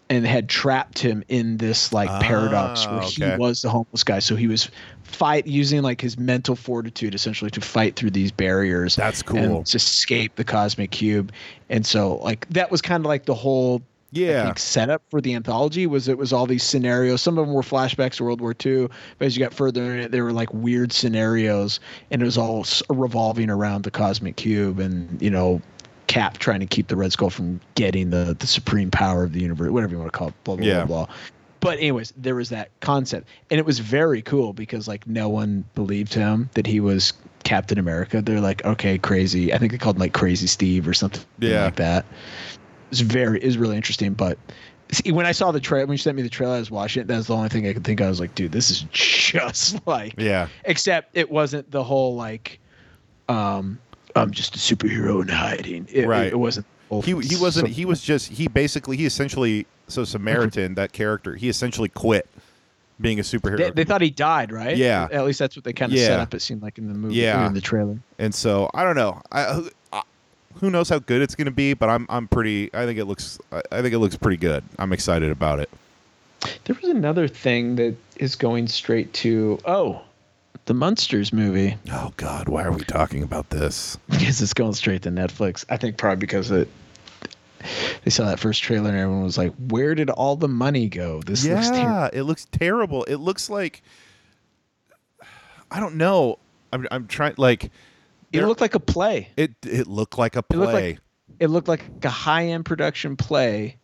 S4: and had trapped him in this like paradox
S3: Ah,
S4: where
S3: okay.
S4: he was the homeless guy so he was fight using like his mental fortitude essentially to fight through these barriers
S3: That's cool.
S4: and to escape the cosmic cube and so like that was kind of like the whole
S3: Yeah.
S4: I think, setup for the anthology was it was all these scenarios. Some of them were flashbacks to World War II, but as you got further in it, there were like weird scenarios, and it was all s- revolving around the cosmic cube and you know, Cap trying to keep the Red Skull from getting the the supreme power of the universe, whatever you want to call it. Blah blah
S3: Yeah.
S4: blah blah. But anyways, there was that concept, and it was very cool because like no one believed him that he was Captain America. They're like, okay, crazy. I think they called him like Crazy Steve or something
S3: Yeah.
S4: like that. It's very is really interesting. But see, when I saw the trailer, when you sent me the trailer, I was watching it. That's the only thing I could think. Of. I was like, dude, this is just like.
S3: Yeah.
S4: Except it wasn't the whole like, um, I'm just a superhero in hiding. It,
S3: Right.
S4: It, it wasn't. the whole-
S3: he he wasn't he was just he basically he essentially so Samaritan that character he essentially quit being a superhero
S4: They, they thought he died, right?
S3: Yeah.
S4: At least that's what they kind of
S3: Yeah.
S4: set up. It seemed like in the movie,
S3: Yeah.
S4: or in the trailer.
S3: and so I don't know I, who- I who knows how good it's gonna be but I'm I'm pretty I think it looks I, I think it looks pretty good I'm excited about it
S4: There was another thing that is going straight to oh, the Munsters movie.
S3: oh God why are we talking about this
S4: because it's going straight to Netflix. I think probably because it they saw that first trailer and everyone was like, "Where did all the money go?" This looks terrible.
S3: yeah it looks terrible it looks like I don't know I'm I'm trying like
S4: It looked like a play.
S3: it it looked like a
S4: looked like-
S3: play
S4: It looked like a high-end production play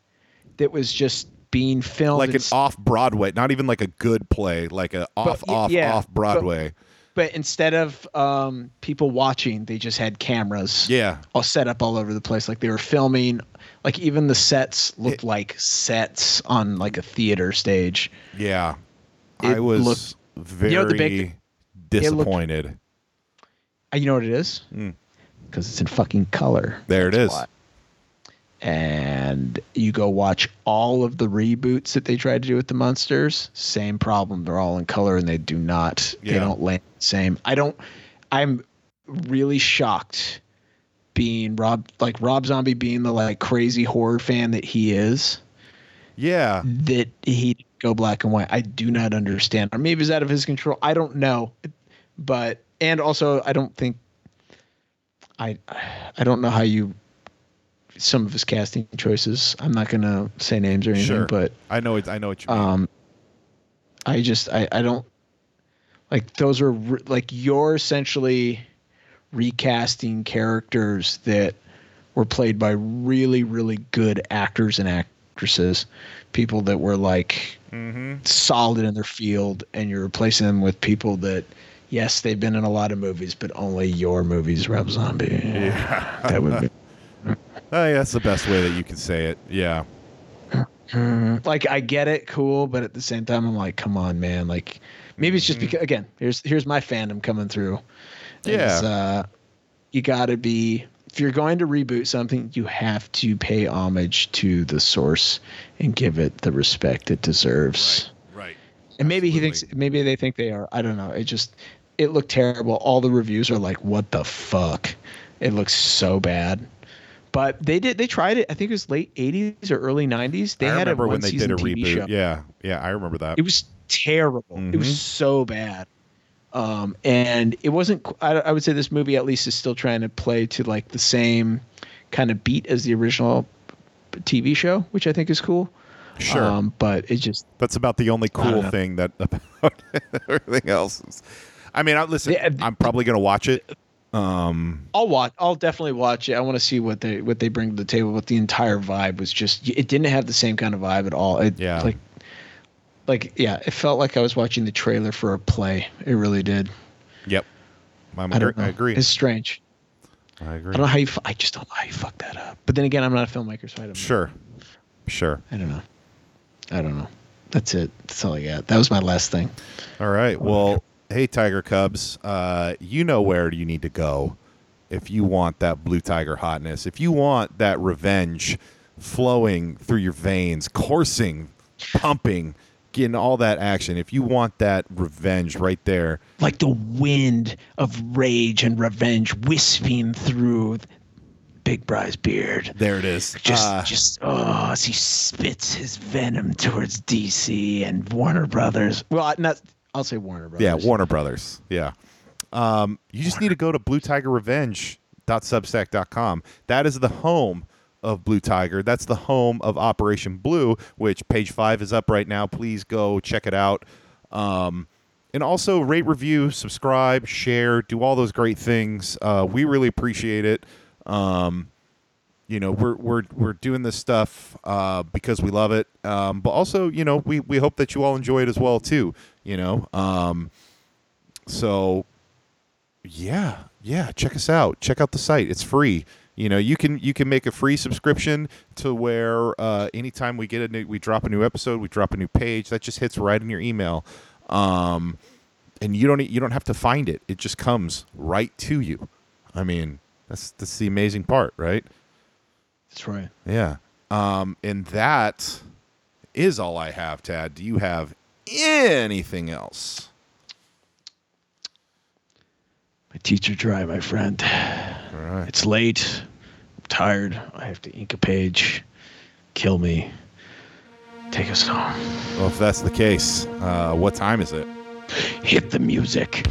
S4: that was just being filmed.
S3: like
S4: and
S3: an off Broadway, not even like a good play, like a off
S4: y-
S3: off
S4: yeah,
S3: off
S4: but-
S3: Broadway.
S4: but instead of um, people watching, they just had cameras
S3: yeah,
S4: all set up all over the place. Like they were filming. Like even the sets looked like sets on like a theater stage.
S3: yeah.
S4: It
S3: I was
S4: looked-
S3: very
S4: know the big-
S3: disappointed.
S4: Uh, You know what it is?
S3: Mm.
S4: Because it's in fucking color.
S3: there it is.
S4: why. and you go watch all of the reboots that they tried to do with the monsters same problem they're all in color and they do not
S3: Yeah.
S4: they don't land the same i don't i'm really shocked being rob like rob zombie being the like crazy horror fan that he is
S3: Yeah,
S4: that he didn't go black and white i do not understand or maybe it's out of his control i don't know but and also i don't think i i don't know how you some of his casting choices i'm not gonna say names or anything
S3: Sure.
S4: but
S3: I know it. I know what you mean.
S4: um i just i i don't like those are re- like you're essentially recasting characters that were played by really, really good actors and actresses, people that were like
S3: Mm-hmm.
S4: solid in their field, and you're replacing them with people that, yes, they've been in a lot of movies, but only your movies, Rob Zombie.
S3: Yeah.
S4: That would be.
S3: I think Oh, that's the best way that you can say it. Yeah. Mm-hmm.
S4: like I get it, cool, but at the same time, I'm like, come on, man. Like, maybe it's just
S3: Mm-hmm.
S4: because again, here's here's my fandom coming through.
S3: Yeah.
S4: Is, uh, you got to be if you're going to reboot something, you have to pay homage to the source and give it the respect it deserves.
S3: Right.
S4: And maybe he thinks
S3: Absolutely.
S4: maybe they think they are. I don't know. It just it looked terrible. All the reviews are like, what the fuck? It looks so bad. But they did. They tried it. I think it was late '80s or early '90s. They
S3: I
S4: had a
S3: remember when they did
S4: one-season
S3: a
S4: TV
S3: reboot.
S4: show.
S3: Yeah. Yeah. I remember that.
S4: It was terrible. It
S3: Mhm.
S4: was so bad. Um, and it wasn't. qu- I, I would say this movie at least is still trying to play to like the same kind of beat as the original TV show, which I think is cool.
S3: sure.
S4: Um, but it just
S3: That's about the only
S4: don't
S3: cool
S4: know.
S3: thing that about everything else. Is, I mean, I, listen,
S4: Yeah, th-
S3: I'm probably gonna watch it. Um,
S4: I'll watch. I'll definitely watch it. I want to see what they what they bring to the table. But the entire vibe was just. It didn't have the same kind of vibe at all. It,
S3: Yeah.
S4: Like, like yeah, it felt like I was watching the trailer for a play. It really did.
S3: yep, I'm
S4: I
S3: agree-
S4: don't know.
S3: I agree.
S4: It's strange.
S3: I agree.
S4: I don't know how you. fu- I just don't know how you fucked that up. But then again, I'm not a filmmaker, so I don't. know.
S3: Sure, sure.
S4: I don't know. I don't know. That's it. That's all I got. That was my last thing.
S3: All right. Well, hey, Tiger Cubs, uh, you know where you need to go if you want that blue tiger hotness, if you want that revenge flowing through your veins, coursing, pumping, getting all that action. If you want that revenge right there,
S4: Like the wind of rage and revenge wisping through Big Bry's beard.
S3: there it is.
S4: Just,
S3: Uh,
S4: just, oh, as he spits his venom towards DC and Warner Brothers. Well, I- not, I'll say Warner Brothers.
S3: Yeah, Warner Brothers. Yeah. Um, you just need to go to bluetigerrevenge.substack.com. That is the home of Blue Tiger. That's the home of Operation Blue, which page five is up right now. Please go check it out. Um, and also rate, review, subscribe, share, do all those great things. Uh, we really appreciate it. Um, you know we're we're we're doing this stuff uh, because we love it, um, but also you know we we hope that you all enjoy it as well too. You know, um, so yeah, yeah, check us out. Check out the site. It's free. You know, you can you can make a free subscription to where uh, anytime we get a new, we drop a new episode, we drop a new page that just hits right in your email, um, and you don't you don't have to find it. It just comes right to you. I mean, that's that's the amazing part, right?
S4: That's right.
S3: Yeah. Um, and that is all I have, Tad. Do you have anything else?
S4: My teacher dry, my friend.
S3: All right.
S4: It's late. I'm tired. I have to ink a page. Kill me. Take us home.
S3: Well, if that's the case, uh, what time is it?
S4: Hit the music.